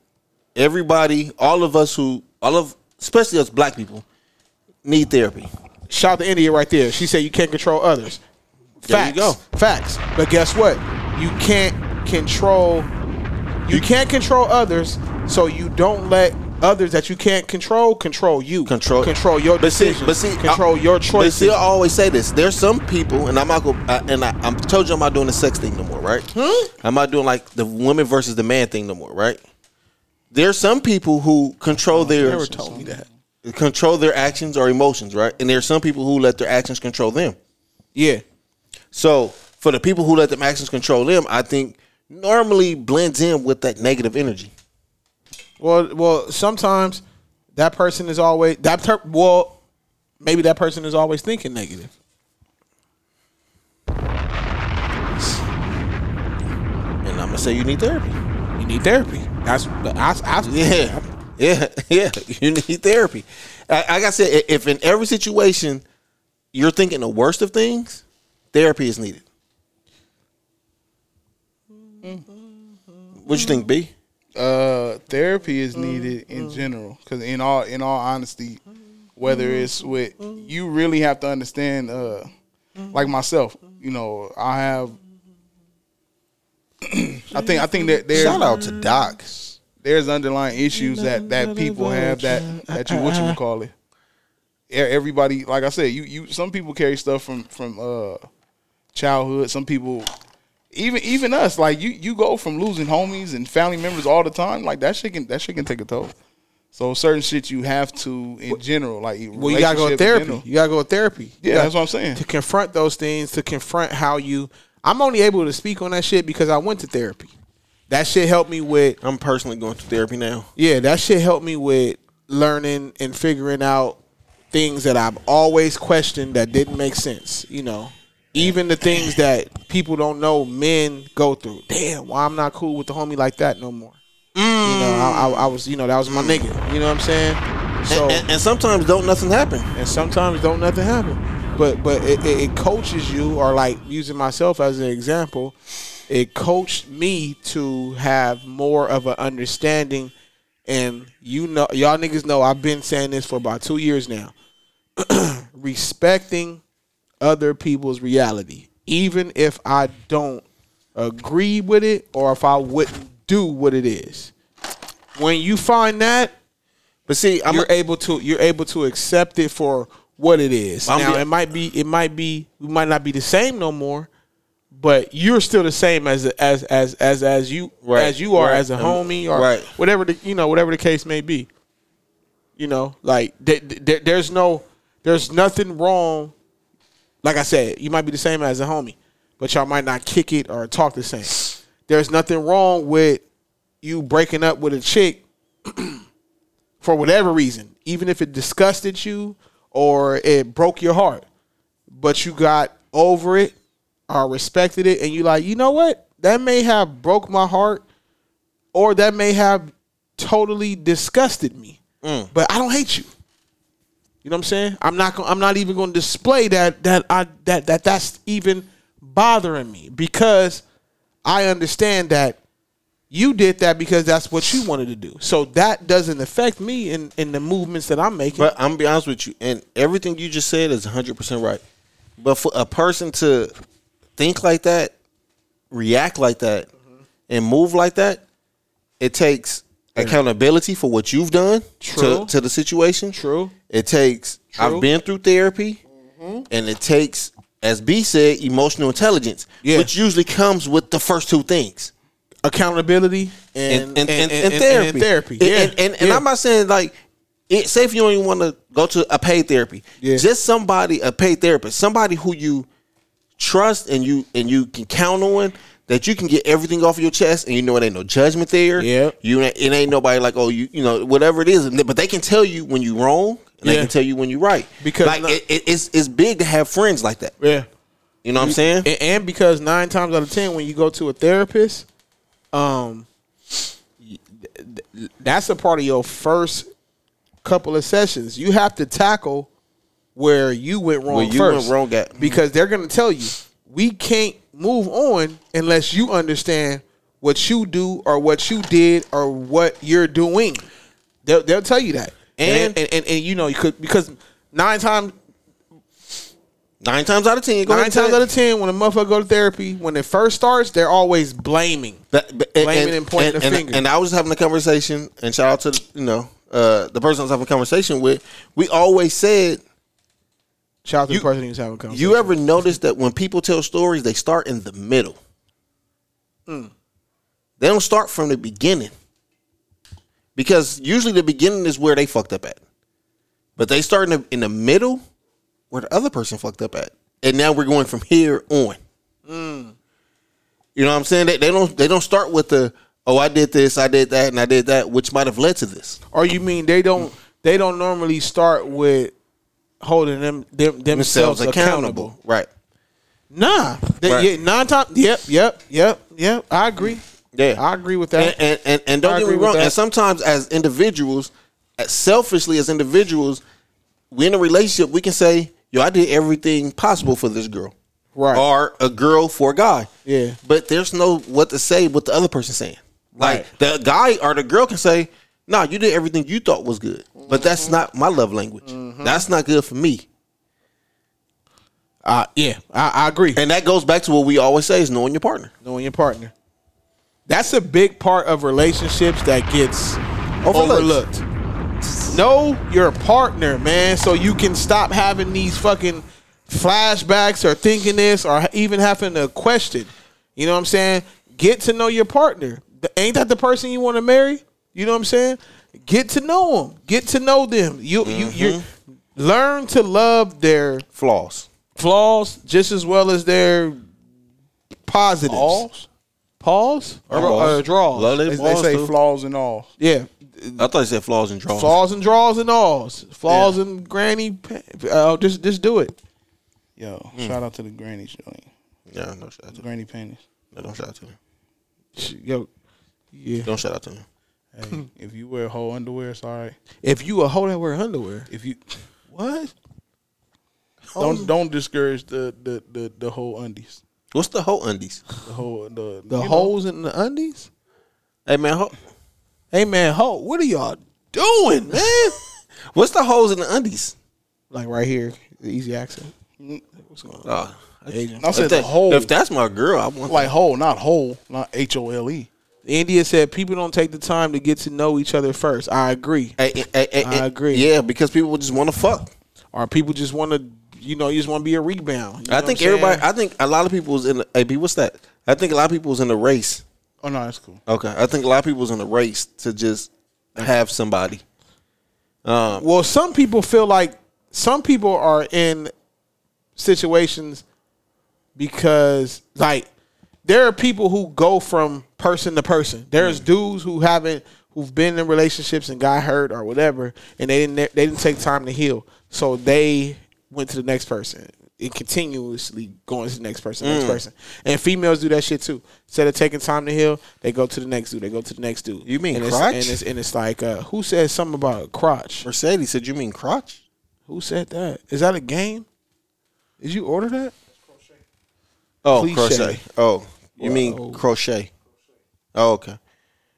Speaker 2: everybody, all of us who all of especially us black people, need therapy.
Speaker 1: Shout out to India right there. She said you can't control others.
Speaker 2: There you
Speaker 1: Facts.
Speaker 2: go.
Speaker 1: Facts. But guess what? You can't control. You can't control others, so you don't let others that you can't control control you.
Speaker 2: Control
Speaker 1: Control your
Speaker 2: but see-
Speaker 1: decisions.
Speaker 2: but see,
Speaker 1: control
Speaker 2: I-
Speaker 1: your
Speaker 2: But
Speaker 1: choices.
Speaker 2: see, uh, I always say this. There's some people, and I'm not going I, and I, I'm told you I'm not doing the sex thing no more, right?
Speaker 1: Hmm?
Speaker 2: I'm not doing like the woman versus the man thing no more, right? There's some people who control their
Speaker 1: Oh, never told me that.
Speaker 2: control their actions or emotions, right? And there's some people who let their actions control them.
Speaker 1: yeah.
Speaker 2: So for the people who let them actions control them, I think normally blends in with that negative energy.
Speaker 1: Well, well, sometimes that person is always that. Per, well, maybe that person is always thinking negative.
Speaker 2: And I'm gonna say you need therapy.
Speaker 1: You need therapy. That's I, I,
Speaker 2: Yeah, [laughs] yeah, yeah. You need therapy. I, like I said, i- if in every situation you're thinking the worst of things, therapy is needed. What you think, B?
Speaker 3: Uh, therapy
Speaker 2: Mm,
Speaker 3: is needed in general because in all in all honesty, whether
Speaker 2: mm,
Speaker 3: it's with you really have to understand. Uh,
Speaker 2: Mm.
Speaker 3: like myself, you know, I have. [clears throat] I think I think that there's
Speaker 2: Shout out
Speaker 1: Mm.
Speaker 2: to docs.
Speaker 3: There's underlying issues that that people have that that you what you would call it. E- Everybody, like I said, you you some people carry stuff from from uh childhood. Some people, even even us, like you you go from losing homies and family members all the time. Like that shit can that shit can take a toll. So certain shit you have to in general, like
Speaker 1: Well, you gotta go to
Speaker 3: relationship in
Speaker 1: therapy.
Speaker 3: general.
Speaker 1: You gotta go to therapy.
Speaker 3: Yeah,
Speaker 1: You gotta-
Speaker 3: that's what I'm saying.
Speaker 1: To confront those things, to confront how you. I'm only able to speak on that shit because I went to therapy. That shit helped me with.
Speaker 2: I'm personally going to therapy now.
Speaker 1: Yeah, that shit helped me with learning and figuring out things that I've always questioned that didn't make sense. You know, even the things that people don't know men go through. Damn, why I'm not cool with the homie like that no more. You know, I, I, I was, you know, that was my nigga. You know what I'm saying? So
Speaker 2: and, and, and sometimes don't nothing happen.
Speaker 1: and sometimes don't nothing happen. But but it, it, it coaches you, or like using myself as an example, it coached me to have more of an understanding. And you know, y'all niggas know I've been saying this for about two years now. Respecting other people's reality, even if I don't agree with it or if I wouldn't do what it is. When you find that,
Speaker 2: but see, I'm
Speaker 1: you're able to you're able to accept it for what it is.
Speaker 2: I'm
Speaker 1: now
Speaker 2: be-
Speaker 1: it might be it might be we might not be the same no more, but you're still the same as as as as as you
Speaker 2: Right,
Speaker 1: as you are
Speaker 2: right,
Speaker 1: as a
Speaker 2: um,
Speaker 1: homie or
Speaker 2: right.
Speaker 1: whatever the you know whatever the case may be. You know, like th- th- th- there's no there's nothing wrong. Like I said, you might be the same as a homie, but y'all might not kick it or talk the same. There's nothing wrong with you breaking up with a chick [clears throat] for whatever reason, even if it disgusted you or it broke your heart, but you got over it or respected it, and you like, you know what? That may have broke my heart, or that may have totally disgusted me. But I don't hate you. You know what I'm saying? I'm not. Gonna, I'm not even going to display that that I that that that's even bothering me because I understand that you did that because that's what you wanted to do. So that doesn't affect me in, in the movements that I'm making.
Speaker 2: But I'm gonna be honest with you, and everything you just said is 100 percent right. But for a person to think like that, react like that,
Speaker 1: Mm-hmm.
Speaker 2: and move like that, it takes accountability for what you've done
Speaker 1: True.
Speaker 2: to to the situation.
Speaker 1: True.
Speaker 2: It takes. I've
Speaker 1: True. Mm-hmm.
Speaker 2: been through therapy, and it takes, as B said, emotional intelligence, which usually comes with the first two things.
Speaker 1: Accountability and
Speaker 2: and, and, and,
Speaker 1: and- and-
Speaker 2: therapy.
Speaker 1: and therapy.
Speaker 2: And,
Speaker 1: Yeah.
Speaker 2: and, and- and
Speaker 1: Yeah.
Speaker 2: I'm not saying like it, say if you don't even want to go to a paid therapy, just somebody a paid therapist, somebody who you trust and you and you can count on that you can get everything off your chest and you know it ain't no judgment there. Yeah, you ain't- it ain't nobody like oh you you know whatever it is, and they- but they can tell you when you wrong. And They
Speaker 1: Yeah.
Speaker 2: can tell you when you're right
Speaker 1: Because
Speaker 2: like it, it, it's it's big to have friends like that.
Speaker 1: Yeah.
Speaker 2: You know what I'm saying?
Speaker 1: And, and because nine times out of ten, when you go to a therapist, um, that's a part of your first couple of sessions. You have to tackle where you went wrong
Speaker 2: Where you
Speaker 1: first.
Speaker 2: went wrong at. Mm-hmm.
Speaker 1: because they're gonna tell you we can't move on unless you understand what you do or what you did or what you're doing. They'll, they'll tell you that,
Speaker 2: And-
Speaker 1: and and, and, and you know you could because nine times
Speaker 2: Nine times out of ten, you go
Speaker 1: Nine times out of ten, when a motherfucker go to therapy, when it first starts, they're always blaming.
Speaker 2: That, but, and,
Speaker 1: Blaming and pointing the
Speaker 2: and,
Speaker 1: finger.
Speaker 2: And I was having a conversation, and shout out to you know uh, the person I was having a conversation with. We always said,
Speaker 1: Shout out to
Speaker 2: You-
Speaker 1: the person who's having a conversation.
Speaker 2: you ever notice that when people tell stories, they start in the middle.
Speaker 1: Mm.
Speaker 2: They don't start from the beginning, because usually the beginning is where they fucked up at, but they start in the, in the middle where the other person fucked up at, and now we're going from here on.
Speaker 1: Mm.
Speaker 2: You know what I'm saying? They, they don't they don't start with the oh I did this, I did that, and I did that, which might have led to this.
Speaker 1: Or you mean they don't? They don't normally start with holding them, them themselves, accountable.
Speaker 2: Right.
Speaker 1: Nah, they,
Speaker 2: Right.
Speaker 1: yeah, nine times. Yep, yep, yep, yep. I agree.
Speaker 2: Yeah.
Speaker 1: I agree with
Speaker 2: And
Speaker 1: that.
Speaker 2: and, and, and don't
Speaker 1: I
Speaker 2: get me
Speaker 1: agree with
Speaker 2: wrong.
Speaker 1: that.
Speaker 2: And sometimes as individuals, as selfishly as individuals, we in a relationship, we can say, yo, I did everything possible for this girl.
Speaker 1: Right.
Speaker 2: Or a girl for a guy.
Speaker 1: Yeah.
Speaker 2: But there's no what to say what the other person's saying. Like the guy or the girl can say, nah, you did everything you thought was good. But that's
Speaker 1: Mm-hmm.
Speaker 2: not my love language. That's not good for me.
Speaker 1: Uh, yeah, I, I agree.
Speaker 2: And that goes back to what we always say is knowing your partner.
Speaker 1: knowing your partner. That's a big part of relationships that gets
Speaker 2: Overlooked.
Speaker 1: overlooked. Know your partner, man, so you can stop having these fucking flashbacks or thinking this or even having a question. You know what I'm saying? Get to know your partner. The- Ain't that the person you want to marry? You know what I'm saying? Get to know them. Get to know them. You you you learn to love their
Speaker 2: Flaws.
Speaker 1: flaws just as well as their positives.
Speaker 3: Alls?
Speaker 1: Pause or,
Speaker 2: Pause.
Speaker 1: or draws.
Speaker 2: Love
Speaker 3: They,
Speaker 2: they
Speaker 3: they
Speaker 2: flaws,
Speaker 3: say
Speaker 2: too.
Speaker 3: flaws and all.
Speaker 1: Yeah,
Speaker 2: I thought you said flaws and Uh, draws.
Speaker 1: flaws and draws and alls. Flaws and granny. pa- Uh, just just do it.
Speaker 3: Yo, shout out to the grannies joint.
Speaker 2: Yeah, no shout out to them.
Speaker 3: Granny panties.
Speaker 2: No, don't shout out to them.
Speaker 1: Sh- Yo, yeah.
Speaker 2: Don't shout out to them.
Speaker 1: [laughs]
Speaker 3: Hey, if you wear whole underwear, it's all right.
Speaker 1: If you a hoe that wear underwear,
Speaker 3: If you
Speaker 1: what? Oh.
Speaker 3: don't don't discourage the the the, the whole undies.
Speaker 2: What's the whole undies?
Speaker 3: The whole the
Speaker 1: The
Speaker 3: you know,
Speaker 1: holes in the undies?
Speaker 2: Hey man, ho-
Speaker 1: Hey man, hoe, what are y'all doing, man?
Speaker 2: [laughs] what's the holes in the undies?
Speaker 1: like right here, the easy Uh, accent.
Speaker 2: Oh,
Speaker 3: I
Speaker 1: Uh,
Speaker 3: said
Speaker 2: if, that-
Speaker 3: the whole.
Speaker 2: if that's my girl, I want
Speaker 3: like whole, not whole, not H O L E.
Speaker 1: India said people don't take the time to get to know each other first. I agree.
Speaker 2: Hey, hey, hey, hey,
Speaker 1: I
Speaker 2: hey,
Speaker 1: agree.
Speaker 2: Yeah, because people just want to fuck.
Speaker 1: Or people just want to, you know, you just want to be a rebound. You know
Speaker 2: I
Speaker 1: what
Speaker 2: think
Speaker 1: I'm saying?
Speaker 2: everybody. I think a lot of people was in. Hey, B, what's that? I think a lot of people was in a race.
Speaker 3: Oh no, that's cool.
Speaker 2: Okay, I think a lot of people was in a race to just have somebody.
Speaker 1: Well, some people feel like some people are in situations because like there are people who go from person to person.
Speaker 2: Mm.
Speaker 1: There's dudes who haven't who've been in relationships and got hurt or whatever and they didn't they didn't take time to heal. So they went to the next person. And continuously going to the next person,
Speaker 2: Mm.
Speaker 1: next person. And females do that shit too. Instead of taking time to heal, they go to the next dude. They go to the next dude.
Speaker 2: You mean
Speaker 1: and it's,
Speaker 2: crotch?
Speaker 1: and it's and it's like uh, who said something about a crotch?
Speaker 2: Mercedes said, "You mean crotch?"
Speaker 1: Who said that? Is that a game? Did you order that?
Speaker 2: Oh,
Speaker 1: Cliche.
Speaker 2: crochet. Oh, you
Speaker 1: Wow.
Speaker 2: mean crochet? Oh, okay.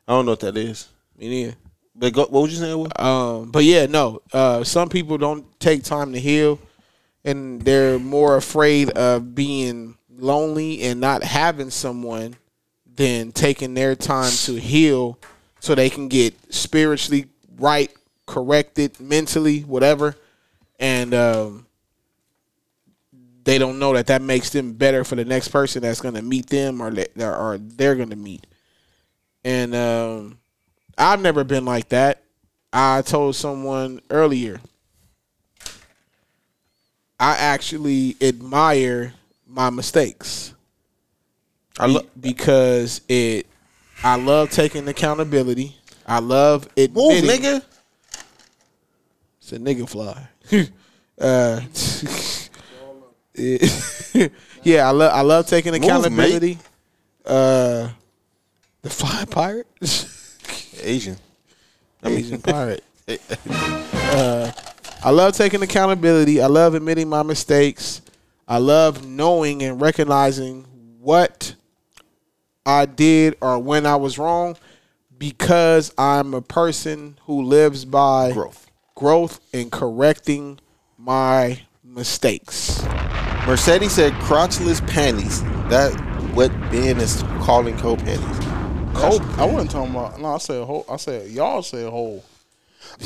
Speaker 2: I don't know what that is.
Speaker 1: Me neither.
Speaker 2: But go, what was you saying? Will?
Speaker 1: Um, but yeah, no. Uh, some people don't take time to heal, and they're more afraid of being lonely and not having someone than taking their time to heal, so they can get spiritually right, corrected, mentally, whatever, and um, they don't know that that makes them better for the next person that's going to meet them or that or they're going to meet, and. Um, I've never been like that. I told someone earlier. I actually admire my mistakes. I love because it. I love taking accountability. I love it.
Speaker 2: Move, nigga.
Speaker 1: It's a nigga fly. [laughs] uh, [laughs] yeah. yeah, I love I love taking accountability. uh, the fly pirate, [laughs]
Speaker 2: Asian.
Speaker 1: Asian pirate.
Speaker 2: Eh, eh,
Speaker 1: I love taking accountability. I love admitting my mistakes. I love knowing and recognizing what I did or when I was wrong because I'm a person who lives by
Speaker 2: Growth.
Speaker 1: growth and correcting my mistakes.
Speaker 2: Mercedes said crotchless panties. That what Ben is calling co panties.
Speaker 3: Whole, I wasn't talking about. No, I said whole. I said y'all said whole.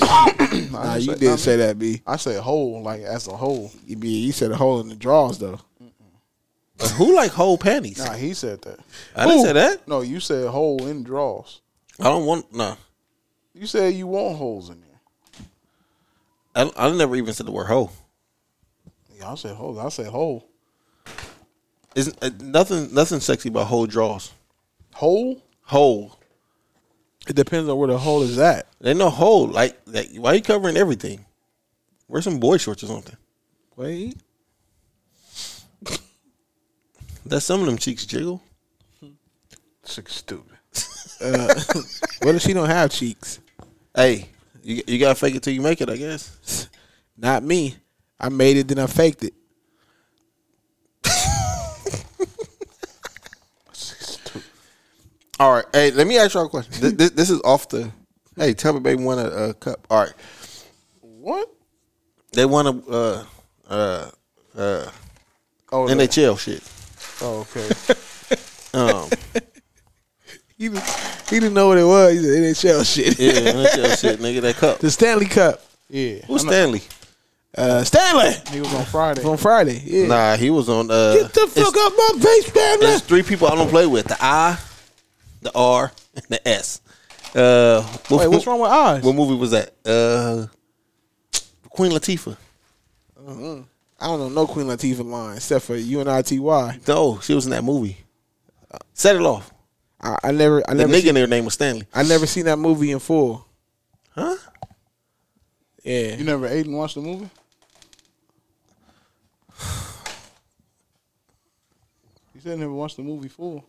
Speaker 1: [coughs] Nah, you did say that, B.
Speaker 3: I said whole like as a whole.
Speaker 1: You, B, you said a hole in the drawers, though.
Speaker 2: Who like whole panties?
Speaker 3: Nah, he said that.
Speaker 2: I didn't say that.
Speaker 3: No, you said hole in draws.
Speaker 2: I don't want no.
Speaker 3: You said you want holes in there.
Speaker 2: I, I never even said the word hoe.
Speaker 3: Y'all said holes. I said hole.
Speaker 2: It's uh, nothing nothing sexy about whole draws.
Speaker 3: Hole.
Speaker 2: Whole.
Speaker 1: It depends on where the hole is at.
Speaker 2: They no whole. Like, like why you covering everything? Wear some boy shorts or something.
Speaker 1: Wait.
Speaker 2: That some of them cheeks jiggle.
Speaker 3: Six stupid.
Speaker 1: Uh, [laughs] What if she don't have cheeks?
Speaker 2: Hey, you you gotta fake it till you make it, I guess. [laughs]
Speaker 1: Not me. I made it, then I faked it.
Speaker 2: All right. Hey, let me ask y'all a question. Th- th- this, is off the. Hey, Tampa Bay won a, a cup. All right.
Speaker 3: What?
Speaker 2: They won a uh, uh, uh,
Speaker 1: Oh,
Speaker 2: NHL shit.
Speaker 3: Oh,
Speaker 1: [laughs]
Speaker 3: okay.
Speaker 2: Um,
Speaker 1: He didn't, he didn't know what it was. He said NHL shit. [laughs]
Speaker 2: yeah, NHL shit, nigga. That cup.
Speaker 1: The Stanley Cup.
Speaker 3: Yeah.
Speaker 2: Who's Stanley?
Speaker 1: Uh, Stanley.
Speaker 3: He was on Friday.
Speaker 1: On Friday. Yeah.
Speaker 2: Nah, he was on. Uh,
Speaker 1: Get the fuck off my face, Stanley.
Speaker 2: There's three people I don't play with: the I, the R, and the S. Uh, what,
Speaker 1: Wait, what's wrong with eyes?
Speaker 2: What movie was that? Uh, Queen Latifah.
Speaker 1: I don't know no Queen Latifah line except for you and I T Y.
Speaker 2: No, Oh, she was in that movie. Set it off.
Speaker 1: I, I never, I
Speaker 2: The
Speaker 1: never,
Speaker 2: nigga
Speaker 1: seen,
Speaker 2: in there name was Stanley.
Speaker 1: I never seen that movie in full.
Speaker 2: Huh?
Speaker 1: Yeah,
Speaker 3: You never ate and watched the movie? You said never watched the movie full.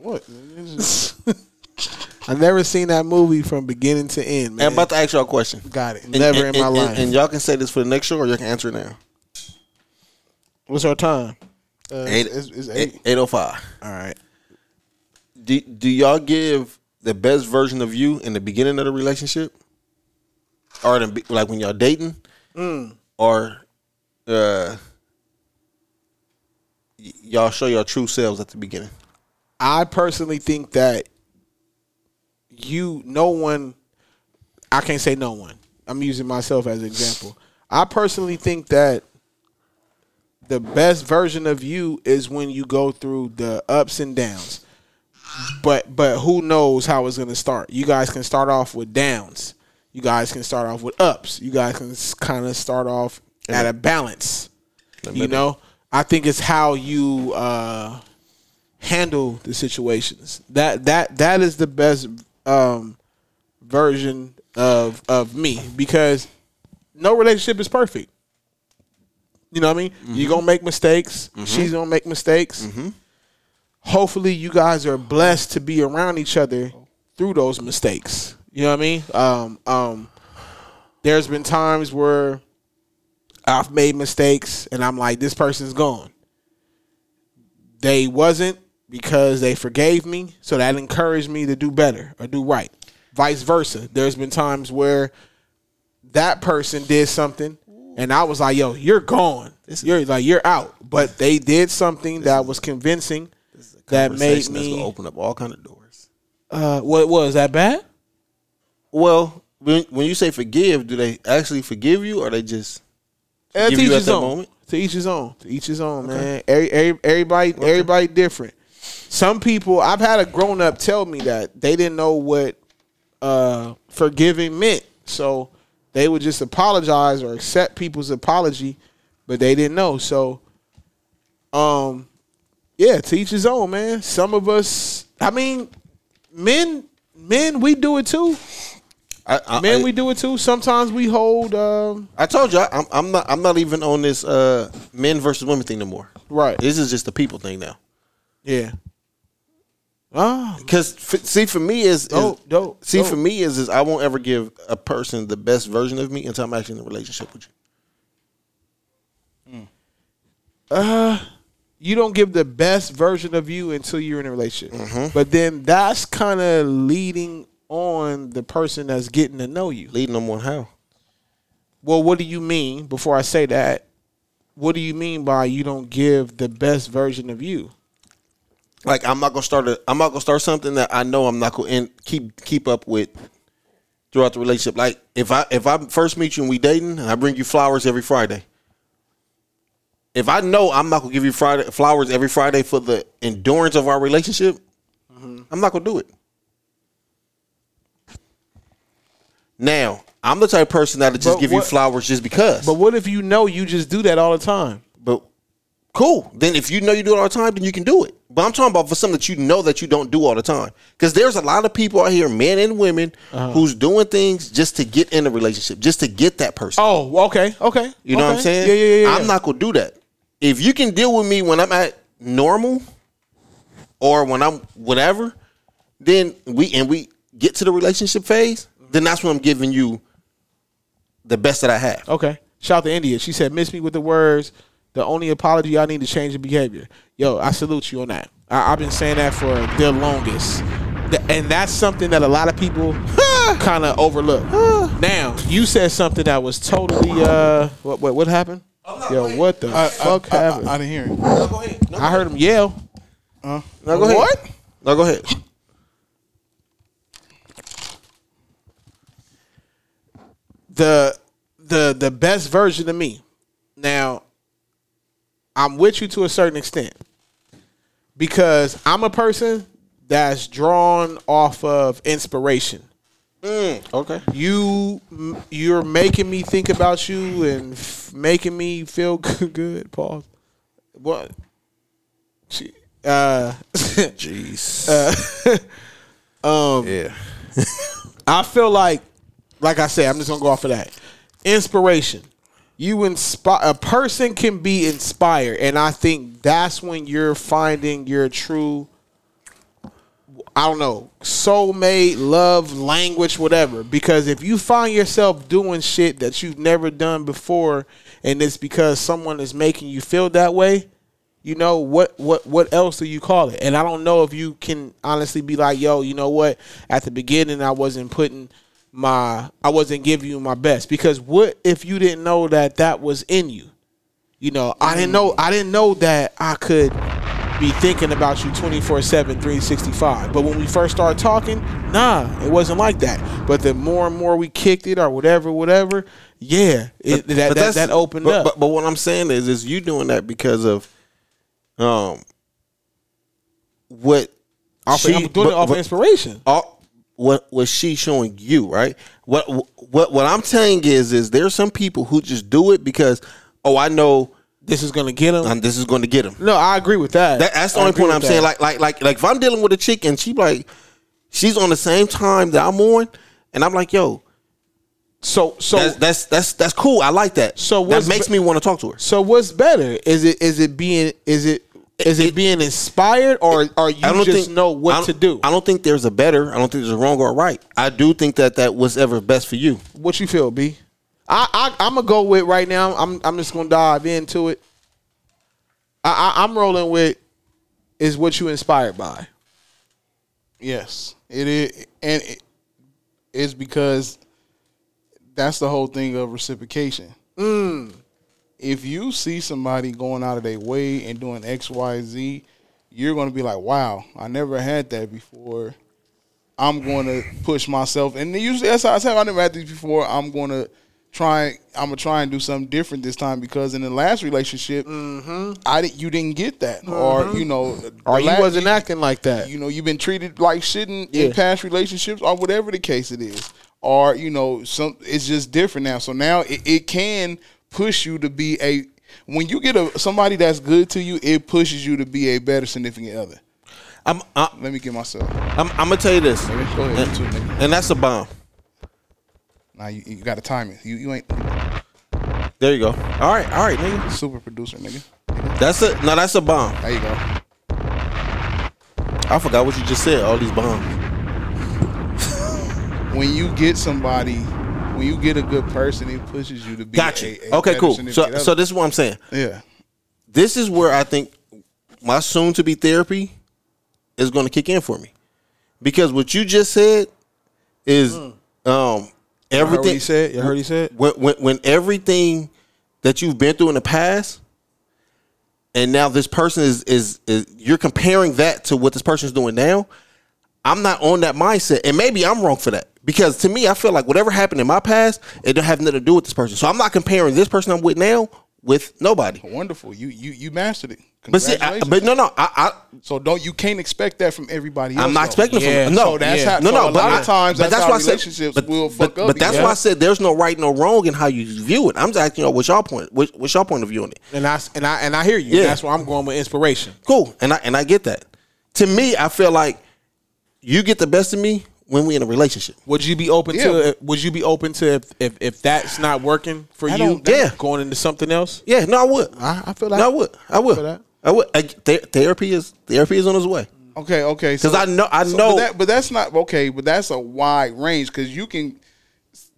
Speaker 3: what?
Speaker 1: I never seen that movie from beginning to end. Man,
Speaker 2: I'm about to ask y'all a question.
Speaker 1: got it.
Speaker 2: And-
Speaker 1: never
Speaker 2: and-
Speaker 1: in my
Speaker 2: and-
Speaker 1: life.
Speaker 2: And y'all can say this for the next show, or you can answer it now.
Speaker 1: What's our time?
Speaker 3: Uh,
Speaker 2: Eight,
Speaker 3: it's, it's eight.
Speaker 2: eight, eight oh five.
Speaker 1: All right.
Speaker 2: Do do y'all give the best version of you in the beginning of the relationship, or the, be- like when y'all dating,
Speaker 1: Hmm.
Speaker 2: or uh, y- y'all show your true selves at the beginning?
Speaker 1: I personally think that you, no one, I can't say no one. I'm using myself as an example. I personally think that the best version of you is when you go through the ups and downs. But but who knows how it's going to start? You guys can start off with downs. You guys can start off with ups. You guys can kind of start off at a balance. You know, I think it's how you uh, handle the situations. That that that is the best um, version of of me because no relationship is perfect. You know what I mean? You're gonna make mistakes. She's gonna make mistakes. Hopefully, you guys are blessed to be around each other through those mistakes. You know what I mean? Um, um, there's been times where I've made mistakes and I'm like, this person's gone. They wasn't because they forgave me, so that encouraged me to do better or do right. Vice versa. There's been times where that person did something and I was like, yo, you're gone. You're like you're out. But they did something that was convincing that made
Speaker 2: Conversation that's gonna
Speaker 1: me
Speaker 2: open up all kind of doors.
Speaker 1: uh what was that bad?
Speaker 2: Well, when when you say forgive, do they actually forgive you, or they just
Speaker 1: Uh,
Speaker 2: give
Speaker 1: to
Speaker 2: you
Speaker 1: each
Speaker 2: at
Speaker 1: his
Speaker 2: that
Speaker 1: own.
Speaker 2: moment?
Speaker 1: To each his own. To each his own, man. Every, every, everybody, everybody different. Some people, I've had a grown up tell me that they didn't know what uh, forgiving meant, so they would just apologize or accept people's apology, but they didn't know. So, um, yeah, to each his own, man. Some of us, I mean, men, men, we do it too.
Speaker 2: I, I,
Speaker 1: Men,
Speaker 2: I-
Speaker 1: we do it too. Sometimes we hold, um,
Speaker 2: I told you I, I'm, I'm not. I'm not even on this uh, men versus women thing no more.
Speaker 1: right?
Speaker 2: This is just the people thing now.
Speaker 1: Yeah. Ah,
Speaker 2: Because f- see, for me is, is
Speaker 1: Dope, dope,
Speaker 2: see
Speaker 1: dope.
Speaker 2: for me is is I won't ever give a person the best version of me until I'm actually in a relationship with you.
Speaker 1: you don't give the best version of you until you're in a relationship.
Speaker 2: Mm-hmm.
Speaker 1: But then that's kind of leading on the person that's getting to know you.
Speaker 2: Leading them on how?
Speaker 1: Well, what do you mean before I say that? What do you mean by you don't give the best version of you?
Speaker 2: Like I'm not gonna start a I'm not gonna start something that I know I'm not gonna end, keep keep up with throughout the relationship. Like if I if I first meet you and we dating, and I bring you flowers every Friday. If I know I'm not gonna give you Friday flowers every Friday for the endurance of our relationship,
Speaker 1: Mm-hmm.
Speaker 2: I'm not gonna do it. Now, I'm the type of person that'll just
Speaker 1: But
Speaker 2: give you
Speaker 1: what-
Speaker 2: flowers just because.
Speaker 1: But what if you know you just do that all the time?
Speaker 2: But cool. Then if you know you do it all the time, then you can do it. But I'm talking about for something that you know that you don't do all the time. Because there's a lot of people out here, men and women,
Speaker 1: Uh-huh.
Speaker 2: who's doing things just to get in a relationship, just to get that person.
Speaker 1: Oh, well, okay, okay.
Speaker 2: you know what I'm
Speaker 1: okay.
Speaker 2: saying?
Speaker 1: Yeah, yeah, yeah. yeah.
Speaker 2: I'm not gonna do that. If you can deal with me when I'm at normal or when I'm whatever, then we and we get to the relationship phase, then that's when I'm giving you the best that I have.
Speaker 1: Okay. Shout out to India. She said, "Miss me with the words. The only apology I need to change the behavior." Yo, I salute you on that. I, I've been saying that for the longest, Th- and that's something that a lot of [sighs] people kind of [sighs] overlook. now, you said something that was totally uh, what what, what happened? Yo, what the fuck happened? I,
Speaker 3: didn't hear it.
Speaker 1: I heard him yell.
Speaker 3: Huh?
Speaker 1: go ahead.
Speaker 2: What? No, go ahead.
Speaker 1: the the the best version of me. Now, I'm with you to a certain extent because I'm a person that's drawn off of inspiration.
Speaker 2: okay.
Speaker 1: You you're making me think about you and f- making me feel [laughs] good. Pause. What? She, uh,
Speaker 2: Jeez.
Speaker 1: uh, um,
Speaker 2: yeah.
Speaker 1: I feel like, like I said, I'm just gonna go off of that. Inspiration. You inspire a person can be inspired, and I think that's when you're finding your true. I don't know, soulmate, love, language, whatever. Because if you find yourself doing shit that you've never done before, and it's because someone is making you feel that way, you know what what what else do you call it? And I don't know if you can honestly be like, yo, you know what? At the beginning, I wasn't putting my, I wasn't giving you my best. Because what if you didn't know that that was in you? You know, I didn't know I didn't know that I could be thinking about you 24/7 365. But when we first started talking, nah, it wasn't like that. But the more and more we kicked it or whatever whatever, yeah, it, that,
Speaker 2: But- but
Speaker 1: that
Speaker 2: that's-
Speaker 1: that opened
Speaker 2: but,
Speaker 1: up.
Speaker 2: But, but what I'm saying is, is you doing that because of, um, what
Speaker 1: Off- I'm doing it off of inspiration.
Speaker 2: all- uh, what was she showing you, right? What what what I'm saying is, is there's some people who just do it because, oh, I know um,
Speaker 1: this is gonna get them.
Speaker 2: this is gonna get them.
Speaker 1: no, I agree with that.
Speaker 2: That, that's the
Speaker 1: I
Speaker 2: only
Speaker 1: agree
Speaker 2: point I'm
Speaker 1: with
Speaker 2: saying.
Speaker 1: that.
Speaker 2: Like, like, like, like, if I'm dealing with a chick and she like, she's on the same time that I'm on, and I'm like, yo,
Speaker 1: so, so
Speaker 2: that's that's that's, that's cool. I like that.
Speaker 1: So
Speaker 2: that
Speaker 1: what's
Speaker 2: makes
Speaker 1: be-
Speaker 2: me want to talk to her.
Speaker 1: So what's better? Is it is it being is it is it, being inspired or are you
Speaker 2: I don't
Speaker 1: just
Speaker 2: think
Speaker 1: know
Speaker 2: I
Speaker 1: what
Speaker 2: don't-
Speaker 1: to do?
Speaker 2: I don't think there's a better. I don't think there's a wrong or a right. I do think that that was ever best for you.
Speaker 1: What you feel, B? I, I I'm gonna go with right now. I'm I'm just gonna dive into it. I, I I'm rolling with is what you inspired by.
Speaker 3: Yes, it is, and it, it's because that's the whole thing of reciprocation. If you see somebody going out of their way and doing X, Y, Z, you're going to be like, "Wow, I never had that before." I'm going to push myself, and then usually that's how I say, "I never had this before." I'm going to try. I'm gonna try and do something different this time because in the last relationship, I didn't. You didn't get that, or you know, the
Speaker 1: Or you
Speaker 3: la-
Speaker 1: wasn't acting like that.
Speaker 3: you know, you've been treated like shit in,
Speaker 1: Yeah.
Speaker 3: in past relationships or whatever the case it is. Or, you know, some it's just different now. So now it, it can push you to be a when you get a somebody that's good to you, it pushes you to be a better significant other.
Speaker 2: I'm I,
Speaker 3: Let me get myself.
Speaker 2: I'm, I'm gonna tell you this,
Speaker 3: Go ahead, you too, nigga.
Speaker 2: and that's a bomb.
Speaker 3: Nah, you, you gotta time it. You you ain't
Speaker 2: There you go. All right, all right, nigga.
Speaker 3: super producer, nigga.
Speaker 2: That's a no. That's a bomb.
Speaker 3: There you go.
Speaker 2: I forgot what you just said. All these bombs.
Speaker 3: When you get somebody, when you get a good person, it pushes you to be
Speaker 2: Got you.
Speaker 3: a, a
Speaker 2: Okay,
Speaker 3: better
Speaker 2: cool. So,
Speaker 3: significant
Speaker 2: so
Speaker 3: other.
Speaker 2: this is what I'm saying.
Speaker 3: Yeah.
Speaker 2: this is where I think my soon to be therapy is going to kick in for me. Because what you just said is um
Speaker 1: heard what
Speaker 2: everything
Speaker 1: he said? You heard what he said?
Speaker 2: when, when when everything that you've been through in the past and now this person is is, is you're comparing that to what this person's doing now, I'm not on that mindset. And maybe I'm wrong for that. Because to me, I feel like whatever happened in my past, it don't have nothing to do with this person. So I'm not comparing this person I'm with now with nobody.
Speaker 3: Wonderful. You you you mastered it.
Speaker 2: But see, I,
Speaker 3: Congratulations.
Speaker 2: but no, no, I, I
Speaker 3: So don't you can't expect that from everybody. Else,
Speaker 2: I'm not
Speaker 3: though.
Speaker 2: expecting
Speaker 1: Yeah.
Speaker 2: from no.
Speaker 3: So that's
Speaker 2: yeah.
Speaker 3: how-
Speaker 2: no,
Speaker 3: so
Speaker 2: no.
Speaker 3: a
Speaker 2: but
Speaker 3: lot of
Speaker 2: I-
Speaker 3: times that's
Speaker 2: but that's
Speaker 3: how
Speaker 2: why I said-
Speaker 3: relationships
Speaker 2: but-
Speaker 3: will
Speaker 2: but-
Speaker 3: fuck up
Speaker 2: But that's
Speaker 3: because-
Speaker 2: why I said there's no right, no wrong in how you view it. I'm just asking y'all what's y'all point. What, what's y'all point of view on it?
Speaker 1: And I s- and I and I hear you.
Speaker 2: Yeah.
Speaker 1: That's why I'm going with inspiration.
Speaker 2: Cool, and I and I get that. To me, I feel like you get the best of me when we in a relationship.
Speaker 1: Would you be open
Speaker 3: Yeah.
Speaker 1: to? Would you be open to if if, if that's not working for
Speaker 3: I
Speaker 1: you?
Speaker 3: don't- that-
Speaker 2: Yeah.
Speaker 1: going into something else.
Speaker 2: Yeah, no, I would.
Speaker 1: I, I feel that.
Speaker 2: No, I would. I
Speaker 1: feel
Speaker 2: would.
Speaker 1: that.
Speaker 2: I would. I, th- therapy is therapy is on its way.
Speaker 3: Okay, okay.
Speaker 2: Because I know, I
Speaker 3: so-
Speaker 2: know.
Speaker 3: but, that, but that's not okay. But that's a wide range because you can,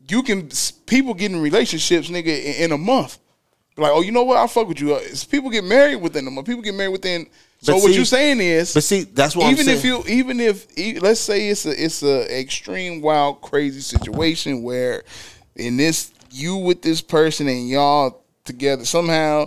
Speaker 3: you can s- people get in relationships, nigga, in, in a month. Like, oh, you know what? I fuck with you. Uh, it's- people get married within a month. People get married within. So
Speaker 2: But
Speaker 3: what
Speaker 2: see-
Speaker 3: you saying is,
Speaker 2: but see, that's what I'm
Speaker 3: even if
Speaker 2: saying.
Speaker 3: you, even if e- let's say it's a it's a extreme wild crazy situation where, in this you with this person and y'all together somehow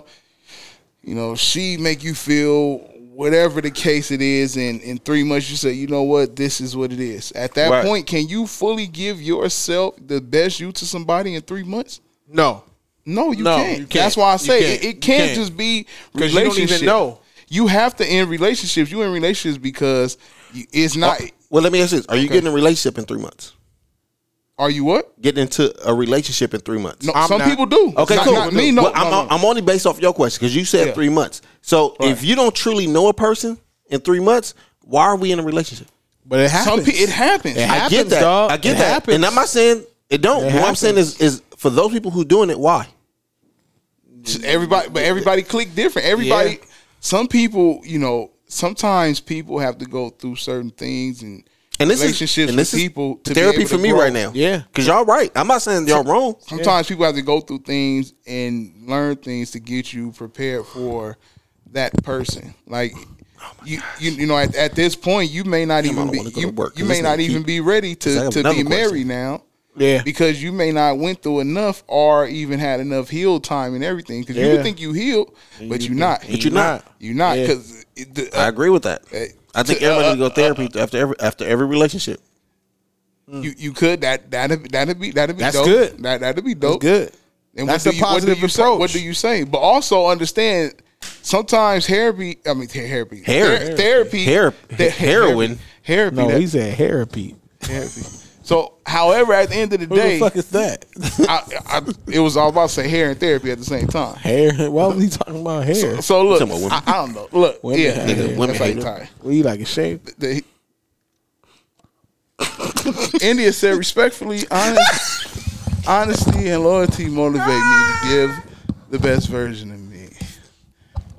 Speaker 3: you know, she make you feel whatever the case it is, and in three months you say, you know what, this is what it is. At that
Speaker 1: Right.
Speaker 3: point, can you fully give yourself the best you to somebody in three months?
Speaker 1: No.
Speaker 3: No, you,
Speaker 1: No,
Speaker 3: can't.
Speaker 1: you can't.
Speaker 3: That's why I
Speaker 1: You
Speaker 3: say
Speaker 1: can't.
Speaker 3: it, it
Speaker 1: You
Speaker 3: can't,
Speaker 1: can't.
Speaker 3: just be
Speaker 1: 'Cause you don't even
Speaker 3: relationship.
Speaker 1: know.
Speaker 3: You have to end relationships. You in relationships because you-
Speaker 2: Oh.
Speaker 3: it's not.
Speaker 2: well, let me ask you this: Are you
Speaker 3: Okay.
Speaker 2: getting in a relationship in three months?
Speaker 3: Are you what?
Speaker 2: Getting into a relationship in three months?
Speaker 3: No, some people do.
Speaker 2: Okay,
Speaker 3: Not-
Speaker 2: cool.
Speaker 3: not me, no,
Speaker 2: Well, I'm,
Speaker 3: no, no.
Speaker 2: I'm only based off your question because you said
Speaker 3: Yeah.
Speaker 2: three months. So if you don't truly know a person in three months, why are we in a relationship?
Speaker 1: But it
Speaker 3: Some pe- it happens.
Speaker 2: I get that. I get that. And I'm not saying it don't.
Speaker 3: It
Speaker 2: what I'm
Speaker 3: happens.
Speaker 2: saying is, is for those people who doing it, why?
Speaker 3: everybody but everybody click different everybody
Speaker 2: Yeah.
Speaker 3: some people you know sometimes people have to go through certain things and
Speaker 2: And this
Speaker 3: relationships
Speaker 2: is and this
Speaker 3: with
Speaker 2: is
Speaker 3: people to be
Speaker 2: therapy
Speaker 3: able to
Speaker 2: for me
Speaker 3: grow.
Speaker 2: right now. because y'all right. I'm not saying y'all wrong.
Speaker 3: sometimes people have to go through things and learn things to get you prepared for that person like
Speaker 2: Oh
Speaker 3: you, you you know at, at this point you may not even be you, you may not even be ready
Speaker 2: Cause I
Speaker 3: to,
Speaker 2: have
Speaker 3: to
Speaker 2: another
Speaker 3: be
Speaker 2: question.
Speaker 3: married now
Speaker 1: Yeah.
Speaker 3: because you may not went through enough or even had enough heal time and everything because you
Speaker 2: Yeah.
Speaker 3: would think you healed but you're not
Speaker 2: But you're not.
Speaker 3: you're not
Speaker 2: Yeah.
Speaker 3: because uh,
Speaker 2: I agree with that. I think everybody should go therapy after every after every relationship.
Speaker 3: you you could that that that'd be that'd be
Speaker 2: That's
Speaker 3: dope.
Speaker 2: good.
Speaker 3: That that'd be dope.
Speaker 1: good.
Speaker 3: And
Speaker 1: That's a
Speaker 3: what do you, what do
Speaker 1: positive
Speaker 3: you say-
Speaker 1: approach.
Speaker 3: what do you say? But also understand sometimes therapy. I mean therapy.
Speaker 1: Hair-
Speaker 3: Ther- therapy.
Speaker 1: hair-
Speaker 3: the-
Speaker 1: heroin.
Speaker 3: Therapy.
Speaker 1: No,
Speaker 3: that-
Speaker 1: he said therapy.
Speaker 3: therapy. So, however, at the end of the
Speaker 1: Who the
Speaker 3: day,
Speaker 1: fuck is that?
Speaker 3: I, I, it was all about to say hair and therapy at the same time.
Speaker 1: Hair? Why was he talking about hair?
Speaker 3: So, so look, I, I don't know. Look,
Speaker 1: Women
Speaker 3: yeah,
Speaker 1: have hair.
Speaker 3: that's how you tie it.
Speaker 1: What you like a shave?
Speaker 3: The- India said respectfully, honest, honesty and loyalty motivate me to give the best version of me.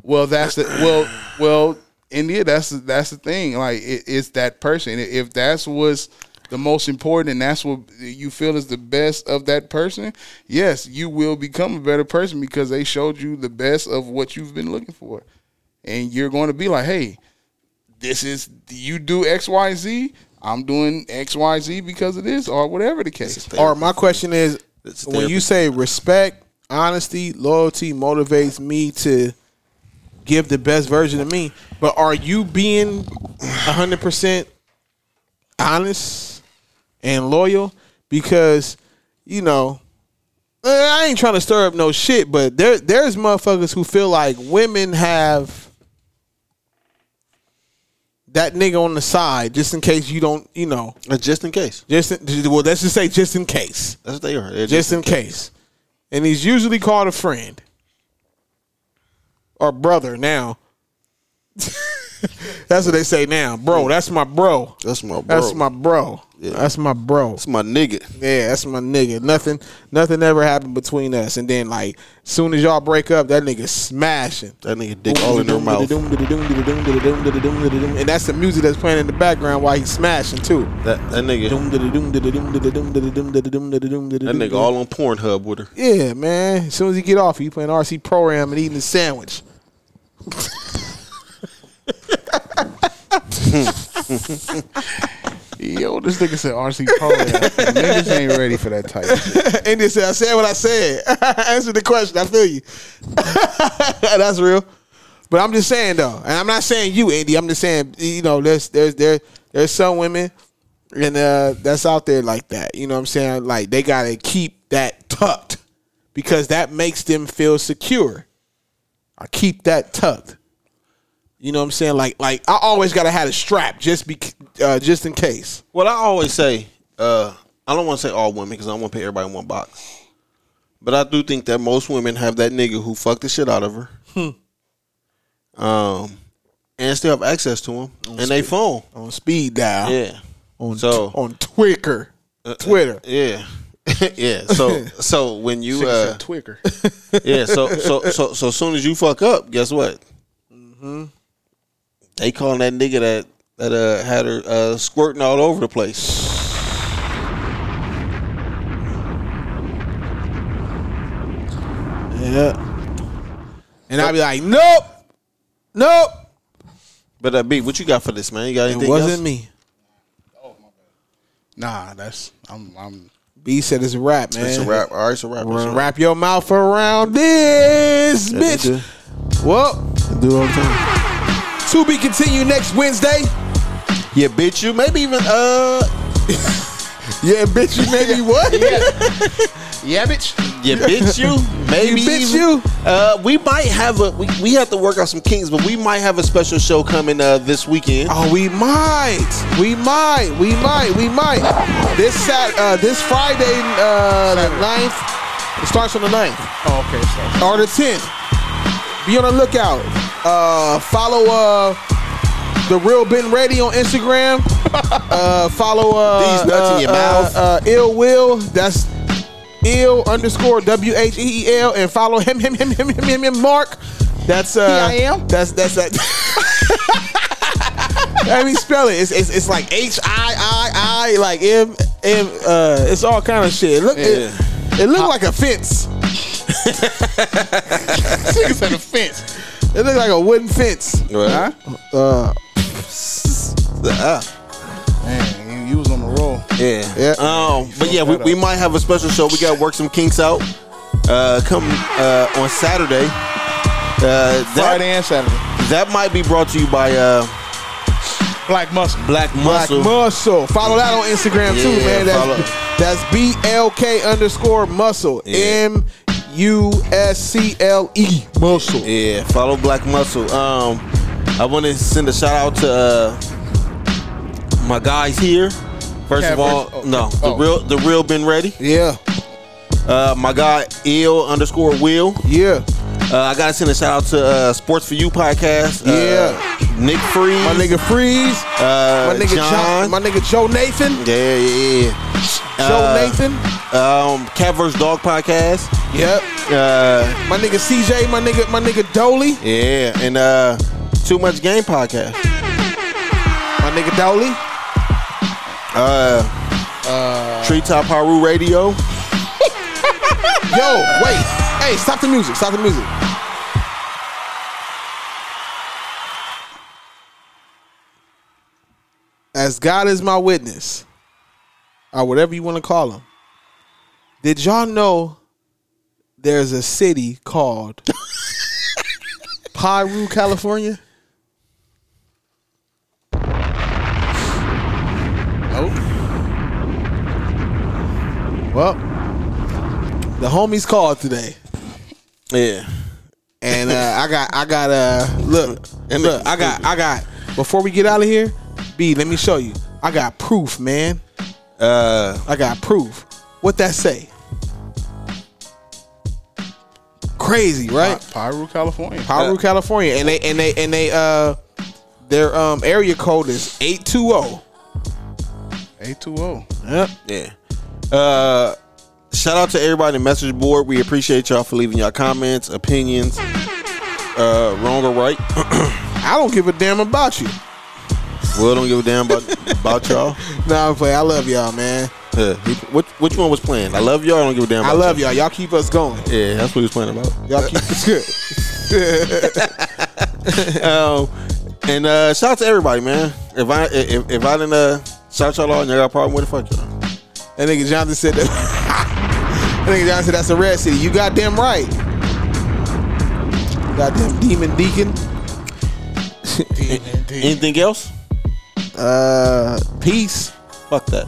Speaker 3: Well, that's the well, well, India. That's the- that's the thing. Like it, it's that person. If that's what's the most important, and that's what you feel is the best of that person. Yes, you will become a better person because they showed you the best of what you've been looking for, and you're going to be like, hey, this is you do X Y Z. I'm doing X Y Z because of this or whatever the case.
Speaker 1: Or my question is, when you say respect, honesty, loyalty motivates me to give the best version of me, but are you being 100% honest and loyal? Because, you know, eh, I ain't trying to stir up no shit, but there there's motherfuckers who feel like women have that nigga on the side just in case you don't, you know.
Speaker 2: Just in case.
Speaker 1: Just in, well, let's just say just in case.
Speaker 2: That's what they are. They're
Speaker 1: Just, in case. And he's usually called a friend or brother now. that's what they say now, bro. That's my bro.
Speaker 2: That's my bro.
Speaker 1: That's my bro. That's my bro. That's
Speaker 2: my nigga.
Speaker 1: Yeah, that's my nigga. Nothing, nothing ever happened between us. And then, like, soon as y'all break up, that nigga smashing.
Speaker 2: That nigga dick all in their mouth.
Speaker 1: And that's the music that's playing in the background while he's smashing too.
Speaker 2: That that nigga. That
Speaker 1: That
Speaker 2: nigga all on Pornhub with her.
Speaker 1: Yeah, man. As soon as he get off, he playing RC program and eating a sandwich.
Speaker 3: Yo, this nigga said RC [laughs] Pro. Niggas ain't ready for that type. Of
Speaker 1: [laughs]
Speaker 3: shit.
Speaker 1: and they said, "I said what I said. [laughs] Answer the question. I feel you. [laughs] That's real." But I'm just saying though, and I'm not saying you, Andy. I'm just saying, you know, there's there's there there's some women, and uh, that's out there like that. You know what I'm saying? Like they gotta keep that tucked because that makes them feel secure. I keep that tucked. You know what I'm saying? Like like I always gotta have a strap just be uh, just in case.
Speaker 2: Well, I always say, uh, I don't want to say all women because I don't want to put everybody in one box. But I do think that most women have that nigga who fucked the shit out of her,
Speaker 1: Hmm.
Speaker 2: um, and still have access to him and they
Speaker 1: speed-
Speaker 2: phone
Speaker 1: Hmm. on speed dial.
Speaker 2: Yeah.
Speaker 1: On
Speaker 2: so
Speaker 1: on Twitter.
Speaker 2: uh,
Speaker 1: Twitter.
Speaker 2: yeah. [laughs] yeah.
Speaker 1: [laughs]
Speaker 2: So so when you
Speaker 3: Nigga
Speaker 2: uh
Speaker 3: said Twicker.
Speaker 2: yeah so so so
Speaker 1: Mm-hmm.
Speaker 2: so as soon as you fuck up, guess what? They calling that nigga that that uh, had her uh, squirting all over the place. Yeah.
Speaker 1: And I'd be like, nope, nope.
Speaker 2: But uh, B, what you got for this man? You got
Speaker 1: It
Speaker 2: anything?
Speaker 1: wasn't
Speaker 2: else?
Speaker 1: me.
Speaker 3: Nah, that's I'm I'm
Speaker 1: B said it's a wrap, man.
Speaker 2: It's a wrap. All right, it's a wrap. It's a wrap.
Speaker 1: Wrap your mouth around this,
Speaker 2: Yeah, they
Speaker 1: bitch. Well,
Speaker 2: Do it all the time.
Speaker 1: to be continued next Wednesday.
Speaker 2: Yeah, bitch, you maybe even uh.
Speaker 1: [laughs] Yeah, bitch, you
Speaker 3: [laughs]
Speaker 1: maybe what?
Speaker 9: Yeah, bitch.
Speaker 2: Yeah, bitch, you
Speaker 1: [laughs]
Speaker 2: maybe
Speaker 1: You bitch
Speaker 2: even-
Speaker 1: you.
Speaker 2: Uh, we might have a we, we have to work out some kinks, but we might have a special show coming uh this weekend.
Speaker 1: Oh, we might, we might, we might, we might. This sat, uh, this Friday, uh, the 9th, It starts on the 9th
Speaker 3: oh, okay. So
Speaker 1: or the tenth. Be on the lookout. Uh, follow uh, the real Ben Ready on
Speaker 2: [laughs]
Speaker 1: Instagram. uh, follow uh,
Speaker 2: These nuts
Speaker 1: uh,
Speaker 2: in your
Speaker 1: uh,
Speaker 2: mouth.
Speaker 1: uh, ill will. That's ill underscore w h e e l and follow him him him him him him, him Mark. That's uh,
Speaker 9: Here I am.
Speaker 1: That's that's that. [laughs] Let me spell it. It's, it's, it's like H I I I like M M. Uh, it's all kind of shit. It look it, it look like a fence.
Speaker 3: niggas had a fence.
Speaker 1: It looked like a wooden fence.
Speaker 2: Right.
Speaker 1: Uh,
Speaker 2: Uh,
Speaker 3: Man, you, you was on the roll.
Speaker 2: yeah.
Speaker 1: Yeah.
Speaker 2: Um, but yeah, we, we might have a special show. We got to work some kinks out. Uh, come uh on Saturday. Uh, that,
Speaker 3: Friday and Saturday.
Speaker 2: That might be brought to you by uh
Speaker 3: Black muscle.
Speaker 2: Black
Speaker 1: Black
Speaker 2: Muscle.
Speaker 1: Muscle. Follow that on Instagram too,
Speaker 2: Yeah,
Speaker 1: man.
Speaker 2: follow.
Speaker 1: That's, that's B L K underscore muscle.
Speaker 2: Yeah.
Speaker 1: M U S C L E muscle.
Speaker 2: Yeah, follow Black Muscle. Um, I want to send a shout out to uh, my guys here. First
Speaker 3: Yeah,
Speaker 2: of all,
Speaker 3: first- oh,
Speaker 2: no,
Speaker 3: oh.
Speaker 2: the real, the real been ready.
Speaker 1: Yeah.
Speaker 2: Uh, my guy Ill underscore Will.
Speaker 1: Yeah.
Speaker 2: Uh, I gotta send a shout out to uh, Sports for You podcast. Uh,
Speaker 1: Yeah.
Speaker 2: Nick Freeze.
Speaker 1: My nigga Freeze.
Speaker 2: Uh,
Speaker 1: my nigga
Speaker 2: John.
Speaker 1: John. My nigga Joe Nathan.
Speaker 2: yeah, yeah, yeah.
Speaker 1: Joe
Speaker 2: Uh,
Speaker 1: Nathan.
Speaker 2: Um, Cat vs Dog podcast.
Speaker 1: Yep.
Speaker 2: Uh,
Speaker 1: My nigga CJ. My nigga. My nigga Dolly.
Speaker 2: yeah, and uh, Too Much Game podcast.
Speaker 1: My nigga Dolly.
Speaker 2: Treetop Haru Radio.
Speaker 1: Yo, wait. Hey, stop the music. Stop the music. As God is my witness, or whatever you want to call him, did y'all know there's a city called Piru, California? Oh. Nope. Well, the homies called today.
Speaker 2: Yeah.
Speaker 1: And uh, I got, I got, uh, look, and look, I got, I got. Before we get out of here, B, let me show you. I got proof, man.
Speaker 2: Uh,
Speaker 1: I got proof. What that say? Crazy, right?
Speaker 3: Pyru, California.
Speaker 1: Paru, California, and they and they and they uh, their um area code is eight two oh. zero.
Speaker 3: Eight two zero.
Speaker 1: Yep.
Speaker 2: Yeah. Uh, shout out to everybody in the message board. We appreciate y'all for leaving y'all comments, opinions, uh, wrong or right.
Speaker 1: I don't give a damn about you.
Speaker 2: Will don't give a damn about, about y'all.
Speaker 1: Nah, I'm playing. I love y'all, man.
Speaker 2: Yeah. Which, which one was playing? I love y'all. I don't give a damn.
Speaker 1: I
Speaker 2: About
Speaker 1: love y'all. Y'all keep us going.
Speaker 2: Yeah, that's what he was playing about.
Speaker 1: Y'all keep us good.
Speaker 2: [laughs] Um, and uh, shout out to everybody, man. If I if, if I didn't uh, shout y'all out and y'all got a problem with it, fuck y'all.
Speaker 1: That nigga Johnson said that. [laughs] that nigga Johnson said that's a red city. You goddamn right. Goddamn demon deacon.
Speaker 2: Anything else?
Speaker 1: Uh, peace.
Speaker 2: Fuck that.